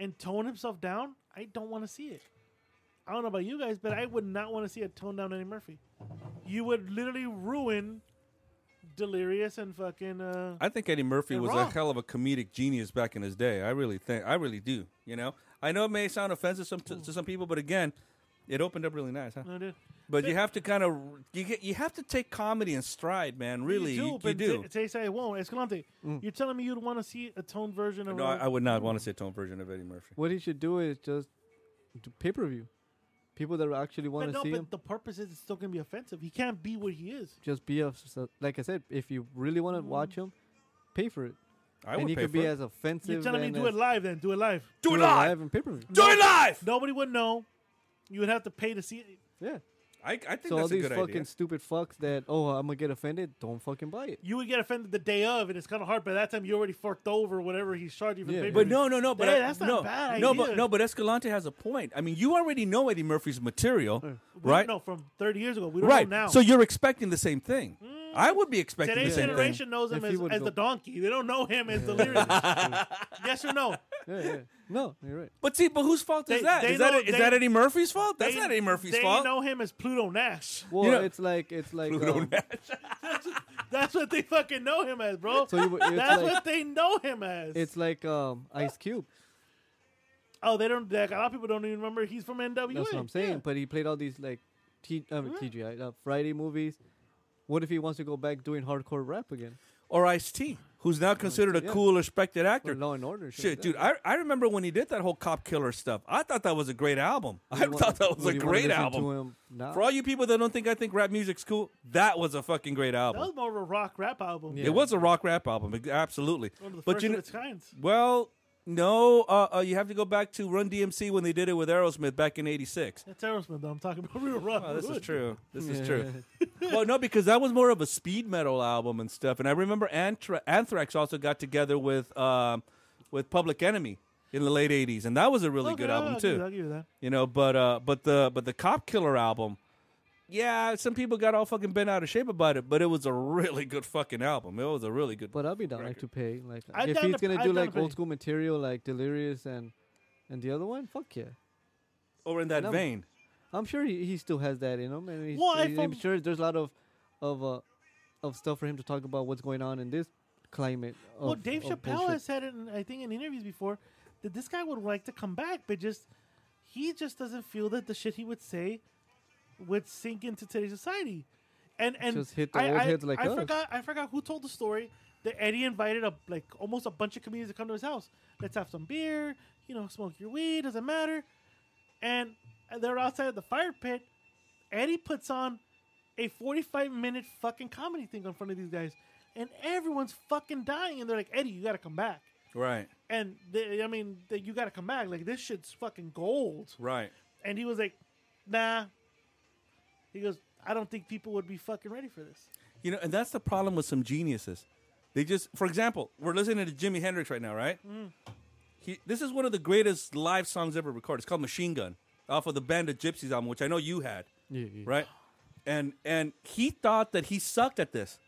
and tone himself down, I don't want to see it. I don't know about you guys, but I would not want to see a toned down Eddie Murphy. You would literally ruin Delirious and fucking. Uh, I think Eddie Murphy They're was a wrong. hell of a comedic genius back in his day. I really think, I really do. You know, I know it may sound offensive some, to, to some people, but again, it opened up really nice. Huh? no, dude. But you have to kind of you get you have to take comedy in stride, man. Really, you do, you, you but do. Mm. T- Tay say I won't. Escalante, you're telling me you'd want to see a toned version of no, I, uh, I would not want to see a tone version of Eddie Murphy. What he should do is just do pay per view. People that actually But want to no, see but him, the purpose is it's still gonna be offensive. He can't be what he is. just be of. so- Like I said, if you really want to watch him, pay for it. I and would he pay could for be it. as offensive. You're telling me and do as- it live then. Do it live. do it live, and pay per view. do it live. Nobody would know. You would have to pay to see it. Yeah. I, I think So all that's a these good fucking idea. stupid fucks that oh I'm gonna get offended, don't fucking buy it. You would get offended the day of, and it's kind of hard. By that time, you already forked over whatever he's charging for Yeah. the paper. But no, no, no. But Hey, I- that's not no, a bad No, idea. but no, but Escalante has a point. I mean, you already know Eddie Murphy's material, Mm. right? No, from 30 years ago. We don't right know now. So you're expecting the same thing. I would be expecting Today's the same generation knows him If he as, would as go- the donkey. They don't know him as the lyricist. yes or no? Yeah, yeah. No, you're right. thing. But see, but whose fault is They- that? they Is that, know- is they- that Eddie Murphy's fault? That's They- not Eddie Murphy's they fault. know him as Pluto Nash. Well, know- it's like it's like um, That's what they fucking know him as, bro. so you, it's That's like what they know him as. it's like um Ice Cube. oh, they don't. Like, a lot of people don't even remember he's from NWA. That's what I'm saying. Yeah. But he played all these like T, uh, TGI uh, Friday movies. What if he wants to go back doing hardcore rap again? Or Ice T, who's now considered a yeah. cool, respected Or actor. Law and Order? Shit, like dude, that. I, I remember when he did that whole cop killer stuff. I thought that was a great album. I Would you thought wanna- that was would a you wanna great listen to album. him now? For all you people that don't think I think rap music's cool, that was a fucking great That album. was more of a rock rap album. Yeah. It was a rock rap album, absolutely. One of the but first you of know, its kinds. well, no, uh, uh, you have to go back to Run DMC when they did it with Aerosmith back in '86. That's Aerosmith, though. I'm talking about real rock. Oh, this is wood. true. This is Yeah. true. well, no, because that was more of a speed metal album and stuff. And I remember Anthra- Anthrax also got together with um, with Public Enemy, in the late '80s, and that was a really Okay, good I'll- album I'll give too. you- I'll give you that. You know, but uh, but the but the Cop Killer album, yeah, some people got all fucking bent out of shape about it, but it was a really good fucking album. It was a really good. But I'll be down like record. to pay. Like I'd if down he's to- gonna I'd do down to like pay. old school material like Delirious and and the other one, fuck yeah. Over in that No. vein, I'm sure he, he still has that in him, and he's, Well, I and I'm felt- sure there's a lot of of uh, of stuff for him to talk about what's going on in this climate. Of, well, Dave of Chappelle Oh, bullshit. has said it, in, I think, in interviews before that this guy would like to come back, but just he just doesn't feel that the shit he would say would sink into today's society. And and Just hit the I, old I, heads like I us. forgot I forgot who told the story that Eddie invited a like almost a bunch of comedians to come to his house. Let's have some beer, you know, smoke your weed, doesn't matter. And they're outside of the fire pit. Eddie puts on a 45 minute fucking comedy thing in front of these guys, and everyone's fucking dying. And they're like, Eddie, you gotta come back. right, And they, I mean, they, you gotta come back. Like, this shit's fucking gold. right. And he was like, nah. He goes, I don't think people would be fucking ready for this. You know, and that's the problem with some geniuses. They just, for example, we're listening to Jimi Hendrix right now, right? Mm. He, this is one of the greatest live songs ever recorded. It's called Machine Gun, off of the Band of Gypsies album, which I know you had, Yeah, yeah. right? And and he thought that he sucked at this.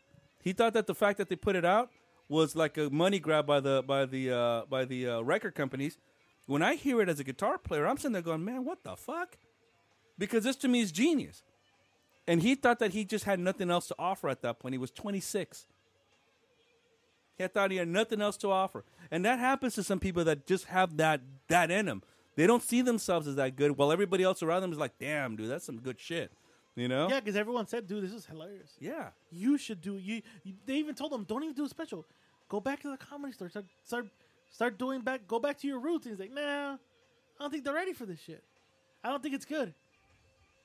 He thought that the fact that they put it out was like a money grab by the by the uh, by the uh, record companies. When I hear it as a guitar player, I'm sitting there going, "Man, what the fuck?" Because this to me is genius. And he thought that he just had nothing else to offer at that point. He was 26. He had thought he had nothing else to offer. And that happens to some people that just have that that in them. They don't see themselves as that good while everybody else around them is like, damn, dude, that's some good shit. You know? Yeah, because everyone said, dude, this is hilarious. Yeah. You should do you, you. They even told him, don't even do a special. Go back to the comedy store. Start, start, start doing back. Go back to your roots. And he's like, nah, I don't think they're ready for this shit. I don't think it's good.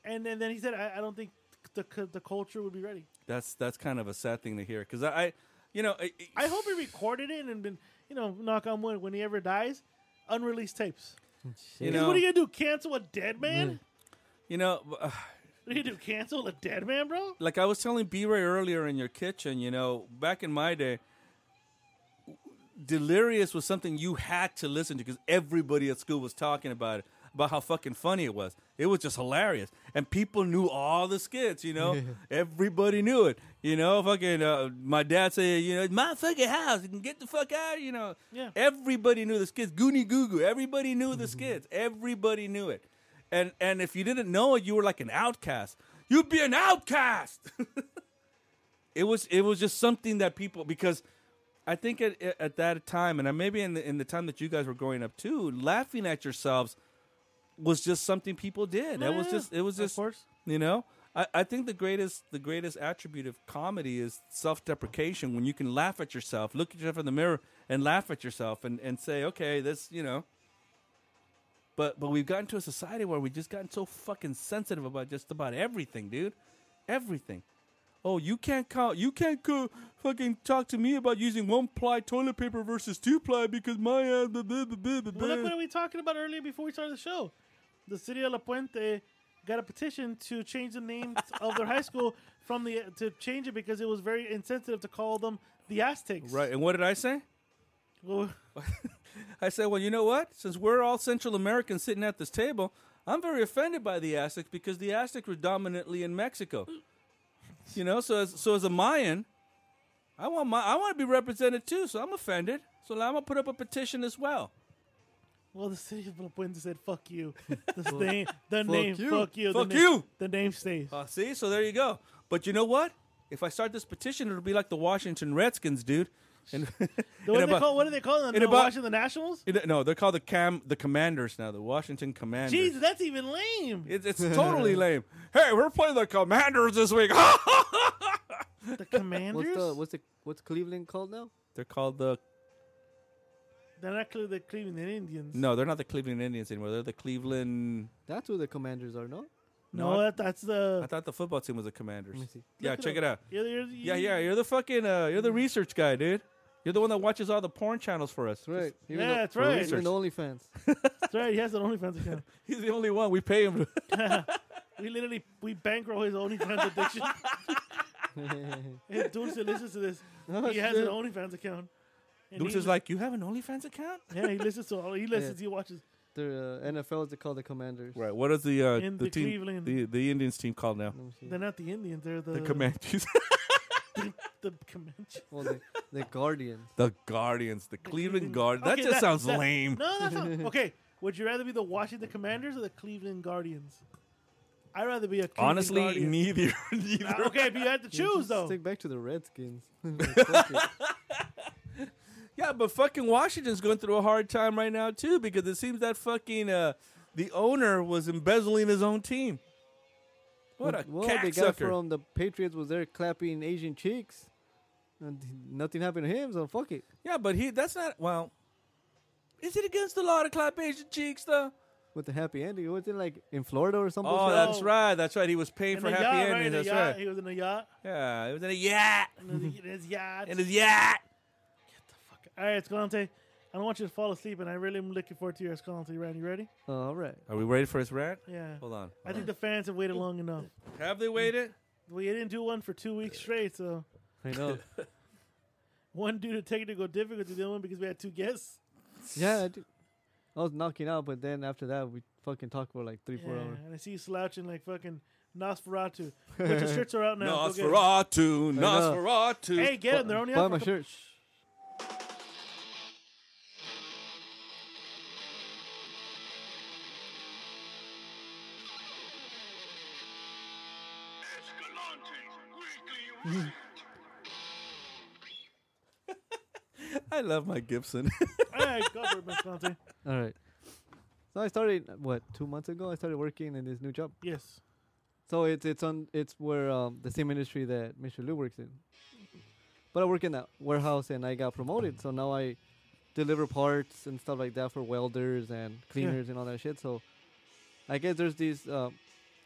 And then, then he said, I, I don't think the cu- the culture would be ready. That's that's kind of a sad thing to hear. Because I, I, you know, I, I hope he recorded it and been, you know, knock on wood, when he ever dies, unreleased tapes. you Because what know, Mm. are you gonna do? Cancel a dead man? you know, uh, What are you gonna do? Cancel a dead man, bro? like I was telling B Ray earlier in your kitchen, you know, back in my day, Delirious was something you had to listen to because everybody at school was talking about it, about how fucking funny it was. It was just hilarious, and people knew all the skits. You know, everybody knew it. You know, fucking uh, my dad said, you know, it's my fucking house. You can get the fuck out. You know, Yeah. Everybody knew the skits. Goonie Goo Goo. Everybody knew the skits. Everybody knew it. And and if you didn't know it, you were like an outcast. You'd be an outcast. it was it was just something that people because I think at, at that time, and I- maybe in the in the time that you guys were growing up too, laughing at yourselves was just something people did. That was Yeah, just it was of just course. you know. I, I think the greatest the greatest attribute of comedy is self deprecation when you can laugh at yourself, look at yourself in the mirror, and laugh at yourself and, and say, okay, this you know. But but we've gotten to a society where we've just gotten so fucking sensitive about just about everything, dude, everything. Oh, you can't call, you can't co- fucking talk to me about using one ply toilet paper versus two ply because my ass. Blah, blah, blah, blah, blah, Well, look blah. what we talking about earlier before we started the show. The city of La Puente got a petition to change the name of their high school from the to change it because it was very insensitive to call them the Aztecs. Right, and what did I say? Well, I said, well, you know what? Since we're all Central Americans sitting at this table, I'm very offended by the Aztecs because the Aztecs were dominantly in Mexico. You know, so as so as a Mayan, I want my I want to be represented too. So I'm offended. So I'm gonna put up a petition as well. well, the city of La Puente said, "Fuck you." The name, the name, you. fuck you, Fuck the name, you. The name stays. Uh, see, so there you go. But you know what? If I start this petition, it'll be like the Washington Redskins, dude. And, what, do and they about- call, what do they call them? in The about- Washington Nationals. you know- no, they're called the Cam the Commanders now, the Washington Commanders. Jesus, that's even lame. It's, it's totally lame. Hey, we're playing the Commanders this week. the What's Commanders. the what's the what's Cleveland called now? They're called the They're not clearly the Cleveland Indians. no. They're not the Cleveland Indians anymore. They're the Cleveland. That's who the Commanders are, no? no, I- that, that's the. I thought the football team was the Commanders. Let me see. Yeah, Look check up. it out. You're, you're, Yeah, yeah. You're the fucking. Uh, you're the research guy, dude. You're the one that watches all the porn channels for us. That's right. yeah, though- that's right. Even OnlyFans. That's right. He has an OnlyFans account. He's the only one we pay him. We literally we bankroll his OnlyFans addiction. Oh, His dude still listens to this. He has an OnlyFans account. And Deuce he- is like, you have an OnlyFans account? yeah, he listens to all. He listens. He watches. The uh, NFL is called the Commanders. Right. What is the uh, In the the team Cleveland- the the Indians team called now? Let me see. They're not the Indians. They're the The Comanches, the Comanche. Well, the, the Guardians. the Guardians, the Cleveland Guardians. That Okay, just sounds that- lame. No, that's not. Okay, would you rather be the Washington Commanders or the Cleveland Guardians? I'd rather be a Cleveland Honestly, Guardian. neither. neither. Ah, okay, but you had to choose Just though. Stick back to the Redskins. Fuck it. Yeah, but fucking Washington's going through a hard time right now too because it seems that fucking uh, the owner was embezzling his own team. What a well, the guy cocksucker! from the Patriots was there clapping Asian cheeks, and nothing happened to him. So fuck it. yeah, but he—that's not well. Is it against the law to clap Asian cheeks though? With the happy ending, was it like in Florida or something? Oh, that- that's right. That's right. He was paying In for a happy yacht, ending. right? That's a yacht. right. He was in a yacht. Yeah, it was in a yacht. In his yacht. In his yacht. All right, Escalante. I don't want you to fall asleep, and I really am looking forward to your Escalante rant. You ready? Oh, all right. Are we ready for his rant? Yeah. Hold on. I think the fans have waited long enough. Have they waited? We didn't do one for two weeks straight, so I know. one due to technical difficulty, the other one because we had two guests. yeah, I, did. I was knocking out, but then after that, we fucking talked for like three, Yeah, four hours. and I see you slouching like fucking Nosferatu. But your shirts are out now. Go get 'em. Nosferatu, know. Nosferatu. Hey, get them. They're only Buy out my for a shirt. Shh. I love my Gibson. All right, go for it, Miss Conte. All right. So I started what two months ago. I started working in this new job. Yes. So it's it's on it's where um, the same industry that Mr. Liu works in. But I work in that warehouse and I got promoted, so now I deliver parts and stuff like that for welders and cleaners and all that shit. So I guess there's these uh,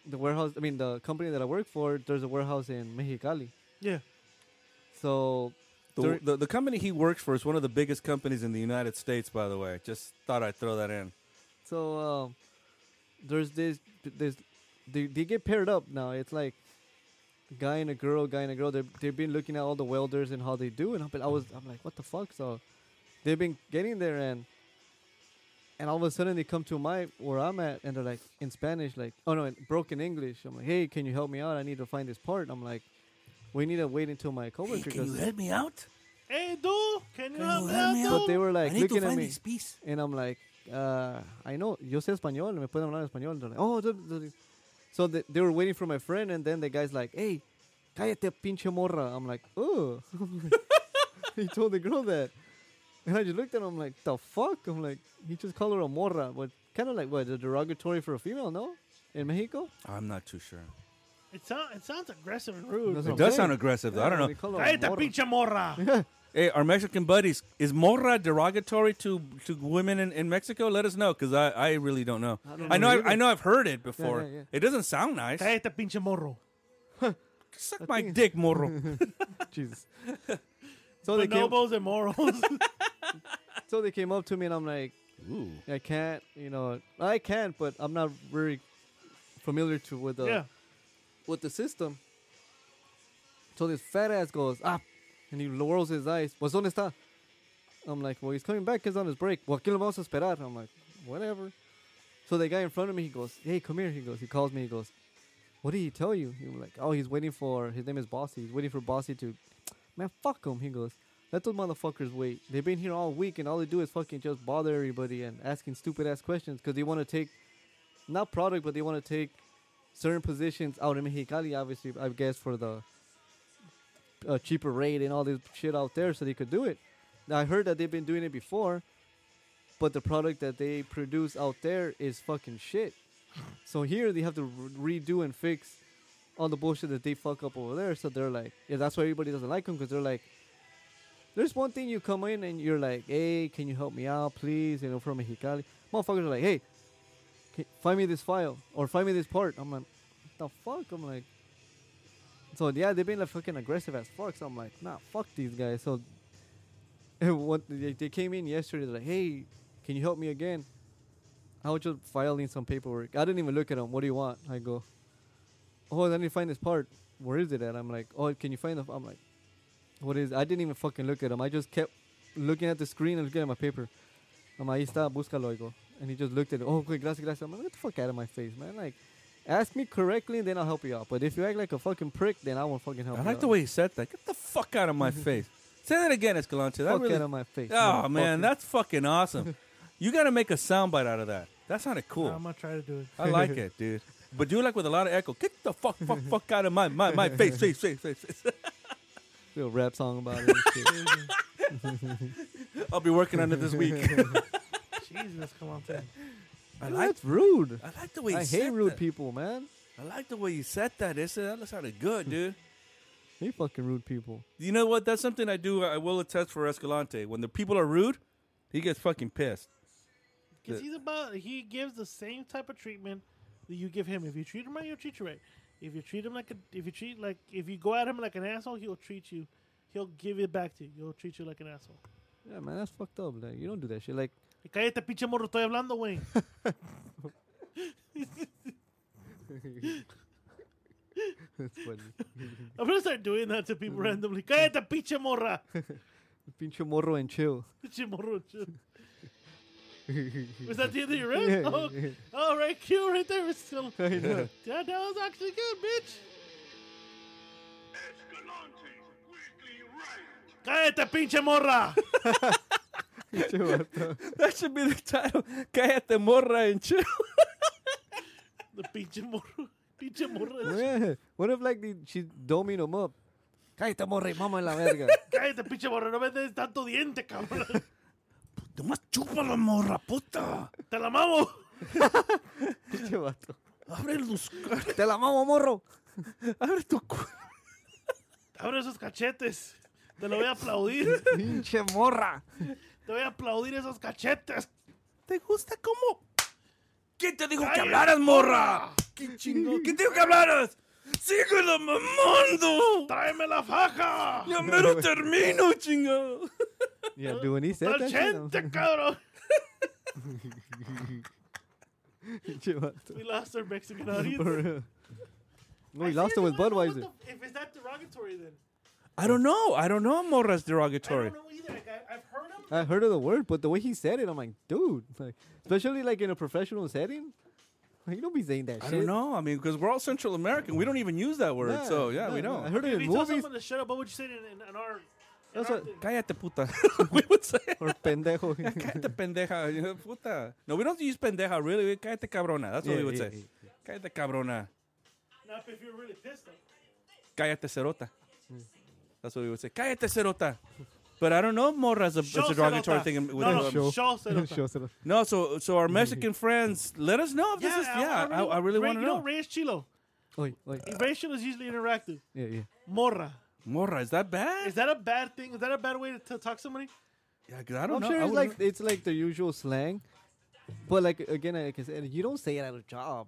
the warehouse. I mean the company that I work for. There's a warehouse in Mexicali. Yeah. So the, Sorry. the, the company he works for is one of the biggest companies in the United States, by the way. Just thought I'd throw that in. So um, there's this this they, they get paired up now. It's like a guy and a girl, guy and a girl. They they've been looking at all the welders and how they do, and but I was I'm like, what the fuck? So they've been getting there and and all of a sudden they come to my where I'm at and they're like in Spanish, like oh no, in broken English. I'm like, hey, can you help me out? I need to find this part. I'm like, we need to wait until my coworker goes. help me out? Hey, dude, can you help me help me out? But dude? they were like looking at me. piece. And I'm like, uh, I know, yo sé español, me pueden hablar español. They're like, oh, duh, duh, duh." so they, they were waiting for my friend, and then the guy's like, hey, cállate, pinche morra. I'm like, oh. he told the girl that. And I just looked at him, I'm like, the fuck? I'm like, he just called her a morra, but kind of like, what, the derogatory for a female, no? In Mexico? I'm not too sure. It, sound, it sounds aggressive and rude. That's It what I'm does saying. sound aggressive, though. I Yeah, don't they know. call her a Cállate, morra. pinche morra. Hey, our Mexican buddies, is morra derogatory to, to women in, in Mexico? Let us know, because I, I really don't know. I, don't know know I, either. I know I've heard it before. yeah, yeah. It doesn't sound nice. Cállate, pinche morro. Suck my dick, morro. Jesus. so, they came, Bonobos and morals. so they came up to me, and I'm like, Ooh. I can't, you know, I can't, but I'm not very familiar to with the yeah. with the system. So this fat ass goes up, and he lowers his eyes. Pues dónde está? I'm like, well, he's coming back. He's on his break. Well, aquí lo vamos a esperar. I'm like, whatever. So the guy in front of me, he goes, hey, come here. He goes, he calls me. He goes, what did he tell you? He was like, oh, he's waiting for. His name is Bossy. He's waiting for Bossy to. Man, fuck him. He goes, let those motherfuckers wait. They've been here all week, and all they do is fucking just bother everybody and asking stupid ass questions because they want to take, not product, but they want to take certain positions out in Mexicali, obviously, I guess, for the uh, cheaper rate and all this shit out there, so they could do it. Now, I heard that they've been doing it before, but the product that they produce out there is fucking shit. So here they have to re- redo and fix all the bullshit that they fuck up over there. So they're like, yeah, that's why everybody doesn't like them because they're like, there's one thing you come in and you're like, hey, can you help me out, please? You know, from Mexicali. Motherfuckers are like, hey, "Ca- find me this file or find me this part. I'm like, the fuck? I'm like, so yeah, they've been like fucking aggressive as fuck. So I'm like, nah, fuck these guys. So what they, they came in yesterday, they're like, hey, can you help me again? I was just filing some paperwork. I didn't even look at them. What do you want? I go, oh, I need to find this part. Where is it at? I'm like, oh, can you find the? I'm like, what is? I didn't even fucking look at them. I just kept looking at the screen and looking at my paper. I'm like, ahí está, búscalo, I go. And he just looked at it. Oh, quick, gracias, gracias. I'm like, get the fuck out of my face, man. Like, ask me correctly and then I'll help you out. But if you act like a fucking prick, then I won't fucking help I you like out. the way he said that. Get the fuck out of my face. Say that again, Escalante. That fuck really, out of my face. oh man, motherfucker. that's fucking awesome. you got to make a soundbite out of that. That sounded cool. Um, I'm gonna try to do it. I like it, dude. But do it like with a lot of echo. Get the fuck, fuck, fuck out of my my, my face, face, face, face, face. little rap song about it. and shit. I'll be working on it this week. Jesus, come on, man. I Dude, like, that's rude. I like the way. You I hate said rude that. people, man. I like the way you said that. Issa. That sounded good, dude. I hate fucking rude people. You know what? That's something I do. I will attest for Escalante. When the people are rude, he gets fucking pissed. Because The- he's about he gives the same type of treatment that you give him. If you treat him right, he'll treat you right. If you treat him like a, if you treat like if you go at him like an asshole, he'll treat you. He'll give it back to you. He'll treat you like an asshole. Yeah, man, that's fucked up. Like, you don't do that shit. Like, Cállate, pinche morro, estoy hablando, güey. that's funny. I'm gonna start doing that to people randomly. Cállate, pinche morra. Pinche morro and chill. Pinche morro. Was that the end of your rant? Oh, all right, cue right there. It's still, I know. yeah, that was actually good, bitch. Escalante, weekly right. Cállate, pinche morra. Pinche vato. That should be the title. Cállate morra and chill. the pinche morro. Pinche morra. Yeah. What if, like, the, she doming him up? Cállate, morre, mama la verga. Cállate, pinche morra. No me des tanto diente, cabrón. Nomás chúpala, morra puta. Te la mamo. Pinche vato. Abre los, Te la mamo, morro. abre tu cu- Abre esos cachetes. Te lo voy a aplaudir. Pinche morra. Te voy a aplaudir esos cachetes. ¿Te gusta cómo? ¿Quién te dijo que Cállate, hablaras, morra? ¿Qué chingón? ¿Quién te dijo que hablaras? ¡Síguelo mamando! Tráeme la faja. ¡Ya mero termino, chingado! Yeah, dude, when he said that shit, I was Cachete, like, cabrón. pinche vato. We lost our Mexican For audience. real. No, he I lost it seriously with wanna know what Budweiser. the- If is that derogatory, then I don't know. I don't know morra's derogatory. I don't know either. Like, I, I've heard him. I heard of the word, but the way he said it, I'm like, dude. Like, especially, like, in a professional setting. Like, you don't be saying that I shit. don't know. I mean, because we're all Central American. We don't even use that word. Yeah, so, yeah, no, we no. don't. I heard it If in you tell movies. someone to shut up, what would you say in, in, in our? In That's our what- thing? Cállate, puta. we would say. Or pendejo. Cállate, pendeja. you know, Puta. No, we don't use pendeja, really. We- Cállate, cabrona. That's what Yeah, we would yeah, say. Cállate, cabrona. Now, if you're really pissed off. Cállate, cerota. That's what we would say. Cállate, cerota. But I don't know morra as a, as Show a derogatory cerota. thing. in- No, no, within- show, Show. cerota. Show some- No, so so our Mexican friends, let us know if this is. Yeah, I, I really Ray- want to you know. Reyes Chilo. Oy, oy. Reyes Chilo is usually interactive. Yeah, yeah. Morra. Morra, is that bad? Is that a bad thing? Is that a bad way to, to talk to somebody? yeah, 'cause I I'm don't know. sure I it's wouldn't- like it's like the usual slang, but like again, like I said, you don't say it at a job.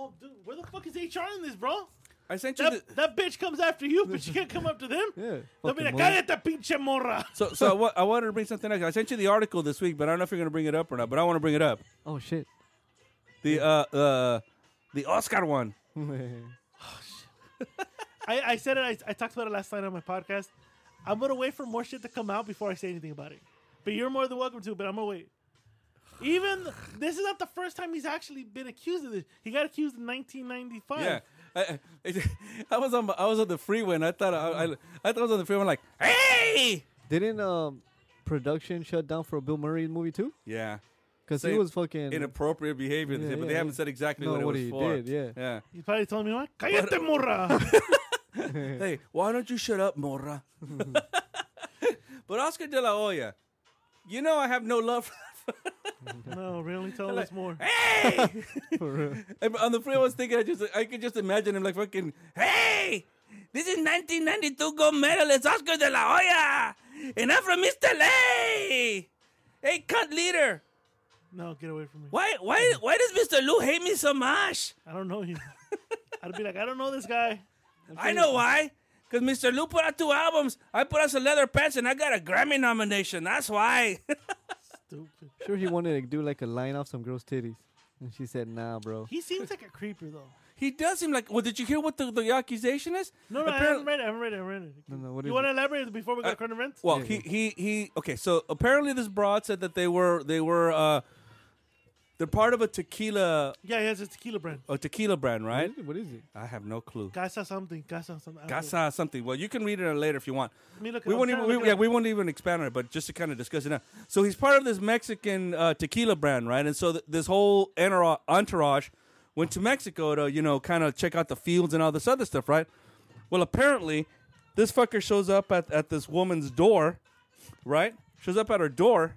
Oh, dude, where the fuck is HR in this, bro? I sent you. That, The, that bitch comes after you, but you can't come up to them. Yeah, They'll be fucking like, moron. cállate, pinche morra. so so I, wa- I wanted to bring something up. I sent you the article this week, but I don't know if you're going to bring it up or not. But I want to bring it up. Oh shit! The uh uh the Oscar one. I, I said it. I, I talked about it last night on my podcast. I'm gonna wait for more shit to come out before I say anything about it. But you're more than welcome to. But I'm gonna wait. Even th- this is not the first time he's actually been accused of this. He got accused in 1995. Yeah. I, I- it, I was on my- I was on the freeway and I thought I, I, I thought I was on the freeway like hey Didn't um production shut down for a Bill Murray movie too? yeah Because he Same. was fucking. inappropriate behavior Yeah, but yeah, they haven't yeah. said exactly No, what it what was he for did, yeah. yeah He's probably telling me what? uh, Cállate, morra. hey why don't you shut up Mora but Oscar De La Hoya you know I have no love for no, really, tell us more. "Eh." hey For real. And on the freeway I was thinking I just I could just imagine him like fucking hey this is 1992 gold medalist Oscar De La Hoya and I'm from East LA hey cut leader No, get away from me. Why why why does Mr. Lou hate me so much? I don't know you. I'd be like, I don't know this guy. I know why. Cause Mr. Lou put out two albums. I put out some leather pants and I got a Grammy nomination. That's why. Stupid. sure, he wanted to do like a line off some girls' titties. And she said, "Nah, bro." He seems like a creeper though. He does seem like. Well, did you hear what the, the accusation is? No, no, I Apparent- haven't read it. I haven't read it. I haven't read it. No, no, what you is want to it? elaborate before we go Uh, to current events? Well, he, he he. Okay, so apparently this broad said that they were they were uh, they're part of a tequila yeah, he has a tequila brand. a tequila brand, right? What is it? I have no clue. Casa something. Casa something. I don't know. Gasa something. Well, you can read it later if you want. me look it We up. won't I'm even trying to we, look it yeah up. we won't even expand on it, but just to kind of discuss it now. So he's part of this Mexican uh, tequila brand, right? And so th- this whole entoura- entourage went to Mexico to you know kind of check out the fields and all this other stuff, right? Well, apparently this fucker shows up at at this woman's door, right? Shows up at her door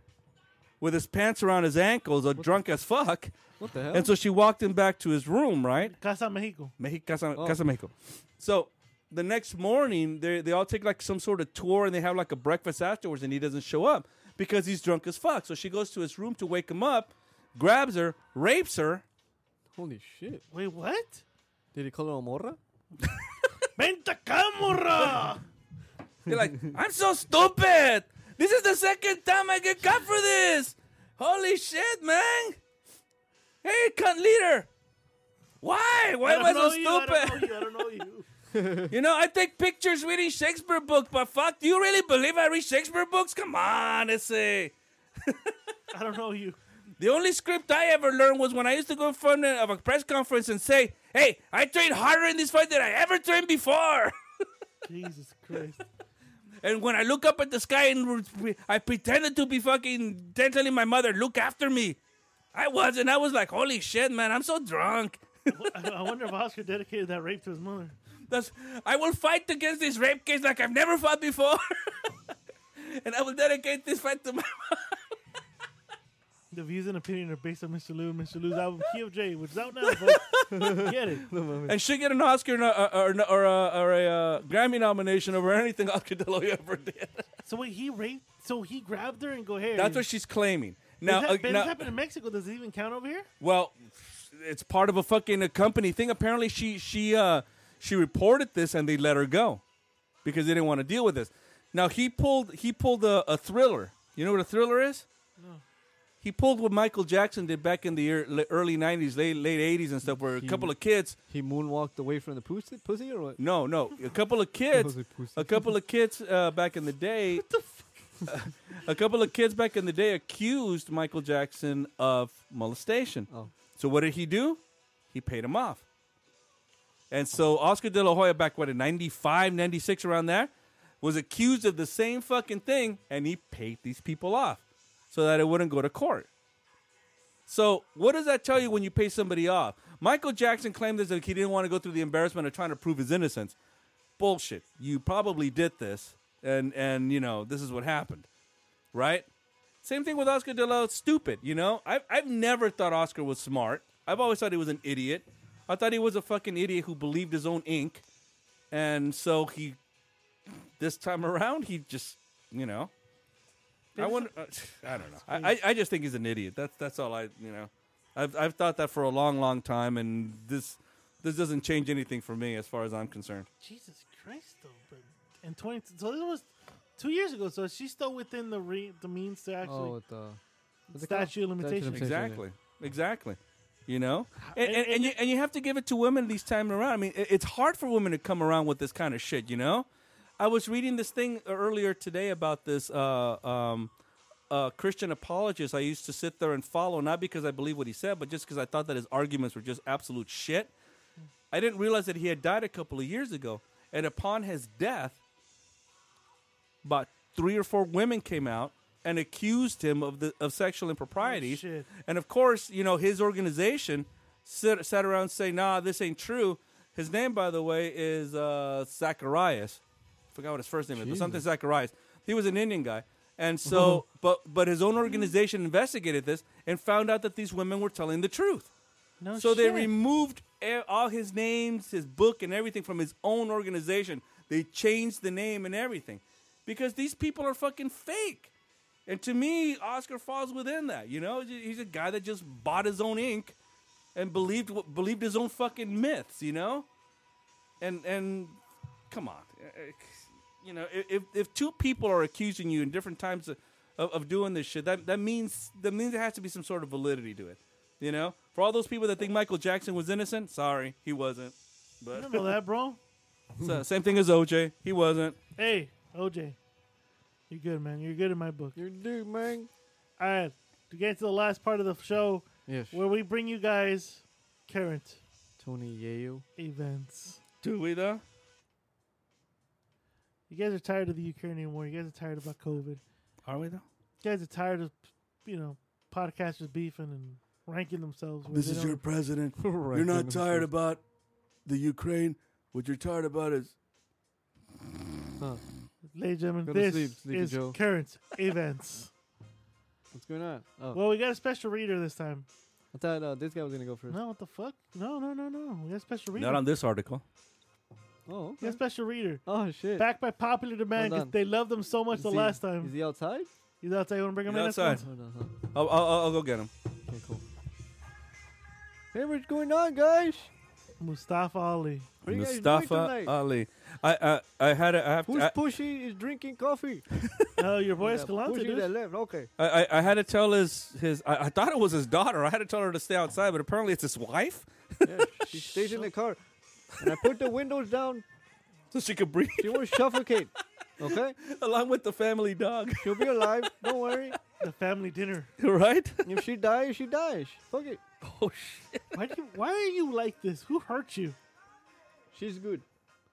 with his pants around his ankles, a drunk as fuck, What the hell? and so she walked him back to his room, right? Casa Mexico. Mexico, Casa, Oh. Casa Mexico. So the next morning, they they all take like some sort of tour and they have like a breakfast afterwards, and he doesn't show up because he's drunk as fuck. So she goes to his room to wake him up, grabs her, rapes her. Holy shit! Wait, what? Did he call her a morra? Venta camorra. They're like, "I'm so stupid. This is the second time I get caught for this. Holy shit, man! Hey, cunt leader." Why? Why am I so stupid? I don't know you. I don't know you. You know, I take pictures reading Shakespeare books, but fuck, do you really believe I read Shakespeare books? Come on, let's see. I don't know you. The only script I ever learned was when I used to go in front of a press conference and say, "Hey, I trained harder in this fight than I ever trained before." Jesus Christ. and when I look up at the sky and re- I pretended to be fucking telling my mother, "Look after me," I was, and I was like, "Holy shit, man! I'm so drunk." I I wonder if Oscar dedicated that rape to his mother. That's, I will fight against this rape case like I've never fought before, and I will dedicate this fight to my. The views and opinion are based on Mr. Lou and Mr. Lou's album Key of J, which is out now, folks. Get it. and should get an Oscar or, or, or, or a, or a uh, Grammy nomination over anything Oscar De La Hoya ever did. So wait, he raped. So he grabbed her and go here. That's what she's claiming. Now, Now, uh, this now- happened in Mexico. Does it even count over here? well, it's part of a fucking uh, company thing. Apparently, she she uh, she reported this and they let her go because they didn't want to deal with this. Now he pulled he pulled a, a thriller. You know what a thriller is? He pulled what Michael Jackson did back in the ear- le- early '90s, late late '80s and stuff, where a He- couple of kids He moonwalked away from the pussy, pussy or what? No, no. A couple of kids, Those are pussies. a couple of kids uh, back in the day, a couple of kids back in the day accused Michael Jackson of molestation. Oh. So what did he do? He paid him off. And so Oscar De La Hoya back what in 95, 96 around there was accused of the same fucking thing and he paid these people off so that it wouldn't go to court. So what does that tell you when you pay somebody off? Michael Jackson claimed this that he didn't want to go through the embarrassment of trying to prove his innocence. Bullshit. You probably did this, and and you know this is what happened, right? Same thing with Oscar De La. Hoya, Stupid. You know, I've I've never thought Oscar was smart. I've always thought he was an idiot. I thought he was a fucking idiot who believed his own ink, and so he, this time around, he just you know. I wonder. Uh, I don't know. I, I, I just think he's an idiot. That's that's all I you know. I've I've thought that for a long long time, and this this doesn't change anything for me as far as I'm concerned. Jesus Christ, though. But in twenty, so this was two years ago. So she's still within the re, the means to actually. Oh, what the what's it called? Statute of limitations. limitations, yeah. Exactly. Exactly. You know, and and, And- and, and you, and you have to give it to women these time around. I mean, it, it's hard for women to come around with this kind of shit. You know, I was reading this thing earlier today about this uh, um, uh, Christian apologist I used to sit there and follow, not because I believe what he said, but just because I thought that his arguments were just absolute shit. I didn't realize that he had died a couple of years ago, and upon his death, about three or four women came out and accused him of the of sexual improprieties. shit. And of course, you know his organization sit, sat around and say, "Nah, this ain't true." His name, by the way, is uh, Zacharias. Forgot what his first name is, but something Zacharias. He was an Indian guy, and so, but but his own organization investigated this and found out that these women were telling the truth. No So they shit. removed e- all his names, his book, and everything from his own organization. They changed the name and everything because these people are fucking fake. And to me, Oscar falls within that. You know, He's a- he's a guy that just bought his own ink and believed what- believed his own fucking myths. You know, and and come on, Eh, you know, if- if if two people are accusing you in different times of, of, of doing this shit, that that means that means there has to be some sort of validity to it. You know, for all those people that think Michael Jackson was innocent, sorry, he wasn't. I But don't know that, bro. so, same thing as OJ, he wasn't. Hey, OJ, you're good, man. You're good in my book. You're dude, man. All right, to get to the last part of the show, Yes. where we bring you guys current Tony Yeo. events. Do we though? You guys are tired of the Ukrainian war. You guys are tired about COVID. Are we though? You guys are tired of, you know, podcasters beefing and ranking themselves. where This they is don't- your president. Right, You're give not us tired a- about the Ukraine. What you're tired about is Huh. ladies and gentlemen. Go to This sleep, Sleepy is Joe. current events. What's going on? Oh, Well, we got a special reader this time. I thought uh, this guy was gonna go first. No, what the fuck? No, no, no, no. We got a special reader. Not on this article. we Oh, got okay. a special reader. Oh shit. Back by popular demand Hold because on. they loved them so much Is the he- last Is time. he outside? He's outside. You want to bring him He's in? outside. Alfonso? Hold on, huh. I'll, I'll, I'll go get him. Okay, cool. Hey, what's going on, guys? Mustafa Ali. What are you guys doing Mustafa tonight? Ali. I I, I had a, I have Who's to, I- pushy is drinking coffee? Oh, your boy Escalante, pushy dude. that left. Okay. I, I, I had to tell his his I, I thought it was his daughter. I had to tell her to stay outside, but apparently it's his wife, Yeah, she stays in the car, and I put the windows down. so she could breathe She won't suffocate. Okay, along with the family dog, she'll be alive. Don't worry. The family dinner. right? If she dies, she dies. Fuck it. Oh shit! Why do you, Why are you like this? Who hurt you? She's good.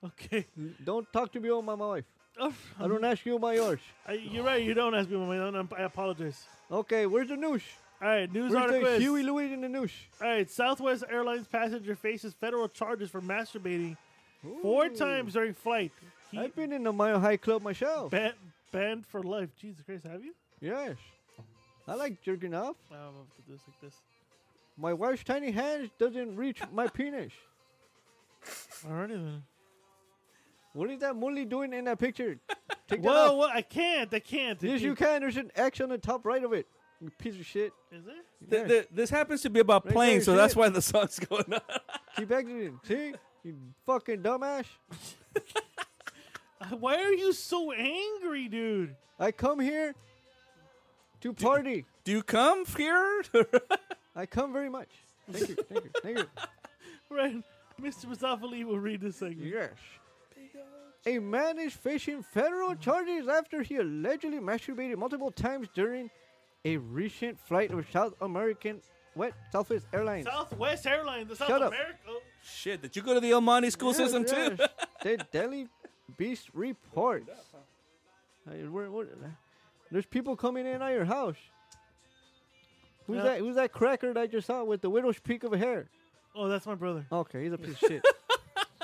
Okay. Don't talk to me about my wife. Oh, I don't ask you about yours. I, you're right. You don't ask me. My own. I apologize. Okay, where's the noosh? All right. News Where's article. the is- Huey Louie in the noosh? All right. Southwest Airlines passenger faces federal charges for masturbating four times during flight. He I've been in the Mile High Club myself. ban- banned for life. Jesus Christ, have you? Yes. I like jerking off. I don't know if to do this like this. My wife's tiny hands doesn't reach my penis. Alrighty then. What is that Mully doing in that picture? Take that Whoa, off. whoa, I can't. I can't. Yes, you can. There's an X on the top right of it. You piece of shit. Is there? Th- th- this happens to be about Right playing, there, so see that's it? why the song's going on. Keep exiting. See? You fucking dumbass. Uh, Why are you so angry, dude? I come here to party. Do you come here? I come very much. Thank you. Thank you. Thank you. Right. Mr. Mustafa Lee will read this segment. Yes. A man is facing federal charges after he allegedly masturbated multiple times during a recent flight of South American Wet Southwest Airlines. Southwest Airlines, the South Shut up. America. oh, shit! Did you go to the El Monte school Yes, system too? yes. the Daily Beast reports. Hey, where- what- there's people coming in at your house. Who's Yeah. that? Who's that cracker that I just saw with the widow's peak of hair? Oh, that's my brother. Okay, he's a piece of shit.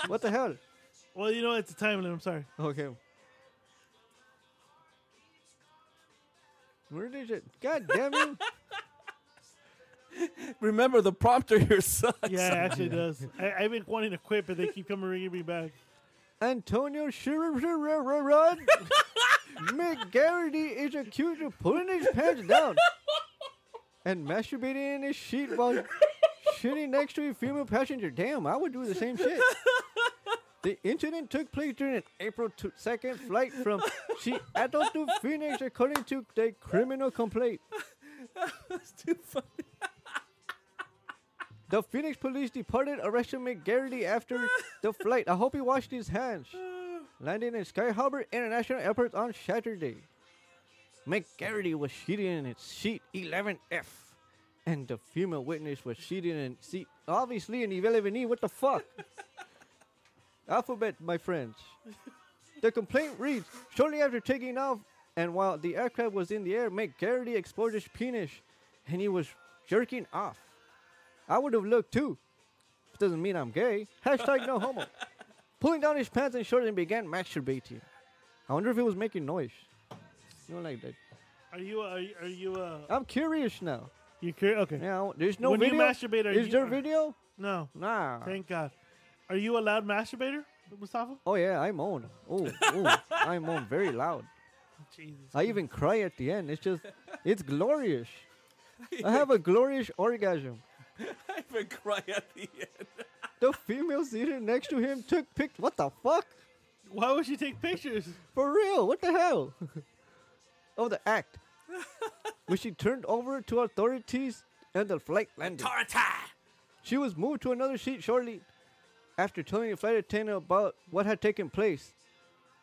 What the hell? Well, you know, it's a time limit. I'm sorry. Okay. Where did it? God damn you! Remember the prompter here sucks. Yeah, it actually does. I, I've been wanting to quit, but they keep coming ringing me back. Antonio Sherrod McGarity is accused of pulling his pants down and masturbating in his sheet while shitting next to a female passenger. Damn, I would do the same shit. The incident took place during an April 2- 2nd flight from Seattle to Phoenix, according to the criminal complaint. That's too funny. The Phoenix police departed arrested McGarity after the flight. I hope he washed his hands. Landing in Sky Harbor International Airport on Saturday. McGarity was seated in its seat 11F. And the female witness was seated in seat, obviously in 11E. What the fuck? Alphabet, my friends. The complaint reads Shortly after taking off, and while the aircraft was in the air, McGarity explored his penis and he was jerking off. I would have looked too. Doesn't mean I'm gay. Hashtag no homo. Pulling down his pants and shorts and began masturbating. I wonder if it was making noise. You know, like that. Are you? Are you? Are you? Uh, I'm curious now. you curious? Okay. Now, there's no When you video. masturbate, are Is you- there video? No. Nah. Thank God. Are you a loud masturbator, Mustafa? Oh yeah, I moan. Oh, oh, I moan very loud. Jesus. I even cry at the end. It's just, it's glorious. I have a glorious orgasm. I even cry at the end. The female seated next to him took pic. What the fuck? Why would you take pictures? For real? What the hell? Oh, of the act. when she turned over to authorities and the flight landed. She was moved to another seat shortly after telling the flight attendant about what had taken place.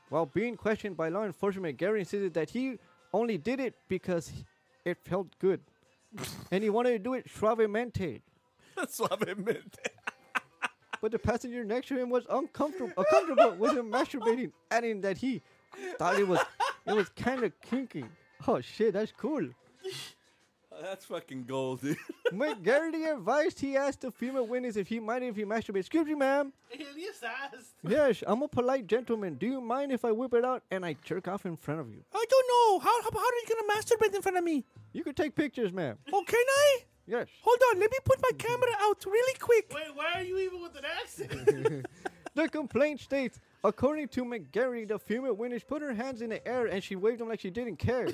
While being questioned by law enforcement, Gary insisted that he only did it because he- it felt good. and he wanted to do it suavemente. Suavemente. But the passenger next to him was uncomfortable, uncomfortable with him masturbating, adding that he thought it was it was kind of kinky. Oh shit, that's cool. That's fucking gold, dude. McGarity advised he asked the female witness if he minded if he masturbated. Excuse me, ma'am. Elias asked. Yes, I'm a polite gentleman. Do you mind if I whip it out and I jerk off in front of you? I don't know. How, how, how are you gonna masturbate in front of me? You can take pictures, ma'am. Oh, can I? Yes. Hold on. Let me put my camera out really quick. Wait, why are you even with an accent? The complaint states, according to McGarry, the female witness put her hands in the air and she waved them like she didn't care.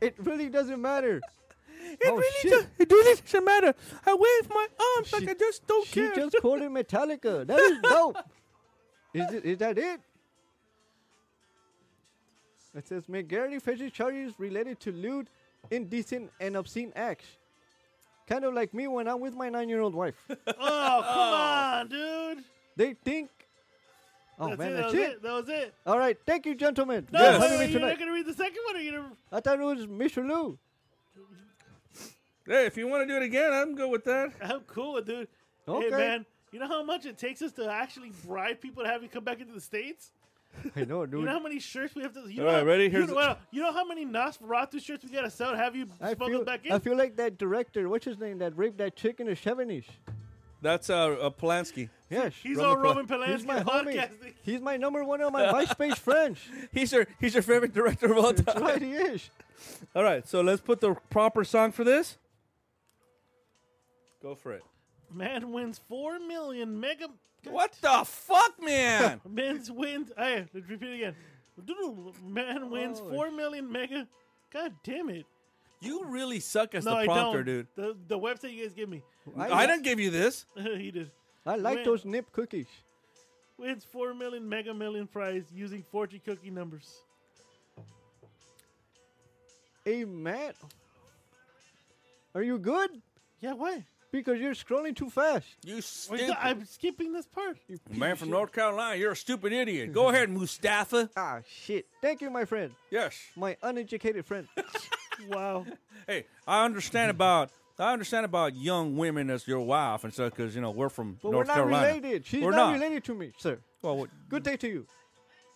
it really doesn't matter. Oh, It really do- it really doesn't matter. I wave my arms She- like I just don't She care. just quoted Metallica. That is dope. is, it, is that it? It says McGarry faces charges related to lewd, indecent, and obscene acts. Kind of like me when I'm with my nine-year-old wife. oh, come on, dude. they think. Oh That's man, it, that that's was it. it. That was it. All right, thank you, gentlemen. No, Yes. wait, Having wait, me you're not tonight. going to read the second one? Or you're gonna... I thought it was Mr. Lou. hey, if you want to do it again, I'm good with that. I'm cool, with dude. Okay. Hey, man. You know how much it takes us to actually bribe people to have you come back into the States? I know, dude. You know how many shirts we have to. You All right, know, ready? You Here's know, the- well, you know how many Nosferatu shirts we gotta sell to have you I smuggled feel, back in? I feel like that director, what's his name, that raped that chick in the 70s. That's uh, uh Polanski. Yes. He's Roman all Pol- Roman Polanski He's my homie. podcasting. He's my number one on my MySpace friends. He's your he's your favorite director of all That's time. right, he is. All right, so let's put the proper song for this. Go for it. Man wins four million mega. What the fuck, man? Men's wins. Hey, let's repeat it again. Man wins Oh. four million mega. God damn it! you really suck as No, the I prompter, dude. don't. The the website you guys give me. I didn't give you this. he did. I like Win. those nip cookies. Wins four million mega million prize using fortune cookie numbers. Hey, Matt. Are you good? Yeah, why? Because you're scrolling too fast. You Wait, stupid I'm skipping this part. You piece man of from shit. North Carolina. You're a stupid idiot. Go ahead, Mustafa. Ah, shit. Thank you, my friend. Yes. My uneducated friend. Wow. Hey, I understand about I understand about young women as your wife and stuff because you know we're from But North we're not Carolina. related. She's We're not, not. related to me, sir. Well, what- Good day to you.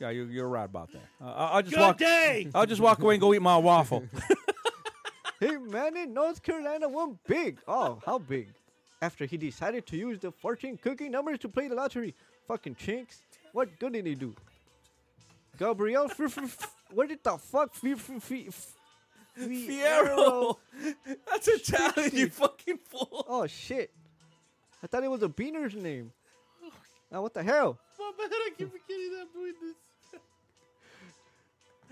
yeah, you, you're right about that. Uh, I- I'll just Good walk. day. I'll just walk away and go eat my waffle. Hey, man in North Carolina went big. Oh, how big? After he decided to use the fortune cookie numbers to play the lottery. Fucking chinks. What good did he do? Gabriel, f- f- f- what did the fuck? F- f- f- f- Fiero. That's Italian, you fucking fool. Oh, shit. I thought it was a beaner's name. Now, what the hell? My bad. I keep forgetting that I'm doing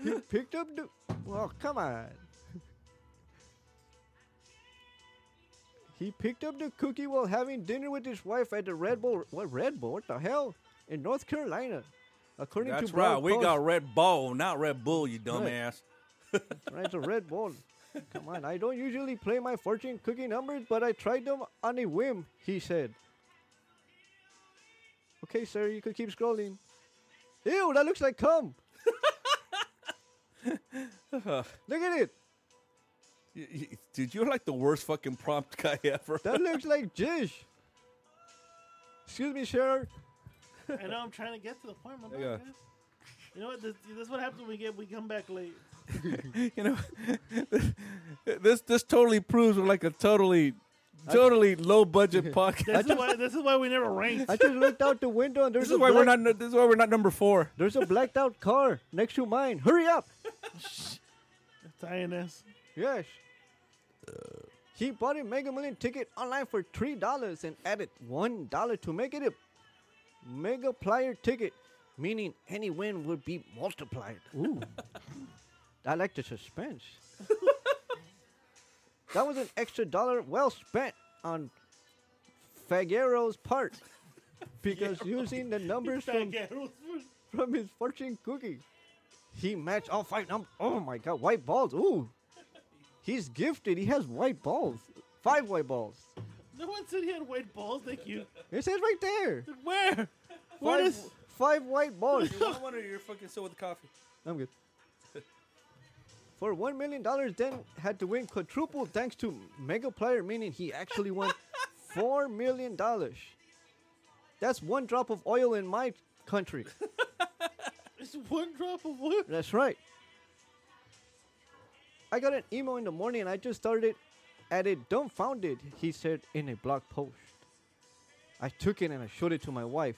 this. He picked up the. Oh, come on. He picked up the cookie while having dinner with his wife at the Red Bull. What Red Bull? What the hell? In North Carolina, according That's to Blog right. We Post- got Red Bull, not Red Bull. You dumbass. right the Red Bull. Come on, I don't usually play my fortune cookie numbers, but I tried them on a whim. He said. Okay, sir, you could keep scrolling. Ew, that looks like cum. Look at it. Y- y- Dude, you're like the worst fucking prompt guy ever. That looks like jizz. Excuse me, sir. I know I'm trying to get to the point. My bad, Yeah. guys. You know what? This, this is what happens when we get we come back late. you know, this this totally proves we're like a totally, totally low budget podcast. This is why this is why we never ranked. I just looked out the window and there's This is a why we're black- not. This is why we're not number four. there's a blacked out car next to mine. Hurry up. It's INS. Yes. He bought a Mega Million ticket online for three dollars and added one dollar to make it a Mega Plier ticket, meaning any win would be multiplied. Ooh, I like the suspense. that was an extra dollar well spent on Faguero's part because using the numbers from from his fortune cookie. He matched all five numbers. Oh my god, white balls. Ooh. He's gifted. He has white balls. Five white balls. No one said he had white balls. Thank you. It says right there. Where? Where Five, is? five white balls. You want one or you're fucking still with coffee? I'm good. For one million dollars, Dan had to win quadruple thanks to Mega Player, meaning he actually won four million dollars. That's one drop of oil in my country. It's one drop of oil. That's right. I got an email in the morning and I just started at it dumbfounded, he said in a blog post. I took it and I showed it to my wife,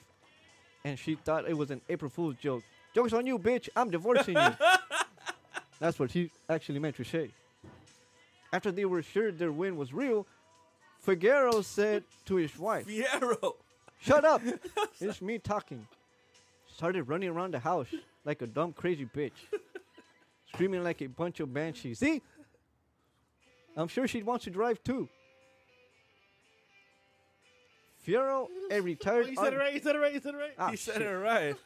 and she thought it was an April Fool's joke. Joke's on you, bitch. I'm divorcing you. That's what he actually meant to say. After they were sure their win was real, Figueroa said to his wife, Fiero. Shut up! it's me talking. Started running around the house like a dumb, crazy bitch, screaming like a bunch of banshees. See? I'm sure she wants to drive too. Fiero, a Oh, retired. you said it ar- right. You said it right. You said it right. Ah, he said shit. it right.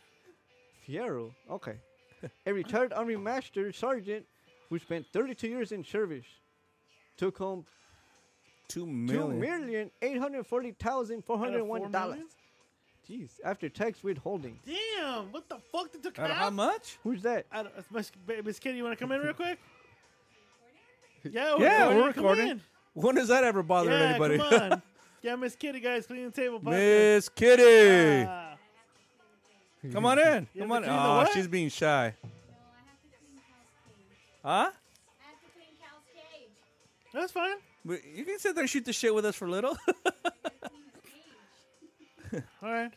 Fiero, okay. A retired Army Master Sergeant who spent 32 years in service took home Two two million. million eight hundred forty thousand four Out hundred of four one dollars. million? Jeez, after tax withholding. Damn. What the fuck? They took Out of half? how much? Who's that? I don't, uh, Miss, ba- Miss Kitty, you want to come in real quick? Yeah, Yeah, we're Come recording. in. When has that ever bothered Yeah, anybody? come on. yeah, Miss Kitty, guys, clean the table. podcast. Miss Kitty, Ah, come on in. You Come on. in. have to clean the Aw, what? she's being shy. Huh? that's fine. But You can sit there and shoot the shit with us for a little. All right.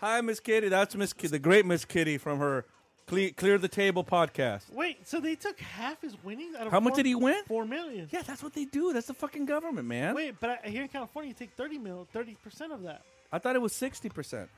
Hi, Miss Kitty. That's Miss Kitty, the great Miss Kitty from her Cle- Clear the Table podcast. Wait, so they took half his winnings? Out of How much four- did he win? Four million. Yeah, that's what they do. That's the fucking government, man. Wait, but I, here in California, you take thirty mil, thirty percent of that. I thought it was sixty percent.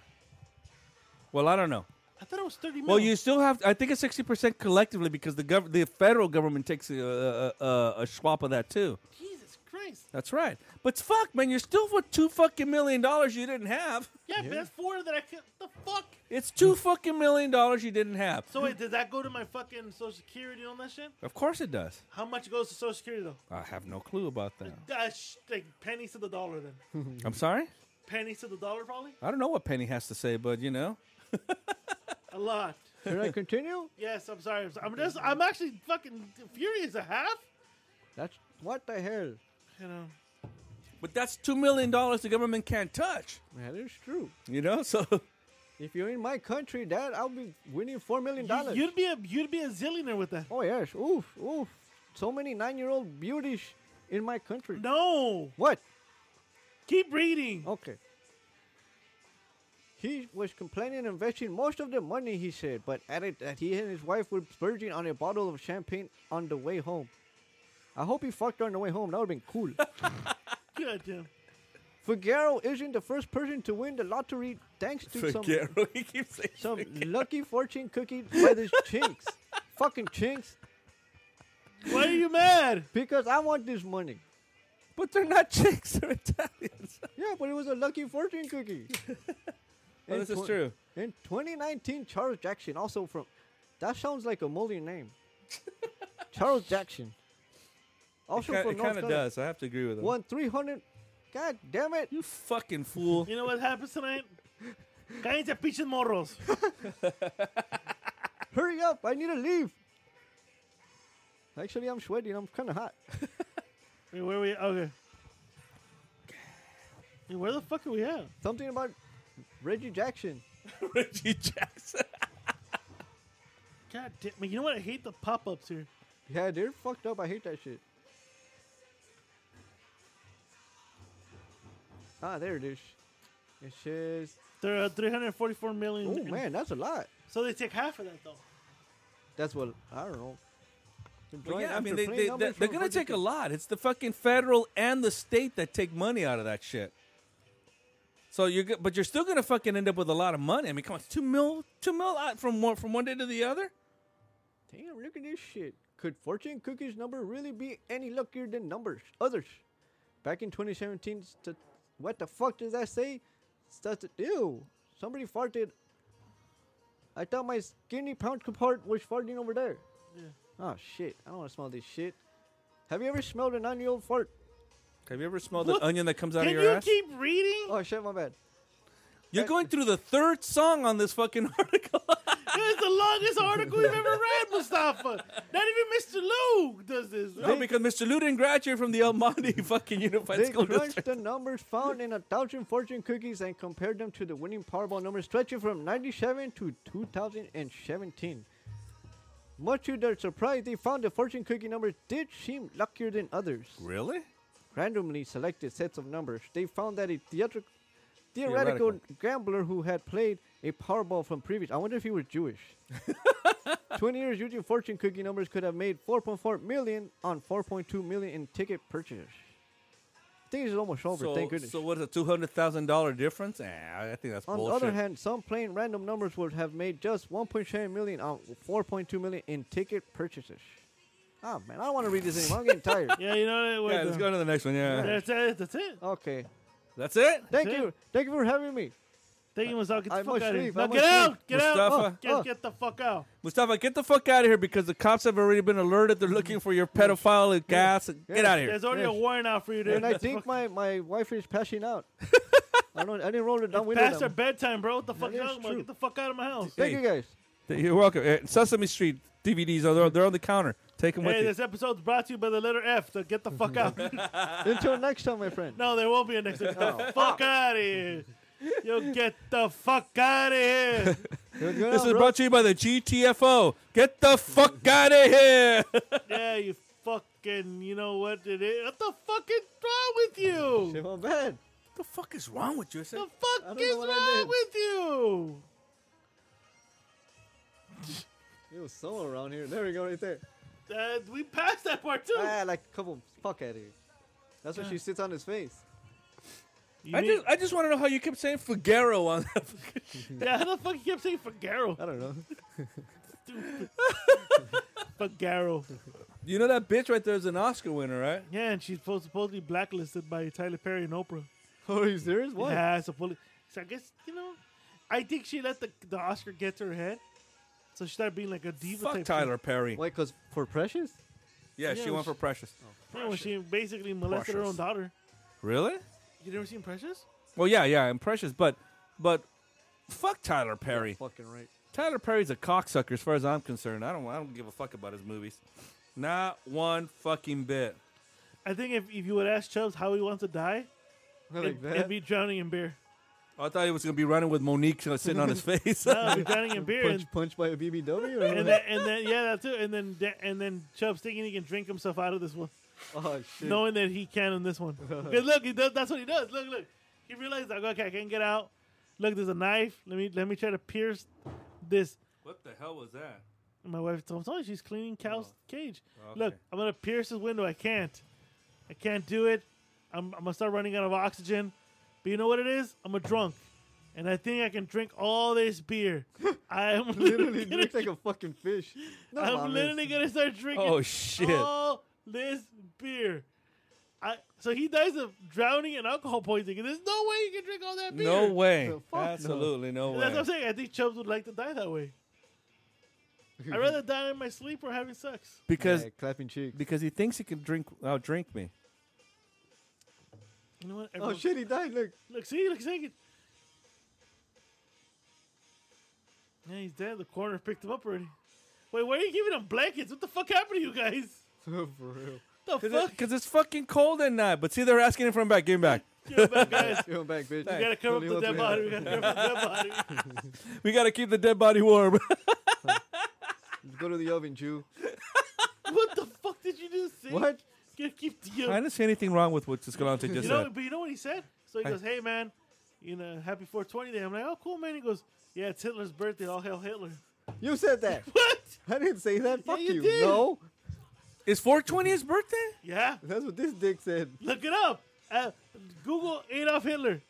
Well, I don't know. I thought it was thirty mil. Well, you still have. I think it's sixty percent collectively because the gov- the federal government takes a, a, a, a swap of that too. Jesus Christ. That's right. But fuck, man, you're still with two fucking million dollars you didn't have. Yeah, but that's four that I could. The fuck. It's two fucking million dollars you didn't have. So wait, does that go to my fucking Social Security and all that shit? Of course it does. How much goes to Social Security though? I have no clue about that. Uh, sh- like pennies to the dollar then. I'm sorry. pennies to the dollar probably. I don't know what Penny has to say, but you know, A lot. Should I continue? Yes, I'm sorry. I'm, sorry. I'm just. I'm actually fucking furious. A half. That's what the hell. You know. but that's two million dollars the government can't touch. That is true. You know, so If you're in my country, Dad, I'll be winning four million dollars. You, would be a you'd be a zillionaire with that. Oh yes, oof, oof. So many nine-year-old beauties in my country. No, What? keep reading. Okay. He was complaining and investing most of the money, he said, but added that he and his wife were splurging on a bottle of champagne on the way home. I hope he fucked her on the way home. That would have been cool. Good, Jim. Figueroa isn't the first person to win the lottery thanks to some Figueroa, he keeps saying some lucky fortune cookie by this chinks. Fucking chinks. Why are you mad? Because I want this money. But they're not chicks; they're Italians. Yeah, but it was a lucky fortune cookie. Well, In this is twen- true. In 2019, Charles Jackson, also from. That sounds like a Mullion name. Charles Jackson. Also It from North kind of Carolina. does. I have to agree with him. Won 300. God damn it. You fucking fool! You know what happens tonight? Cállense pinches morros. Hurry up. I need to leave. Actually, I'm sweating. I'm kind of hot. Wait, where we? Okay. Hey, where the fuck are we at? Something about Reggie Jackson. Reggie Jackson. God damn! You know what? I hate the pop-ups here. Yeah, they're fucked up. I hate that shit. Ah, there it is. It says, There are 344 million. oh man, that's a lot. So they take half of that though. That's what I don't know. Well, Join yeah, I mean, after they, plain they, numbers they, from they're going to budget take a to- lot. It's the fucking federal and the state that take money out of that shit. So you're, go- but you're still going to fucking end up with a lot of money. I mean, come on, two mil, two mil out from one from one day to the other. Damn, look at this shit. Could fortune cookies number really be any luckier than numbers others? Back in 2017, st- what the fuck does that say? Stat- ew, somebody farted. I thought my skinny pound cohort was farting over there. Yeah. Oh shit, I don't want to smell this shit. Have you ever smelled an onion old fart? Have you ever smelled What? an onion that comes out Can of your you ass? keep reading? Oh shit, my bad. You're going through the third song on this fucking article. It's the longest article we've ever read, Mustafa. Not even Mr. Lou does this. no, because Mr. Lou didn't graduate from the El Monte fucking Unified They School crunched District. the numbers found in a thousand fortune cookies and compared them to the winning Powerball numbers stretching from 97 to 2017. Much to their surprise, they found the fortune cookie numbers did seem luckier than others. Really? Randomly selected sets of numbers, they found that a theatric- theoretical Theoretical. gambler who had played a Powerball from previous. I wonder if he was Jewish. 20 years using fortune cookie numbers could have made 4.4 million on 4.2 million in ticket purchases. Things is almost over, So, thank goodness. so what is a two hundred thousand dollar difference? Eh, I think that's on the bullshit. other hand, some plain random numbers would have made just 1.7 million on 4.2 million in ticket purchases. Ah, man, I don't want to read this anymore. I'm getting tired. Yeah, you know what? yeah, uh, let's go to the next one. Yeah, That's it. That's it. Okay. that's it. Thank it. you. Thank you for having me. Thank you, Mustafa. Get the I fuck must out of here. leave. No, I get must out. leave. Get Mustafa. out. Get, Oh. get the fuck out. Mustafa, get the fuck out of here because the cops have already been alerted. They're looking for your pedophile and gas. Get out of here. There's already a Yes. warrant out for you, dude. And I think my, my wife is passing out. I don't. I didn't roll it down with Past our them. bedtime, bro. What the fuck That you is talking about? true. Get the fuck out of my house. Thank you guys. You're welcome. Eh, Sesame Street DVDs are they're on the counter. Take them Hey, with you. this episode's brought to you by the letter F. So get the fuck out. Until next time, my friend. no, there won't be a next episode. Oh. fuck out of here. Yo, get the fuck out of here. This is brought to you by the GTFO. Get the fuck out of here. yeah, you fucking. You know what it is? What the fuck is wrong with you? Shit, my bad. the fuck is wrong with you? I said, The fuck don't know is what I wrong did. with you? It was somewhere around here. There we go, right there. Uh, we passed that part too. Ah, like a couple fuck out of here. That's when she sits on his face. You I need- just I just want to know how you kept saying Figueroa on that. fucking- yeah, how the fuck you kept saying Fagaro? I don't know. Fagaro. you know that bitch right there is an Oscar winner, right? Yeah, and she's supposed supposedly blacklisted by Tyler Perry and Oprah. Oh, are you serious? What? Yeah, supposedly. So I guess you know, I think she let the the Oscar get to her head, so she started being like a diva. Fuck type Tyler Perry. Why? Cause for Precious? Yeah, Yeah, she was- went for Precious. Shit. Yeah, when she basically molested her Precious. own daughter. Really? You never seen Precious? Well, yeah, yeah, I'm Precious, but but fuck Tyler Perry. Fucking right. Tyler Perry's a cocksucker as far as I'm concerned. I don't I don't give a fuck about his movies. Not one fucking bit. I think if, if you would ask Chubbs how he wants to die, Not it'd, like it'd that. be drowning in beer. Oh, I thought he was gonna be running with Monique uh, sitting on his face. No, it'd be drowning in beer, and, Punch, punch by a BBW. Or and then what? and then yeah, that's it. And then da- and then Chubbs thinking he can drink himself out of this one. oh shit. knowing that he can in this one. 'Cause look, he does, that's what he does. Look, look. He realized like, okay, I can't get out. Look, there's a knife. Let me let me try to pierce this. what the hell was that? And my wife told me she's cleaning cow's Oh. cage. Okay. Look, I'm gonna pierce this window. I can't. I can't do it. I'm, I'm gonna start running out of oxygen. But you know what it is? I'm a drunk, and I think I can drink all this beer. I'm Literally literally, gonna, looks like a fucking fish. No, I'm mames. literally gonna start drinking Oh shit. all this beer. I so he dies of drowning and alcohol poisoning. There's no way you can drink all that beer. No way. The fuck no. Absolutely no, That's way. what I'm saying. I think Chubbs would like to die that way. I'd rather die in my sleep or having sex. Because Yeah, clapping cheeks. because he thinks he can drink out drink me. You know what? Oh Everyone- shit, he died. Look. Look, see, look, see. it. Yeah, he's dead. The coroner picked him up already. Wait, why are you giving him blankets? What the fuck happened to you guys? For real. The Cause, fuck? it- 'cause it's fucking cold at night. But see, they're asking him for him back. Give him back. Give him back, guys. Come back, We bitch. gotta cover up the dead body. We gotta cover up the dead body. We gotta keep the dead body warm. Go to the oven, Jew. What the fuck did you do? See? What? Gotta keep the I didn't see anything wrong with what Escalante just You know, said. but you know what he said? So he Hey. goes, "Hey man, you know, happy 420 day." I'm like, "Oh, cool, man." He goes, "Yeah, it's Hitler's birthday. All hail Hitler." You said that. What? I didn't say that. Fuck you you. did. No, Is 420 his birthday? Yeah, that's what this dick said. look it up. Uh, Google Adolf Hitler.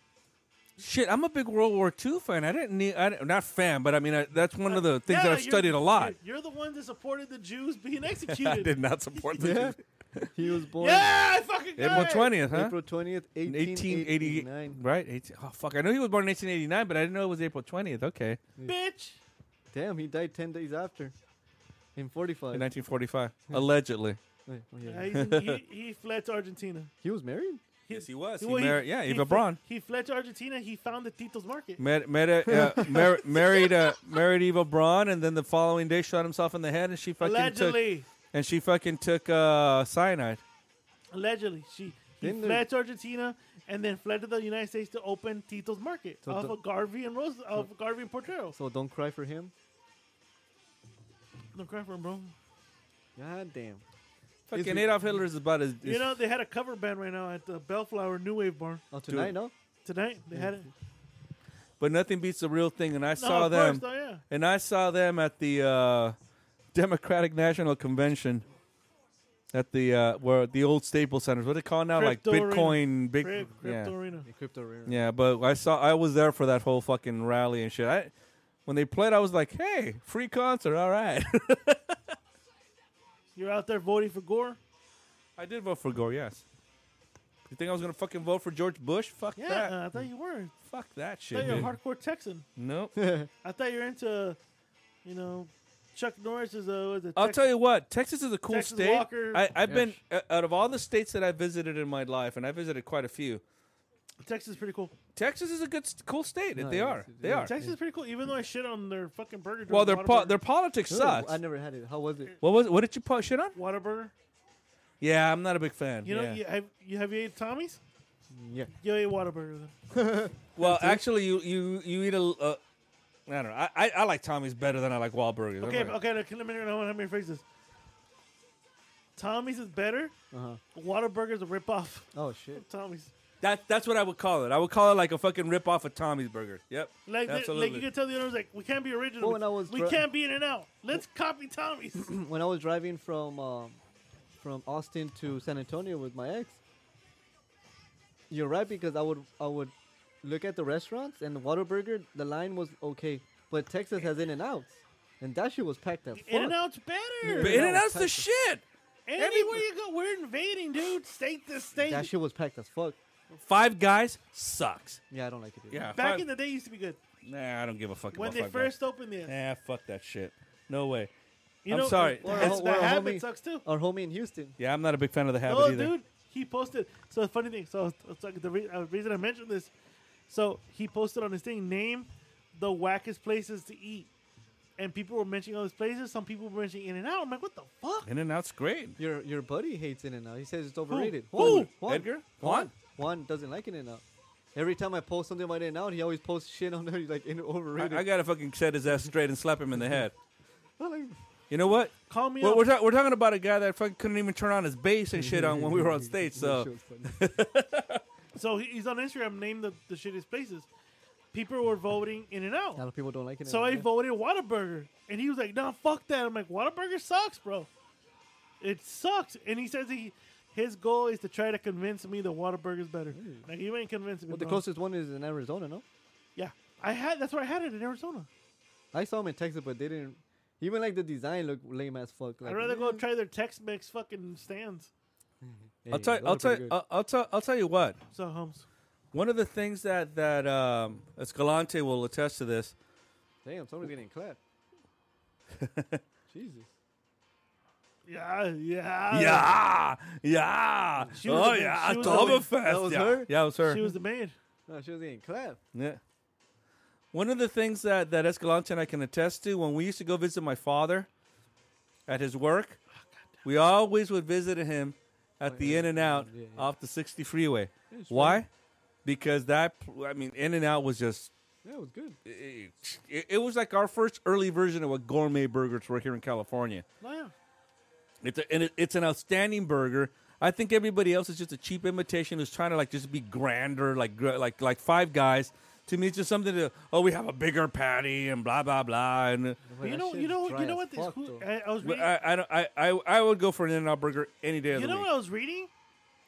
Shit, I'm a big World War II fan. I didn't need, I didn't- not fan, but I mean, I, that's one of the things Yeah, that I've you're- studied a lot. You're, you're the one that supported the Jews being I executed. did not support the Yeah. He was born Yeah, I fucking got April it. 20th, huh? April twentieth, In eighteen 1880, eighty-nine. right? 18, oh fuck! I knew he was born in 1889, but I didn't know it was April 20th. Okay, bitch. Damn, he died ten days after. In forty-five. in 1945, allegedly. Wait, oh, yeah, Uh, yeah. he's in- he, he fled to Argentina. He was married? Yes, he was. He Well, married, yeah, he, fle- LeBron. he fled to Argentina. He founded Tito's Market. Mar- mar- uh, mar- married uh, married Eva Braun, and then the following day shot himself in the head, and she fucking took Allegedly, and she fucking took uh, cyanide. allegedly, she he Didn't fled to Argentina and then fled to the United States to open Tito's Market So off the- of Garvey and Rose of Garvey and Portero. So don't cry for him? No crap for him, bro. God damn. Fucking Adolf Hitler is about as You know they had a cover band right now at the Bellflower New Wave Bar Oh, tonight, no? tonight. They had it. but nothing beats the real thing. And I No, saw of them, Course, oh, yeah. and I saw them at the uh, Democratic National Convention. At the uh, where the old Staples Centers, what do they call it now, like Crypto Arena. Bitcoin, big, Crypt- yeah. Crypto Arena. The crypto rare. Yeah, but I saw I was there for that whole fucking rally and shit. I when they played, I was like, "Hey, free concert, all right." You're out there voting for Gore. I did vote for Gore. Yes. You think I was gonna fucking vote for George Bush? Fuck Yeah, that. uh, I thought you were. Fuck that I thought shit. you're a Dude. hardcore Texan. nope. I thought you're into, you know, Chuck Norris is a. Was a I'll Tex- tell you what, Texas is a cool Texas state. Walker. I, I've been uh, out of all the states that I visited in my life, and I visited quite a few. Texas is pretty cool. Texas is a good, st- cool state. No, they yeah, are. it's- They yeah. are. Texas is pretty cool, even though I shit on their fucking burger. Well, their during po- Whataburger. their politics Good. sucks. I never had it. How was it? What was? What did you po- shit on? Whataburger. Yeah, I'm not a big fan. You know, yeah. you, have you have you ate Tommy's? Yeah. You ate Whataburger. Then. Well, actually, you you you eat a. Uh, I don't know. I, I, I like Tommy's better than I like Wahlburgers. I'm Okay, like- okay. Let me know how many phrases. Tommy's is better. Uh-huh. Whataburger's a ripoff. Oh, shit. Tommy's. That that's what I would call it. I would call it like a fucking rip off of Tommy's burger. Yep. Like, they- like you absolutely. can tell the owners like we can't be original. Well, when I was we dri- can't be in and out. Let's copy Tommy's. when I was driving from um, from Austin to San Antonio with my ex, you're right because I would I would look at the restaurants and the Whataburger the line was okay, but Texas has In and Outs, and that shit was packed up. in and out's better. But In and Out's the shit. Anywhere you go, we're invading, dude. State to state. That shit was packed as fuck. Five Guys sucks. Yeah, I don't like it. Either. Yeah. Back Five- in the day, it used to be good. nah, I don't give a fuck When about they Five first opened this, Guys. Nah, fuck that shit. No way. you I'm know, sorry. the- Or the- a- the or a habit homie- sucks too. Our homie in Houston. Yeah, I'm not a big fan of the habit No, either. Oh, dude, he posted. So the funny thing. So, so, the re- uh, reason I mentioned this. So he posted on his thing, name the wackest places to eat, and people were mentioning all these places. Some people were mentioning In and Out. I'm like, what the fuck? In and Out's great. Your your buddy hates In and Out. He says it's overrated. Who? Juan, Juan, Edgar? Juan? Juan. Juan doesn't like In and Out. Every time I post something about In and Out, he always posts shit on there. He's like in overrated. I, I gotta fucking set his ass straight and slap him in the head. I'm like, You know what? Call me Well, up. we're, ta- we're talking about a guy that fucking couldn't even turn on his bass and shit on when we were on stage. that So shit was funny. so he- he's on Instagram. Name the, the shittiest places. People were voting In and A lot Out. of people don't like it. So I yeah. voted Whataburger, and he was like, "Nah, fuck that." I'm like, "Whataburger sucks, bro. It sucks." And he says he. His goal is to try to convince me that Whataburger's better. Like you ain't convincing me. Well, the bro. closest one is in Arizona, no? Yeah, I had. That's where I had it in Arizona. I saw them in Texas, but they didn't. Even like the design looked lame as fuck. Like, I'd rather go man, try their Tex-Mex fucking stands. hey, I'll tell those I'll are tell pretty good. I'll, I'll tell I'll tell you what. So Holmes, One of the things that that um, Escalante will attest to this. Damn, somebody's getting clapped. Jesus. yeah, yeah, yeah, yeah. She was Oh the- yeah, she was the- Oktoberfest. that was yeah. her? Yeah, it was her. She was the man. No, she was getting clapped. yeah. One of the things that that Escalante and I can attest to when we used to go visit my father at his work, we always would visit him at the yeah, In and Out yeah, yeah. off the 60 freeway. Why? Because that pl- I mean, In and Out was just Yeah, it was good. it, it- it was like our first early version of what gourmet burgers were here in California. Oh, yeah. It's a, and it, it's an outstanding burger. I think everybody else is just a cheap imitation who's trying to like just be grander, like gr- like like Five Guys. To me, it's just something to oh, we have a bigger patty and blah blah blah. And But you that know, shit you know, dry you know as what? This, fuck, who, though. uh, I, I was but reading. I I, don't, I I I would go for an In-N-Out burger any day of you the know week. what I was reading?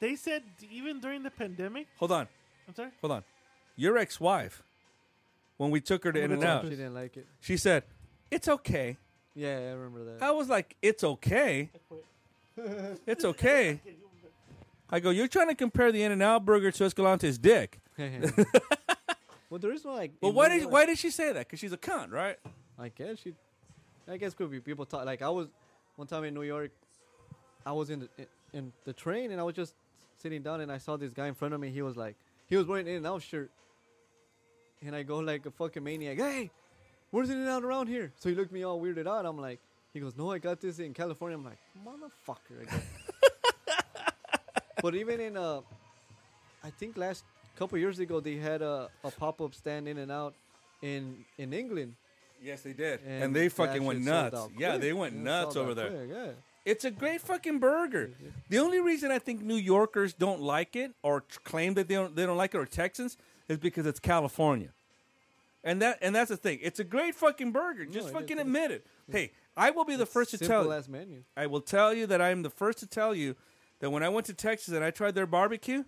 They said even during the pandemic. Hold on, I'm sorry. hold on. Your ex-wife, when we took her to I'm gonna In-N-Out, She didn't like it. she said it's okay. Yeah, I remember that. I was like, it's okay. It's okay. I go, you're trying to compare the In and Out burger to Escalante's dick. well, there is no like. Well, why did immediate- why did she say that? Because she's a cunt, right? I guess she. I guess could be people talk like I was one time in New York. I was in the, in- in the train and I was just sitting down and I saw this guy in front of me. He was like, he was wearing an in and out shirt. And I go like a fucking maniac, hey, where's in and out around here? So he looked me all weirded out. I'm like, he goes, no, I got this in California. I'm like, motherfucker. I go. but even in, uh, I think last couple years ago, they had a, a pop up stand in and out in in England. Yes, they did, and, And they that fucking went shit sold nuts. out Yeah, quick. they went It nuts sold over out there. quick, yeah. It's a great fucking burger. The only reason I think New Yorkers don't like it or t- claim that they don't they don't like it or Texans is because it's California. And that and that's the thing. It's a great fucking burger. Just it fucking is. admit it. Hey, I will be the first to Simple tell ass menu. I will tell you that I am the first to tell you that when I went to Texas and I tried their barbecue,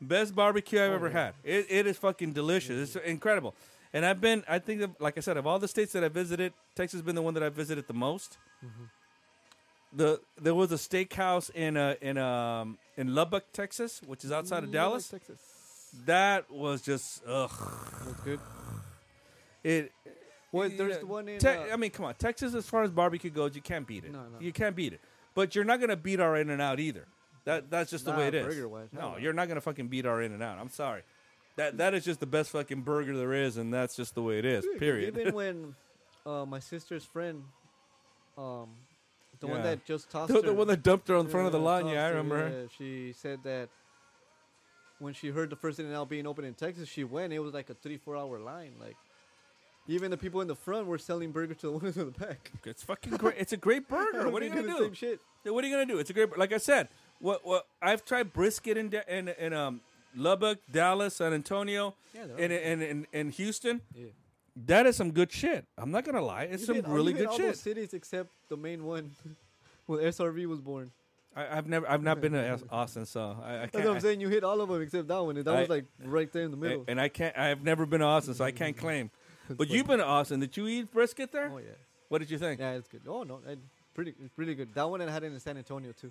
best barbecue I've ever had. It, it is fucking delicious. It's incredible. And I've been, I think, that, like I said, of all the states that I visited, Texas has been the one that I visited the most. The there was a steakhouse in uh, in um in Lubbock, Texas, which is outside of Dallas. Texas. That was just ugh. That's good. It Well, Yeah, there's the one in. Te- uh, I mean, come on, Texas. As far as barbecue goes, you can't beat it. No, no. You can't beat it. But you're not gonna beat our In and Out either. That that's just the Nah, way it is. burger-wise, hell no, no. you're not gonna fucking beat our In and Out. I'm sorry. That that is just the best fucking burger there is, and that's just the way it is. Period. Even when uh, my sister's friend, um, the Yeah. one that just tossed the, her, the one that dumped her on the front of the line. Yeah, I tossed her, remember. her. yeah, she said that when she heard the first in and out being open in Texas, she went. It was like a three, four hour line. Like even the people in the front were selling burgers to the ones in the back. It's fucking great. It's a great burger. what are They you gonna the do? Same shit. Yeah, What are you gonna do? It's a great. Like I said, what what I've tried brisket in Da- in, in um Lubbock, Dallas, San Antonio, Yeah, they're and all in, in in Houston. Yeah. That is some good shit. I'm not gonna lie. It's You some hit all- really you hit good all shit. Those cities except the main one, where SRV was born. I, I've never, I've not been to Aus- Austin, so I, I That's can't. what I'm saying. You hit all of them except that one, and that I- was like right there in the I- middle. and I can't. I've never been to Austin, so I can't claim. But you've been to Austin. Did you eat brisket there? oh yeah. What did you think? Yeah, it's good. Oh no, it, pretty, it's pretty good. That one I had it in San Antonio too.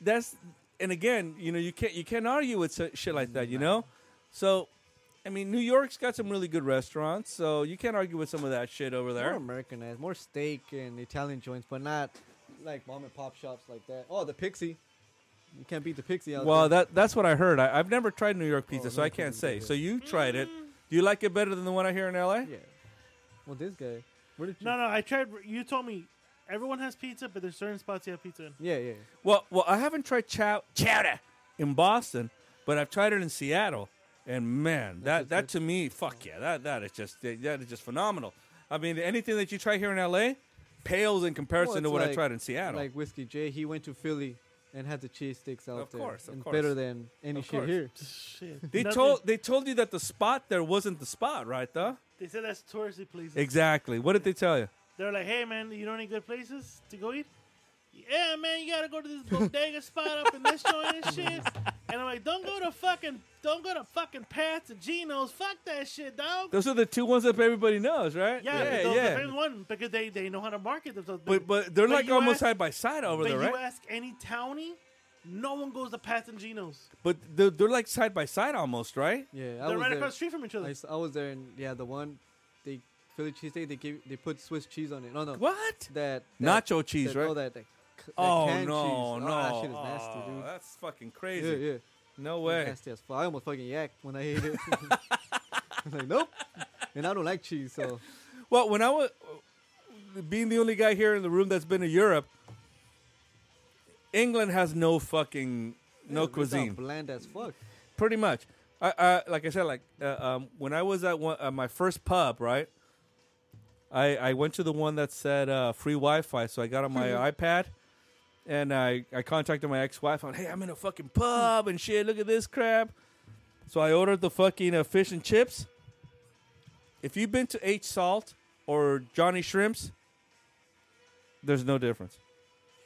That's and again, you know, you can't you can't argue with s- shit like that, you know. So, I mean, New York's got some really good restaurants, so you can't argue with some of that shit over More there. Americanized, more steak and Italian joints, but not like mom and pop shops like that. Oh, the Pixie. You can't beat the Pixie out Well, there. that that's what I heard. I, I've never tried New York pizza, Oh, so I nothing can't is say. good. So you tried it. Do you like it better than the one I hear in L.A.? yeah. Well, this guy. Where did you? No, no, I tried. You told me everyone has pizza, but there's certain spots you have pizza in. Yeah, yeah. Well, well, I haven't tried chow- chowder in Boston, but I've tried it in Seattle, and man, that that to me, fuck yeah, that that is just that that is just phenomenal. I mean, anything that you try here in L.A. pales in comparison Well, to it's what I like- tried in Seattle. Like Whiskey J, he went to Philly and had the cheese sticks out Of there. course, of and course. better than any Of shit course. here. Shit. they Nothing- told they told you that the spot there wasn't the spot, right? Though They said that's touristy places. exactly. What did they tell you? They're like, hey man, you know any good places to go eat? Yeah, man, you gotta go to this bodega spot up in this joint and shit. And I'm like, don't go to fucking, don't go to fucking Pat's or Geno's. Fuck that shit, dog. Those are the two ones that everybody knows, right? yeah, yeah, those yeah. one because they they know how to market themselves. But but they're But like you almost ask- side by side over but there, you right? ask any townie, no one goes to Pat's and Geno's. But they're, they're like side by side almost, right? Yeah, I They're was right there. across the street from each other. I, s- I was there, and yeah, the one they Philly cheesesteak they gave they put Swiss cheese on it. No, no, What? that, that Nacho cheese, that, right? no, that, that, c- that oh canned no, cheese. no! Oh, that shit is Oh, nasty, dude. That's fucking crazy. Yeah, yeah. No way. Nasty as fuck. I almost fucking yacked when I ate it. I'm like, nope. And I don't like cheese, so Well, when I was being the only guy here in the room that's been to Europe, England has no fucking no Yeah, it's all cuisine. Bland as fuck. pretty much. I, I like I said, like uh, um, when I was at one, uh, my first pub, right? I I went to the one that said uh, free Wi-Fi, so I got on my iPad, and I I contacted my ex-wife. I'm hey, I'm in a fucking pub and shit. Look at this crap. So I ordered the fucking uh, fish and chips. If you've been to H Salt or Johnny Shrimps, there's no difference,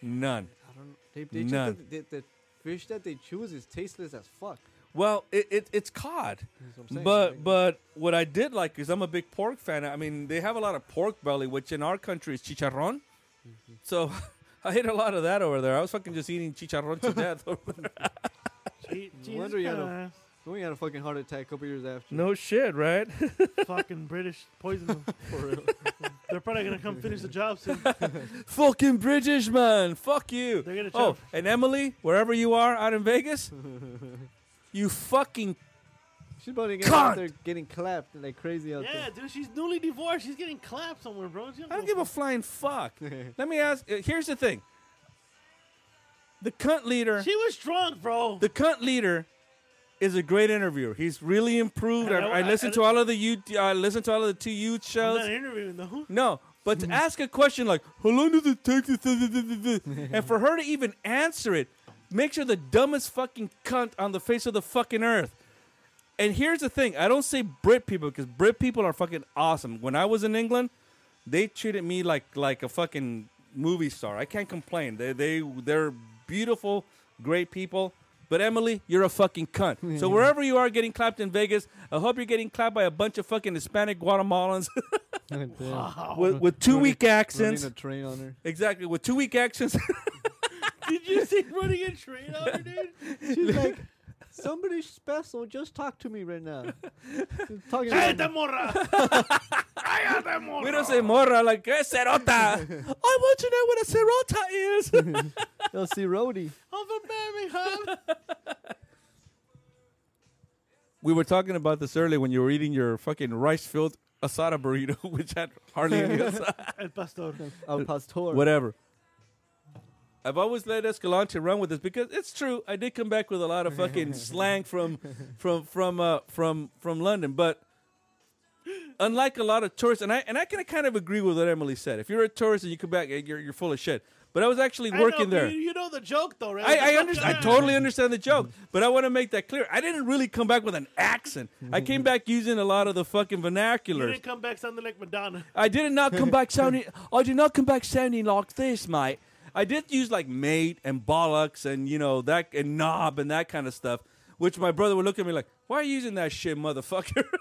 none. I don't. They, they just- None. the, the fish that they choose is tasteless as fuck. Well, it, it it's cod, That's what I'm saying, but right? but what I did like is I'm a big pork fan. I mean, they have a lot of pork belly, which in our country is chicharron. Mm-hmm. So I ate a lot of that over there. I was fucking just eating chicharron to death. Over there. Je- Jesus wonder you had a- Christ. Then we had a fucking heart attack a couple years after. No shit, right? fucking British poison them. For real. They're probably gonna come finish the job soon. They're Fucking British man, fuck you. They're gonna oh, jump. and Emily, wherever you are out in Vegas, you fucking She's probably getting Cunt! out there getting clapped like crazy out yeah, dude, she's newly divorced. She's getting clapped somewhere, bro. She I don't give a flying fuck. Let me ask. uh, Here's the thing. The cunt leader. She was drunk, bro. the cunt leader is a great interviewer. He's really improved. I, And I- I listen and- to all of the you. I listen to all of the two youth I'm shows. not interviewing though. No, but to ask a question like, how long does it take to... and for her to even answer it, makes her the dumbest fucking cunt on the face of the fucking earth. And here's the thing I don't say Brit people because Brit people are fucking awesome. When I was in England, they treated me like, like a fucking movie star. I can't complain. They, they, they're beautiful, great people. But Emily, you're a fucking cunt. So wherever you are getting clapped in Vegas, I hope you're getting clapped by a bunch of fucking Hispanic Guatemalans there. Wow. Oh, with, with two weak Running accents. a train on her. Exactly, with two weak accents. Did you see running a train on her, dude? She's like, somebody special just talk to me right now. She's talking about- Cállate, morra. Cállate, morra. we don't say morra like "Eh, cerota. I want to know what a cerota is. They'll see Rhodey. I'm from Birmingham. we were talking about this earlier when you were eating your fucking rice-filled asada burrito, which had hardly any asada. El pastor. El Pastor. Whatever. I've always let Escalante run with this because it's true. I did come back with a lot of fucking slang from from from uh, from from London, but unlike a lot of tourists, and I and I can kind of agree with what Emily said. If you're a tourist and you come back, eh, you're you're full of shit. But I was actually I working know, there. but You, you know the joke though, right? I, I Come understand. I on. totally understand the joke, but I want to make that clear. I didn't really come back with an accent. I came back using a lot of the fucking You vernaculars. didn't come back sounding like Madonna. I did not come back sounding. I did not come back sounding like this, mate. I did use like mate and bollocks and you know that and knob and that kind of stuff, which my brother would look at me like, "Why are you using that shit, motherfucker?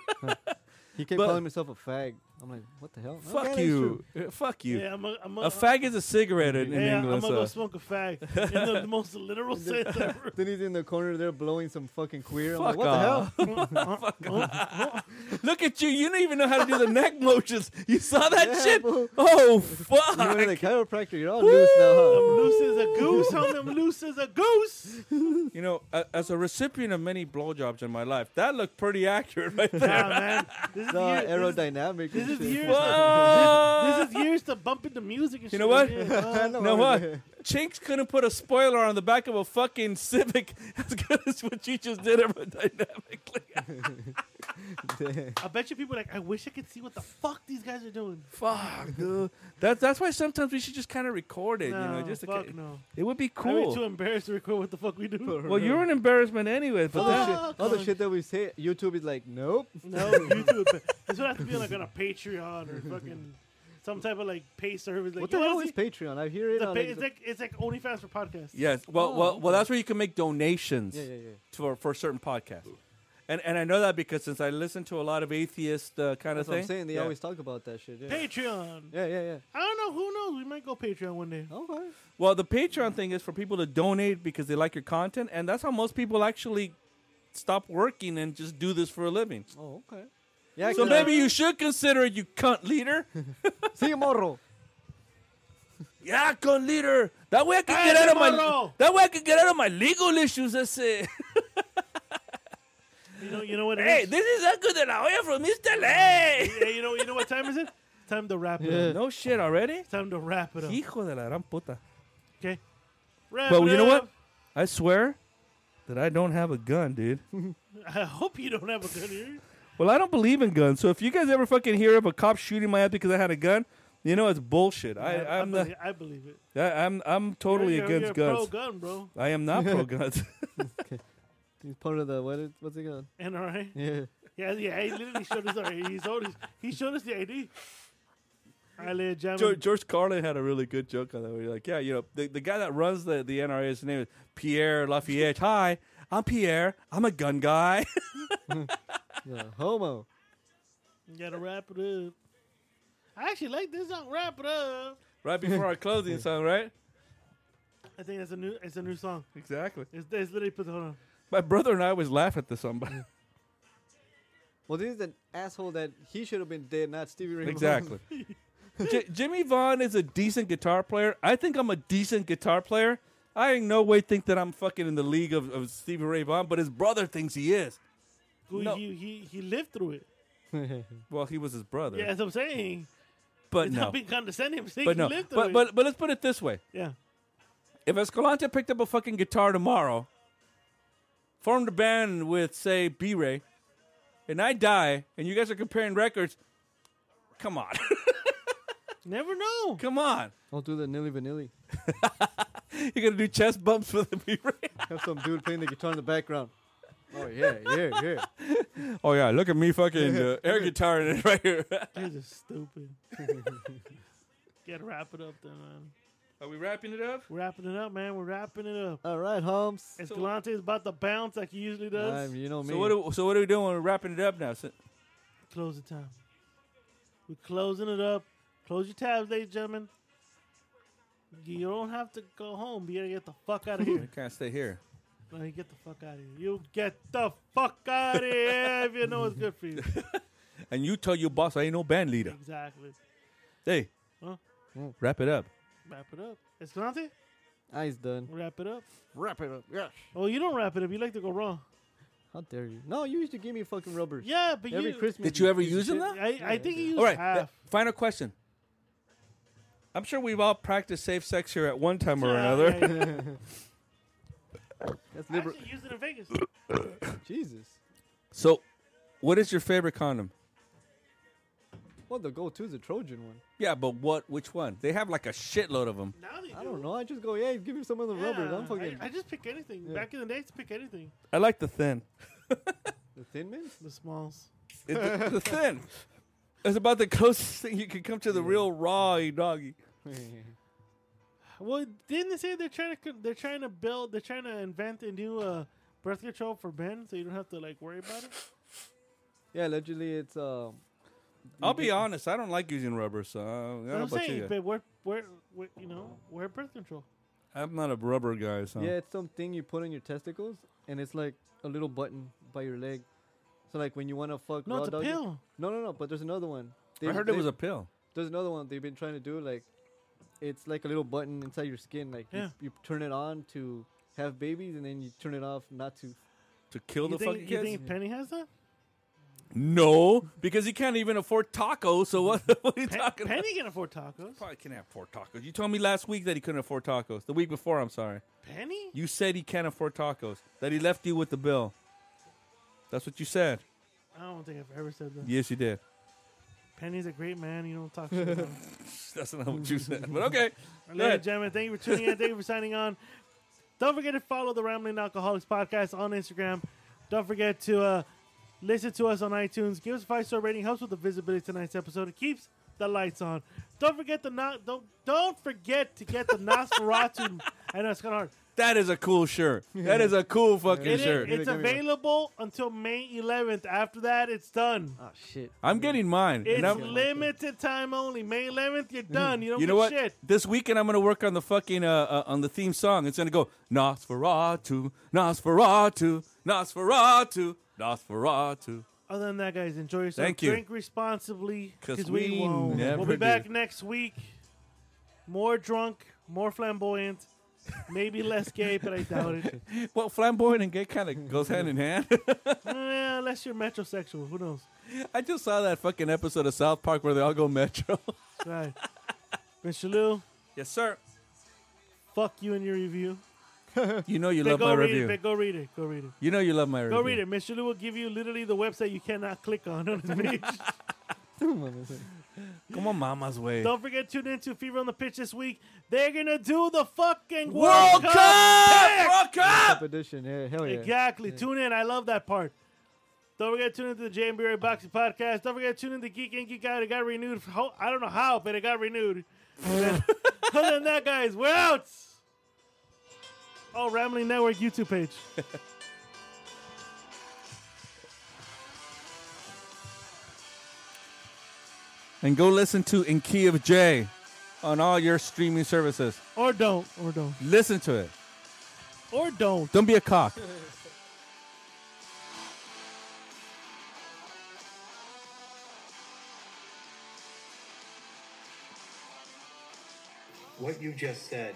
He kept But- calling himself a fag. I'm like, what the hell? No, yeah, Fuck that's you! true. Uh, Fuck you! Yeah, I'm a, I'm a, a fag is a cigarette in, uh. in yeah, I'm England. gonna go so. smoke a fag in the, the most literal sense ever. Then he's in the corner there blowing some fucking queer. I'm Fuck like, what off. the hell? Look at you! You don't even know how to do the neck motions. You saw that Yeah, shit? bro. Oh fuck! You went to the chiropractor. You're all loose now, huh? I'm loose as a goose, homie. I'm loose as a goose. You know, a- as a recipient of many blowjobs in my life, that looked pretty accurate right Nah, there. man. This is, The years, this, is, aerodynamic. this and is shit. years. Whoa! this is years to bump into music and You shit. know what? Yeah, uh, You know what? Chinks couldn't put a spoiler on the back of a fucking Civic as good as what you just did aerodynamically. I bet you people are like, I wish I could see what the fuck these guys are doing. Fuck, dude. That's that's why sometimes we should just kind of record it. No, you know, just to fuck ca- no. it would be I'd be too cool. embarrassed to record what the fuck we do. Well, you're an embarrassment anyway. But Fuck. then, Oh, All the God. shit that we say, YouTube is like, nope. No, YouTube. This would have to be like on a Patreon or fucking some type of like pay service. Like, What you the wanna hell is see- Patreon? I hear it the on pay- like, it's like it's like OnlyFans for podcasts. yes, well, well, well, that's where you can make donations. Yeah, yeah, yeah. for for certain podcasts. And and I know that because since I listen to a lot of atheist uh, kind of That's what thing. I'm saying. They Yeah. always talk about that shit. Yeah. Patreon. yeah, yeah, yeah. I don't know. Who knows? We might go Patreon one day. Okay. Well, the Patreon thing is for people to donate because they like your content, and that's how most people actually stop working and just do this for a living. Oh, okay. Yeah, So 'cause maybe I- uh, you should consider it, you cunt leader. See you tomorrow. yeah, cunt leader. That way I can Hey, get out of my. tomorrow. That way I can get out of my legal issues. That's it. You know. You know what? it hey, is? this is Uncle De La Hoya from Mr. Lay. Hey, you know. You know what time is it? It's time to wrap it up. No shit already. It's time to wrap it up. Hijo de la gran puta. Okay. Wrap But it you know what? up. I swear that I don't have a gun, dude. I hope you don't have a good ear. Well, I don't believe in guns. So if you guys ever fucking hear of a cop shooting my ass because I had a gun, you know it's bullshit. I, I'm not, believe, I believe it. I, I'm I'm totally You're- you're- against you're guns. Pro gun, bro. I am not pro guns. He's part of the what is what's it called? NRA. Yeah. Yeah, yeah. He literally showed us. Our, he showed us. He showed us the ID. I let Jamie. George, George Carlin had a really good joke on that. Where you're like, yeah, you know, the, the guy that runs the the NRA, his name is Pierre Lafayette. Hi, I'm Pierre. I'm a gun guy. yeah. Homo. Gotta wrap it up. I actually like this song. Wrap it up. right before our closing song, right? I think that's a new. It's a new song. Exactly. It's, it's literally put hold on. My brother and I always laugh at this somebody. Well, this is an asshole that he should have been dead, not Stevie Ray. Vaughan. Exactly. J- Jimmy Vaughn is a decent guitar player. I think I'm a decent guitar player. I in no way think that I'm fucking in the league of, of Stevie Ray Vaughan, but his brother thinks he is. Who- No. he, he, he lived through it. Well, he was his brother. Yeah, that's what I'm saying. but It's no. not being condescending. I'm saying But he no. lived through But, it. but but let's put it this way: yeah. if Escalante picked up a fucking guitar tomorrow, formed a band with say B Ray, and I die, and you guys are comparing records, come on, Never know. come on, Don't do the nilly vanilly. you're gonna do chest bumps with the B Ray. Have some dude playing the guitar in the background. Oh yeah, yeah, yeah. Oh yeah, look at me fucking uh, air guitar in it right here. You're just stupid. Gotta wrap it up then, man. Are we wrapping it up? Wrapping it up, man. We're wrapping it up. All right, Holmes. Escalante is about to bounce like he usually does. Um, you know me. So what? Are, so what are we doing? We're wrapping it up now. So, Close the time. We're closing it up. Close your tabs, ladies and gentlemen. You don't have to go home, but you gotta get the fuck out of I here. can't stay here. no, you get the fuck out of here. You get the fuck out of here if you know what's good for you. And you tell your boss I ain't no band leader. exactly. Hey, Huh? wrap it up. Wrap it up. Escalante, Eyes done. wrap it up. Wrap it up. Yes. Oh, you don't wrap it up. You like to go wrong. How dare you? No, you used to give me fucking rubbers. Yeah, but Every you. Christmas. Did you ever piece of use them shit. though? I, I think you used All right. th- half. final question. I'm sure we've all practiced safe sex here at one time or Yeah, another. yeah, yeah. That's I liberal. actually used it in Vegas. Jesus. So, what is your favorite condom? Well, the go-to is the Trojan one. Yeah, but what? Which one? They have like a shitload of them. Now they do. I don't know. I just go, yeah, give me some of the Yeah, rubbers. I'm fucking I, I just pick anything. Yeah. Back in the day, I used to pick anything. I like the thin. the thin mints. The smalls. It- the, the thin. It's about the closest thing you can come to the real raw doggy. Well, didn't they say they're trying to con- they're trying to build they're trying to invent a new uh, birth control for men, so you don't have to like worry about it. yeah, allegedly it's um. I'll be honest. I don't like using rubber, so uh, I don't know I'm about you saying, guys. but we're, we're we're you know we're birth control. I'm not a rubber guy, so Yeah, it's something you put on your testicles, and it's like a little button by your leg. So like when you want to fuck. No, raw it's a doggy- pill. No, no, no. But there's another one. They, I heard they, it was a pill. There's another one they've been trying to do. Like, it's like a little button inside your skin. Like Yeah. you, you turn it on to have babies, and then you turn it off not to. To kill You the fucking think, you kids? think Penny has that? No, because he can't even afford tacos. So what, what are you Pe- talking about? Penny can afford tacos. Probably can't afford tacos. You told me last week that he couldn't afford tacos. The week before, I'm sorry. Penny? You said he can't afford tacos. That he left you with the bill. That's what you said. I don't think I've ever said that. Yes, you did. Penny's a great man. You don't talk shit about him. That's not what you said. But okay. Ladies and gentlemen, thank you for tuning in. Thank you for signing on. Don't forget to follow the Rambling Alcoholics podcast on Instagram. Don't forget to uh, listen to us on iTunes. Give us a five star rating. Helps with the visibility of tonight's episode. It keeps the lights on. Don't forget to not don't don't forget to get the Nosferatu. I know it's kind of hard. That is a cool shirt. That is a cool fucking It is- shirt. it's Give me one. available until May 11th. After that, it's done. Oh shit. I'm getting mine. It's and I'm- limited time only. May 11th, you're done. You don't you know get what? shit. This weekend I'm gonna work on the fucking uh, uh on the theme song. It's gonna go Nosferatu, Nosferatu, Nosferatu, Nosferatu. Other than that, guys, enjoy yourself. Thank you. Drink responsibly 'Cause because we, we won't. never we'll be do. back next week. More drunk, more flamboyant, maybe less gay, but I doubt it. Well, flamboyant and gay kind of goes hand in hand. Eh, unless you're metrosexual, who knows? I just saw that fucking episode of South Park where they all go metro. Right. Mr. Lou, yes, sir. fuck you and your review. You know you But love go my read review. it. but Go read it. Go read it. You know you love my Go review. read it. Mr. Lou will give you literally the website you cannot click on on his page. Come on, Mama's way. Don't forget to tune in to Fever on the Pitch this week. They're gonna do the fucking World Cup! pick! World Cup! Competition. Yeah. Hell yeah. Exactly. Tune in. I love that part. Don't forget to tune into the Jay and Barry Boxing Podcast. Don't forget to tune into Geek and Geek Out. It got renewed. for ho- I don't know how, but it got renewed. Other than that, guys, we're out. Oh, Rambling Network YouTube page. And go listen to In Key of J on all your streaming services. Or don't. Or don't. Listen to it. Or don't. Don't be a cock. What you just said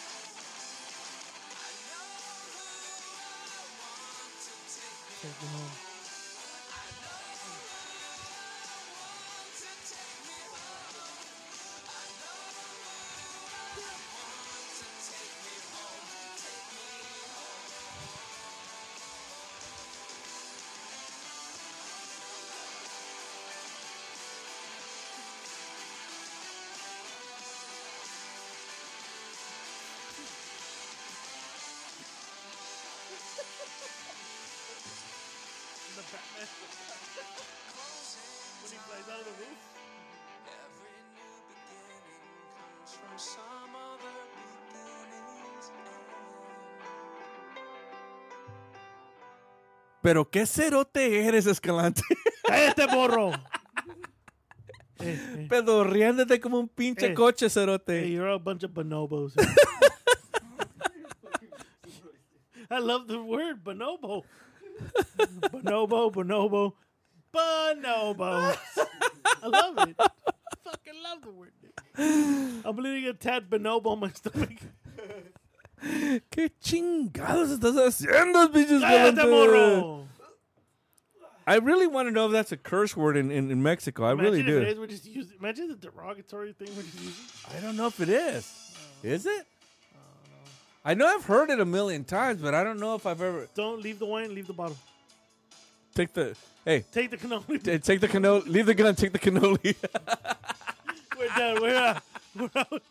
the Batman. when he flies out of the roof. Pero qué cerote eres, Escalante. Cállate, borro. hey, hey, Pero riéndete como un pinche Eh. coche, hey, cerote. you're a bunch of bonobos. I love the word bonobo. bonobo, bonobo, bonobo. I love it. Fucking love the word. I'm bleeding a tad bonobo on my stomach. ¿Qué chingados estás haciendo, pinche Cállate, Escalante? borro. I really want to know if that's a curse word in, in, in Mexico. I Imagine really if do. It is, we're just using, imagine the derogatory thing we're just using. I don't know if it is. Is it? Oh. I know I've heard it a million times, but I don't know if I've ever Don't leave the wine, leave the bottle. take the hey Take the cannoli. t- take the cannoli, leave the gun, take the cannoli. We're done. We're out. We're out.